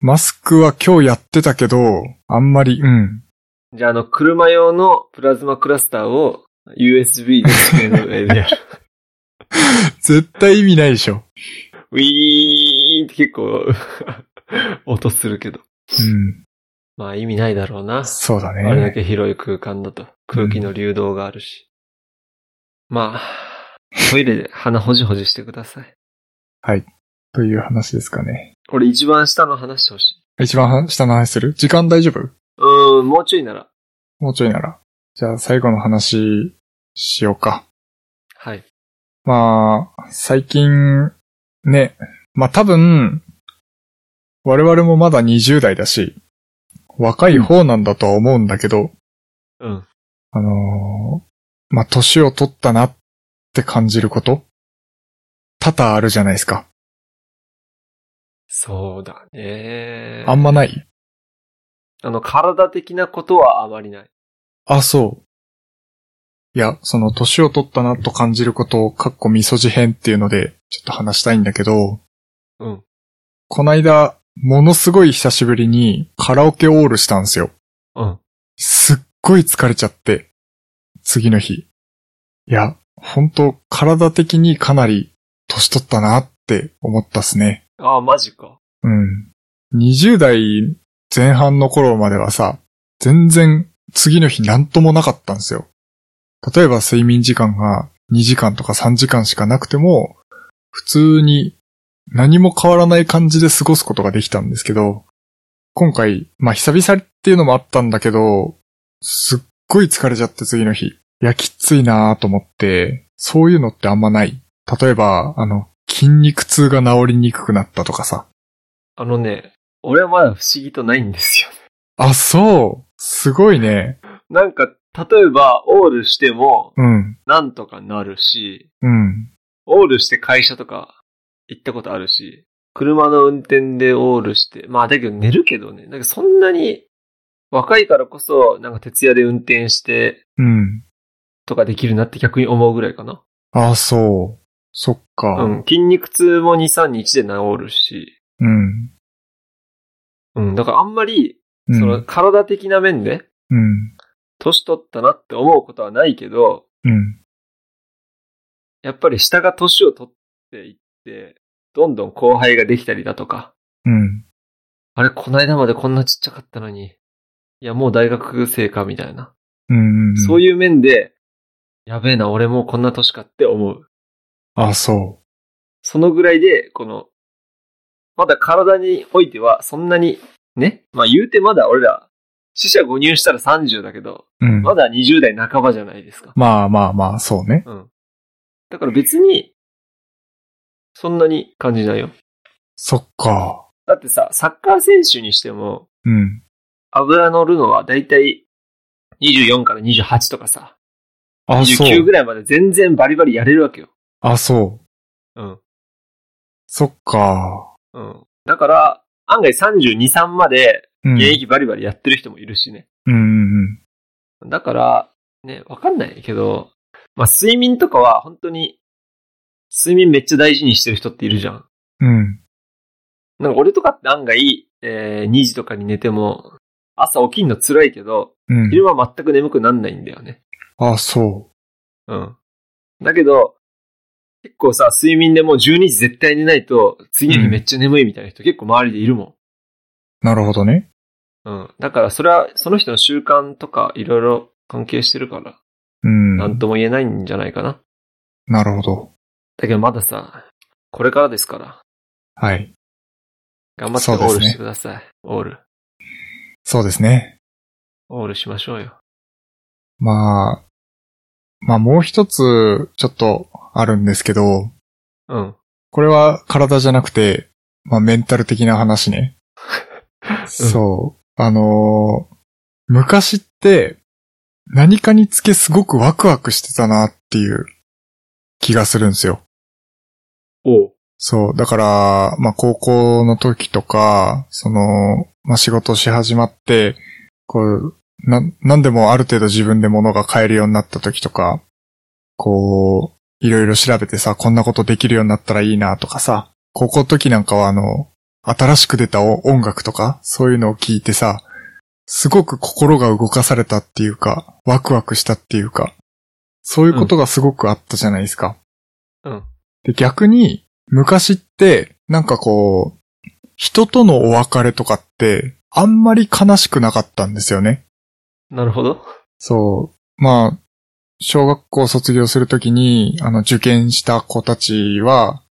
[SPEAKER 2] マスクは今日やってたけど、あんまり、うん。
[SPEAKER 1] じゃあ、あの、車用のプラズマクラスターを USB で机の上でやる。
[SPEAKER 2] 絶対意味ないでしょ。
[SPEAKER 1] ウィーンって結構、 (laughs) 音するけど。
[SPEAKER 2] うん。
[SPEAKER 1] まあ、意味ないだろうな。
[SPEAKER 2] そうだ
[SPEAKER 1] あれだ
[SPEAKER 2] ね。
[SPEAKER 1] け広い空間だと。空気の流動があるし。まあ、トイレで鼻ほじほじしてください。
[SPEAKER 2] という話ですかね。
[SPEAKER 1] 俺一番下の話してほしい。
[SPEAKER 2] 一番下の話する時間大丈夫
[SPEAKER 1] うーん、もうちょいなら。
[SPEAKER 2] もうちょいなら。じゃあ最後の話しようか。
[SPEAKER 1] はい。
[SPEAKER 2] まあ、最近、ね。まあ多分、我々もまだ20代だし、若い方なんだとは思うんだけど、
[SPEAKER 1] うん。
[SPEAKER 2] あのーまあ年を取ったなって感じること多々あるじゃないですか。
[SPEAKER 1] そうだね。
[SPEAKER 2] あんまない
[SPEAKER 1] あの、体的なことはあまりない。
[SPEAKER 2] あ、そう。いや、その年を取ったなと感じることを、かっこみそじ編っていうので、ちょっと話したいんだけど、
[SPEAKER 1] うん。
[SPEAKER 2] こないだ、ものすごい久しぶりにカラオケオールしたんですよ。
[SPEAKER 1] うん。
[SPEAKER 2] すっごい疲れちゃって、次の日。いや、本当体的にかなり年取ったなって思ったっすね。
[SPEAKER 1] ああ、マジか。
[SPEAKER 2] うん。20代前半の頃まではさ、全然次の日なんともなかったんですよ。例えば睡眠時間が2時間とか3時間しかなくても、普通に何も変わらない感じで過ごすことができたんですけど、今回、まあ久々っていうのもあったんだけど、すっごい疲れちゃって次の日。いや、きついなぁと思って、そういうのってあんまない。例えば、あの、筋肉痛が治りにくくなったとかさ。
[SPEAKER 1] あのね、俺はまだ不思議とないんですよ。 (laughs)
[SPEAKER 2] あ、そう。すごいね。
[SPEAKER 1] なんか、例えば、オールしても、
[SPEAKER 2] うん。
[SPEAKER 1] なんとかなるし、
[SPEAKER 2] うん。
[SPEAKER 1] オールして会社とか行ったことあるし、車の運転でオールして、まあだけど寝るけどね、なんかそんなに若いからこそ、なんか徹夜で運転して
[SPEAKER 2] うん。
[SPEAKER 1] とかできるなって逆に思うぐらいかな。
[SPEAKER 2] あ、そう。そっか。
[SPEAKER 1] うん、筋肉痛も2、3日で治るし、
[SPEAKER 2] うん。
[SPEAKER 1] うん、だからあんまり、
[SPEAKER 2] うん。
[SPEAKER 1] その体的な面で、
[SPEAKER 2] うん。
[SPEAKER 1] 年取ったなって思うことはないけど、
[SPEAKER 2] うん。
[SPEAKER 1] やっぱり下が年を取っていって、どんどん後輩ができたりだとか、
[SPEAKER 2] うん。
[SPEAKER 1] あれ、こないだまでこんなちっちゃかったのに、いや、もう大学生か、みたいな。
[SPEAKER 2] うん。うん
[SPEAKER 1] そういう面で、やべえな、俺もうこんな年かって思う。
[SPEAKER 2] あ、そ
[SPEAKER 1] そのぐらいで、この、まだ体においては、そんなに、ね、まあ言うてまだ俺ら、死者誤入したら30だけど、
[SPEAKER 2] う。うん。
[SPEAKER 1] まだ20代半ばじゃないですか。
[SPEAKER 2] まあまあまあ、そうね。
[SPEAKER 1] うん。だから別に、そんなに感じないよ。
[SPEAKER 2] そっか。
[SPEAKER 1] だってさ、サッカー選手にしても、
[SPEAKER 2] うん。
[SPEAKER 1] 油乗るのはだいたい24から28とかさ、
[SPEAKER 2] あ、そ
[SPEAKER 1] 29
[SPEAKER 2] う
[SPEAKER 1] ぐ。らいまで全然バリバリやれるわけよ。
[SPEAKER 2] あ、そう。
[SPEAKER 1] うん。
[SPEAKER 2] そっか。
[SPEAKER 1] うん。だから、案外32、3まで
[SPEAKER 2] うん。
[SPEAKER 1] 現役バリバリやってる人もいるしね。
[SPEAKER 2] うんうんうん。
[SPEAKER 1] だから、ね、わかんないけど、まあ睡眠とかは本当に睡眠めっちゃ大事にしてる人っているじゃん。
[SPEAKER 2] うん。
[SPEAKER 1] なんか俺とかって案外、えー、2時とかに寝ても、朝起きんの辛いけど、
[SPEAKER 2] うん。
[SPEAKER 1] 昼間全く眠くなんないんだよね。
[SPEAKER 2] あ、そ
[SPEAKER 1] うん。だけど、結構さ、睡眠でもう12時絶対寝ないと、次の日めっちゃ眠いみたいな人結構周りでいるも
[SPEAKER 2] う。なるほどね。
[SPEAKER 1] ん。うん。だからそれは、その人の習慣とかいろいろ関係してるから、
[SPEAKER 2] うん。
[SPEAKER 1] なんとも言えないんじゃないかな。
[SPEAKER 2] なるほど。
[SPEAKER 1] だけどまださ、これからですから、
[SPEAKER 2] はい。
[SPEAKER 1] 頑張って
[SPEAKER 2] そう
[SPEAKER 1] オ
[SPEAKER 2] ですね
[SPEAKER 1] ールしてください。オール。
[SPEAKER 2] そうですね。
[SPEAKER 1] オールしましょうよ。
[SPEAKER 2] まあ、まあもう一つ、ちょっとあるんですけど、
[SPEAKER 1] うん。
[SPEAKER 2] これは体じゃなくて、まあメンタル的な話ね。そう。あのー昔って、何かにつけすごくワクワクしてたなっていう気がするんですよ。
[SPEAKER 1] おう。
[SPEAKER 2] そう。だから、まあ、高校の時とか、その、まあ、仕事し始まって、こう、な、なんでもある程度自分で物が買えるようになった時とか、こう、いろいろ調べてさ、こんなことできるようになったらいいなとかさ、高校の時なんかはあの、新しく出た音楽とか、そういうのを聞いてさ、すごく心が動かされたっていうか、ワクワクしたっていうか、そういうことがすごくあったじゃないですか。
[SPEAKER 1] うん。
[SPEAKER 2] で、逆に、昔って、なんかこう、人とのお別れとかって、あんまり悲しくなかったんですよね。
[SPEAKER 1] なるほど。
[SPEAKER 2] そう。まあ、小学校卒業するときに、あの、受験した子たちは、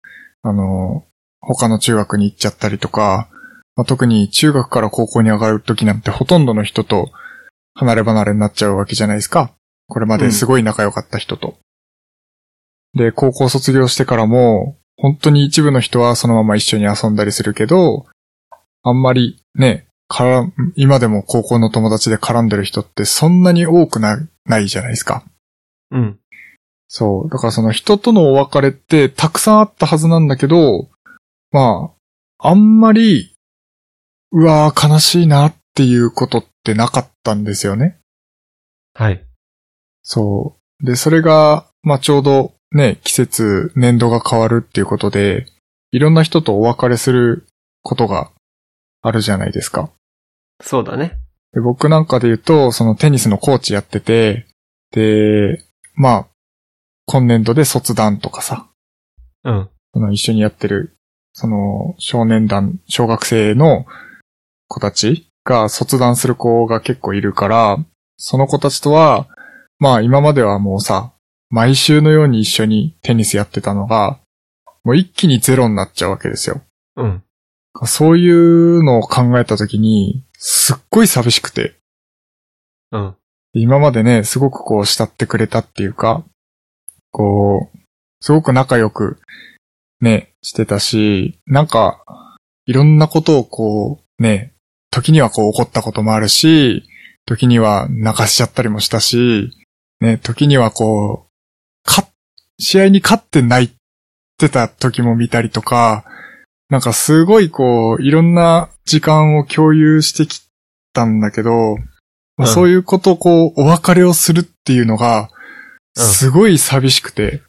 [SPEAKER 2] あの、他の中学に行っちゃったりとか、まあ、特に中学から高校に上がるときなんてほとんどの人と離れ離れになっちゃうわけじゃないですか。これまですごい仲良かった人と。で、高校卒業してからも、本当に一部の人はそのまま一緒に遊んだりするけど、あんまりね、から、今でも高校の友達で絡んでる人ってそんなに多くな、ないじゃないですか。
[SPEAKER 1] うん。
[SPEAKER 2] そう。だからその人とのお別れってたくさんあったはずなんだけど、まあ、あんまり、うわー悲しいなっていうことってなかったんですよね。
[SPEAKER 1] はい。
[SPEAKER 2] そう。で、それが、まあ、ちょうどね、季節、年度が変わるっていうことで、いろんな人とお別れすることがあるじゃないですか。
[SPEAKER 1] そうだね。
[SPEAKER 2] で僕なんかで言うと、そのテニスのコーチやってて、で、まあ、今年度で卒団とかさ、
[SPEAKER 1] うん。
[SPEAKER 2] その一緒にやってる、その少年団、小学生の子たちが卒団する子が結構いるから、その子たちとは、まあ今まではもうさ、毎週のように一緒にテニスやってたのが、もう一気にゼロになっちゃうわけですよ。
[SPEAKER 1] うん。
[SPEAKER 2] そういうのを考えた時に、すっごい寂しくて。
[SPEAKER 1] うん。
[SPEAKER 2] 今までね、すごくこう慕ってくれたっていうか、こう、すごく仲良くね、してたし、なんか、いろんなことをこう、ね、時にはこう怒ったこともあるし、時には泣かしちゃったりもしたし、ね、時にはこう、勝っ試合に勝って泣いてた時も見たりとか、なんかすごいこう、いろんな時間を共有してきたんだけど、まあ
[SPEAKER 1] うん
[SPEAKER 2] そういうことをこう、お別れをするっていうのが、
[SPEAKER 1] うん
[SPEAKER 2] すごい寂しくて、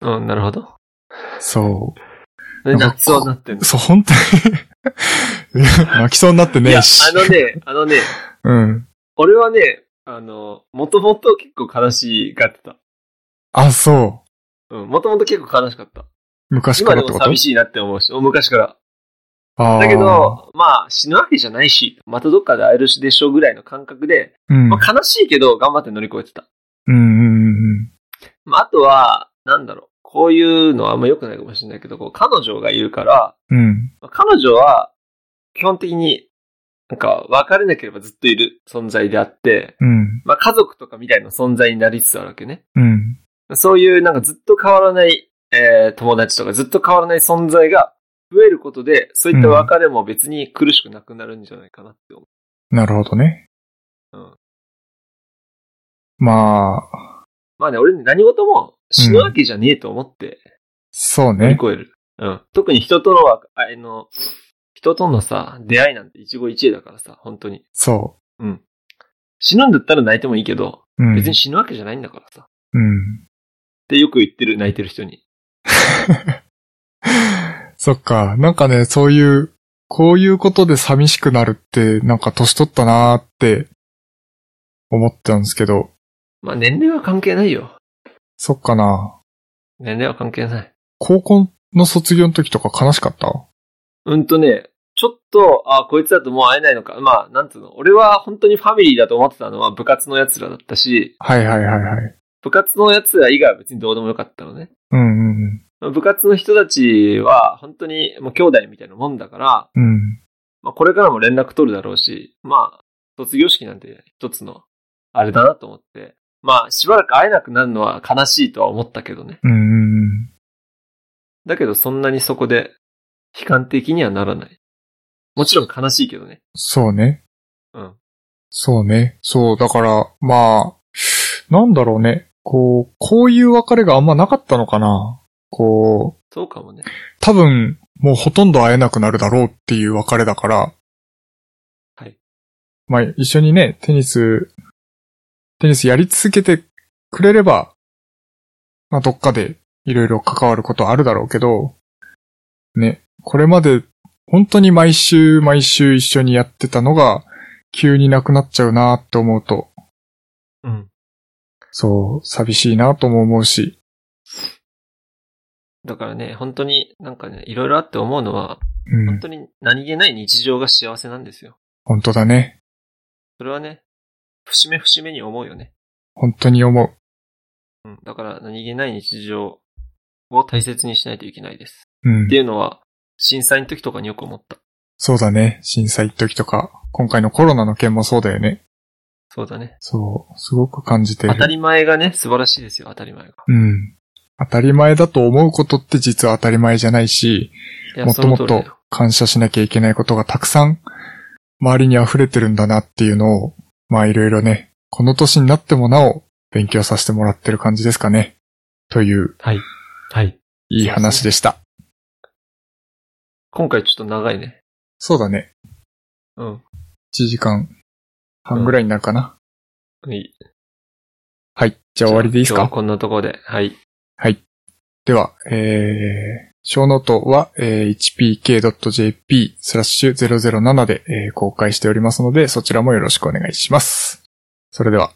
[SPEAKER 1] うん、なるほど。
[SPEAKER 2] そ
[SPEAKER 1] ね泣きそうになってんの
[SPEAKER 2] う。。そう、本当に (laughs) いや。泣きそうになって
[SPEAKER 1] い
[SPEAKER 2] ね
[SPEAKER 1] や、
[SPEAKER 2] えし
[SPEAKER 1] あ。のね、あのね、
[SPEAKER 2] うん。
[SPEAKER 1] 俺はね、あの、もともと結構悲しがってた。
[SPEAKER 2] あ、そ
[SPEAKER 1] うん、もともと結構悲しかった。
[SPEAKER 2] う。昔から
[SPEAKER 1] 今で
[SPEAKER 2] ってこ
[SPEAKER 1] も
[SPEAKER 2] と
[SPEAKER 1] 寂しいなって思うし、昔から。
[SPEAKER 2] あー
[SPEAKER 1] だけ、ど、まあ、死ぬわけじゃないし、またどっかで会えるでしょうぐらいの感覚で、
[SPEAKER 2] うん。
[SPEAKER 1] まあ、悲しいけど、頑張って乗り越えてた。
[SPEAKER 2] うんうんうん
[SPEAKER 1] まあ、あとは、なんだろう、こういうのはあんま良くないかもしれないけど、こう、彼女がいるから、
[SPEAKER 2] うん。うん。
[SPEAKER 1] まあ彼女は、基本的に、なんか、別れなければずっといる存在であって、
[SPEAKER 2] うん。
[SPEAKER 1] まあ、家族とかみたいな存在になりつつあるわけね。
[SPEAKER 2] うん。
[SPEAKER 1] そういうなんかずっと変わらない、えー友達とかずっと変わらない存在が増えることで、そういった別れも別に苦しくなくなるんじゃないかなって思
[SPEAKER 2] なるほどね。
[SPEAKER 1] う。うん、
[SPEAKER 2] まあ、
[SPEAKER 1] まあね、俺ね何事も死ぬわけじゃねえと思って
[SPEAKER 2] そう
[SPEAKER 1] 乗り
[SPEAKER 2] ね。
[SPEAKER 1] 越える。うん。特に人とのわ、ああの、人とのさ、出会いなんて一期一会だからさ、本当に。
[SPEAKER 2] そ
[SPEAKER 1] うん。死ぬんだったら泣いてもいいけど、
[SPEAKER 2] う。うん。
[SPEAKER 1] 別に死ぬわけじゃないんだからさ。
[SPEAKER 2] うん。
[SPEAKER 1] ってよく言ってる、泣いてる人に。
[SPEAKER 2] そっか。なんかね、そういう、こういうことで寂しくなるって、なんか年取ったなーって思ったんですけど、
[SPEAKER 1] まあ年齢は関係ないよ。
[SPEAKER 2] そっかな。
[SPEAKER 1] 年齢は関係ない。
[SPEAKER 2] 高校の卒業の時とか悲しかった
[SPEAKER 1] うんとね、ちょっと、あ、こいつだともう会えないのか。まあ、なんつうの。俺は本当にファミリーだと思ってたのは部活の奴らだったし、
[SPEAKER 2] はいはいはいはい。
[SPEAKER 1] 部活の奴ら以外は別にどうでもよかったのね。
[SPEAKER 2] うんうん
[SPEAKER 1] 部活の人たちは本当にもう兄弟みたいなもんだから、
[SPEAKER 2] うん。うん。
[SPEAKER 1] まあこれからも連絡取るだろうし、まあ、卒業式なんて一つの、あれだなと思って、まあ、しばらく会えなくなるのは悲しいとは思ったけどね。
[SPEAKER 2] うんうんうん。
[SPEAKER 1] だけどそんなにそこで悲観的にはならない。もちろん悲しいけどね。
[SPEAKER 2] そうね。
[SPEAKER 1] うん。
[SPEAKER 2] そうね。そう、だから、まあ、なんだろうね。こう、こういう別れがあんまなかったのかな。こう、
[SPEAKER 1] そうかもね。
[SPEAKER 2] 多分、もうほとんど会えなくなるだろうっていう別れだから。
[SPEAKER 1] はい。
[SPEAKER 2] まあ、一緒にね、テニス、テニスやり続けてくれれば、まあ、どっかでいろいろ関わることあるだろうけど、ね、これまで本当に毎週毎週一緒にやってたのが、急になくなっちゃうなって思うと、
[SPEAKER 1] うん。
[SPEAKER 2] そう、寂しいなとも思うし、
[SPEAKER 1] だからね、本当になんかね、いろいろあって思うのは、
[SPEAKER 2] う
[SPEAKER 1] 本
[SPEAKER 2] ん、
[SPEAKER 1] 当に何気ない日常が幸せなんですよ。
[SPEAKER 2] 本当だね。
[SPEAKER 1] それはね、節目節目に思うよね。
[SPEAKER 2] 本当に思う。
[SPEAKER 1] うん。だから何気ない日常を大切にしないといけないです。
[SPEAKER 2] うん
[SPEAKER 1] って。いうのは、震災の時とかによく思った。
[SPEAKER 2] そうだね。震災時とか、今回のコロナの件もそうだよね。
[SPEAKER 1] そうだね。
[SPEAKER 2] そう、すごく感じて
[SPEAKER 1] 当
[SPEAKER 2] る。
[SPEAKER 1] たり前がね、素晴らしいですよ、当たり前が。
[SPEAKER 2] うん。当たり前だと思うことって実は当たり前じゃないし、
[SPEAKER 1] いや、
[SPEAKER 2] もっ
[SPEAKER 1] そ
[SPEAKER 2] とも
[SPEAKER 1] の
[SPEAKER 2] っ
[SPEAKER 1] 通りだ
[SPEAKER 2] と
[SPEAKER 1] よ。
[SPEAKER 2] 感謝しなきゃいけないことがたくさん周りに溢れてるんだなっていうのを、まあいろいろね、この年になってもなお勉強させてもらってる感じですかね。という、
[SPEAKER 1] はい。はい。
[SPEAKER 2] いい話でした。
[SPEAKER 1] 今回ちょっと長いね。
[SPEAKER 2] そうだね。
[SPEAKER 1] うん。
[SPEAKER 2] 1時間半ぐらいになるかな。
[SPEAKER 1] はい。
[SPEAKER 2] はい。じゃあ終わりでいいです
[SPEAKER 1] じゃあ今日は
[SPEAKER 2] か
[SPEAKER 1] こんなところで。はい。
[SPEAKER 2] では、えー、小ノートは、えー hpk.jp スラッシュ007で、えー公開しておりますので、そちらもよろしくお願いします。それでは。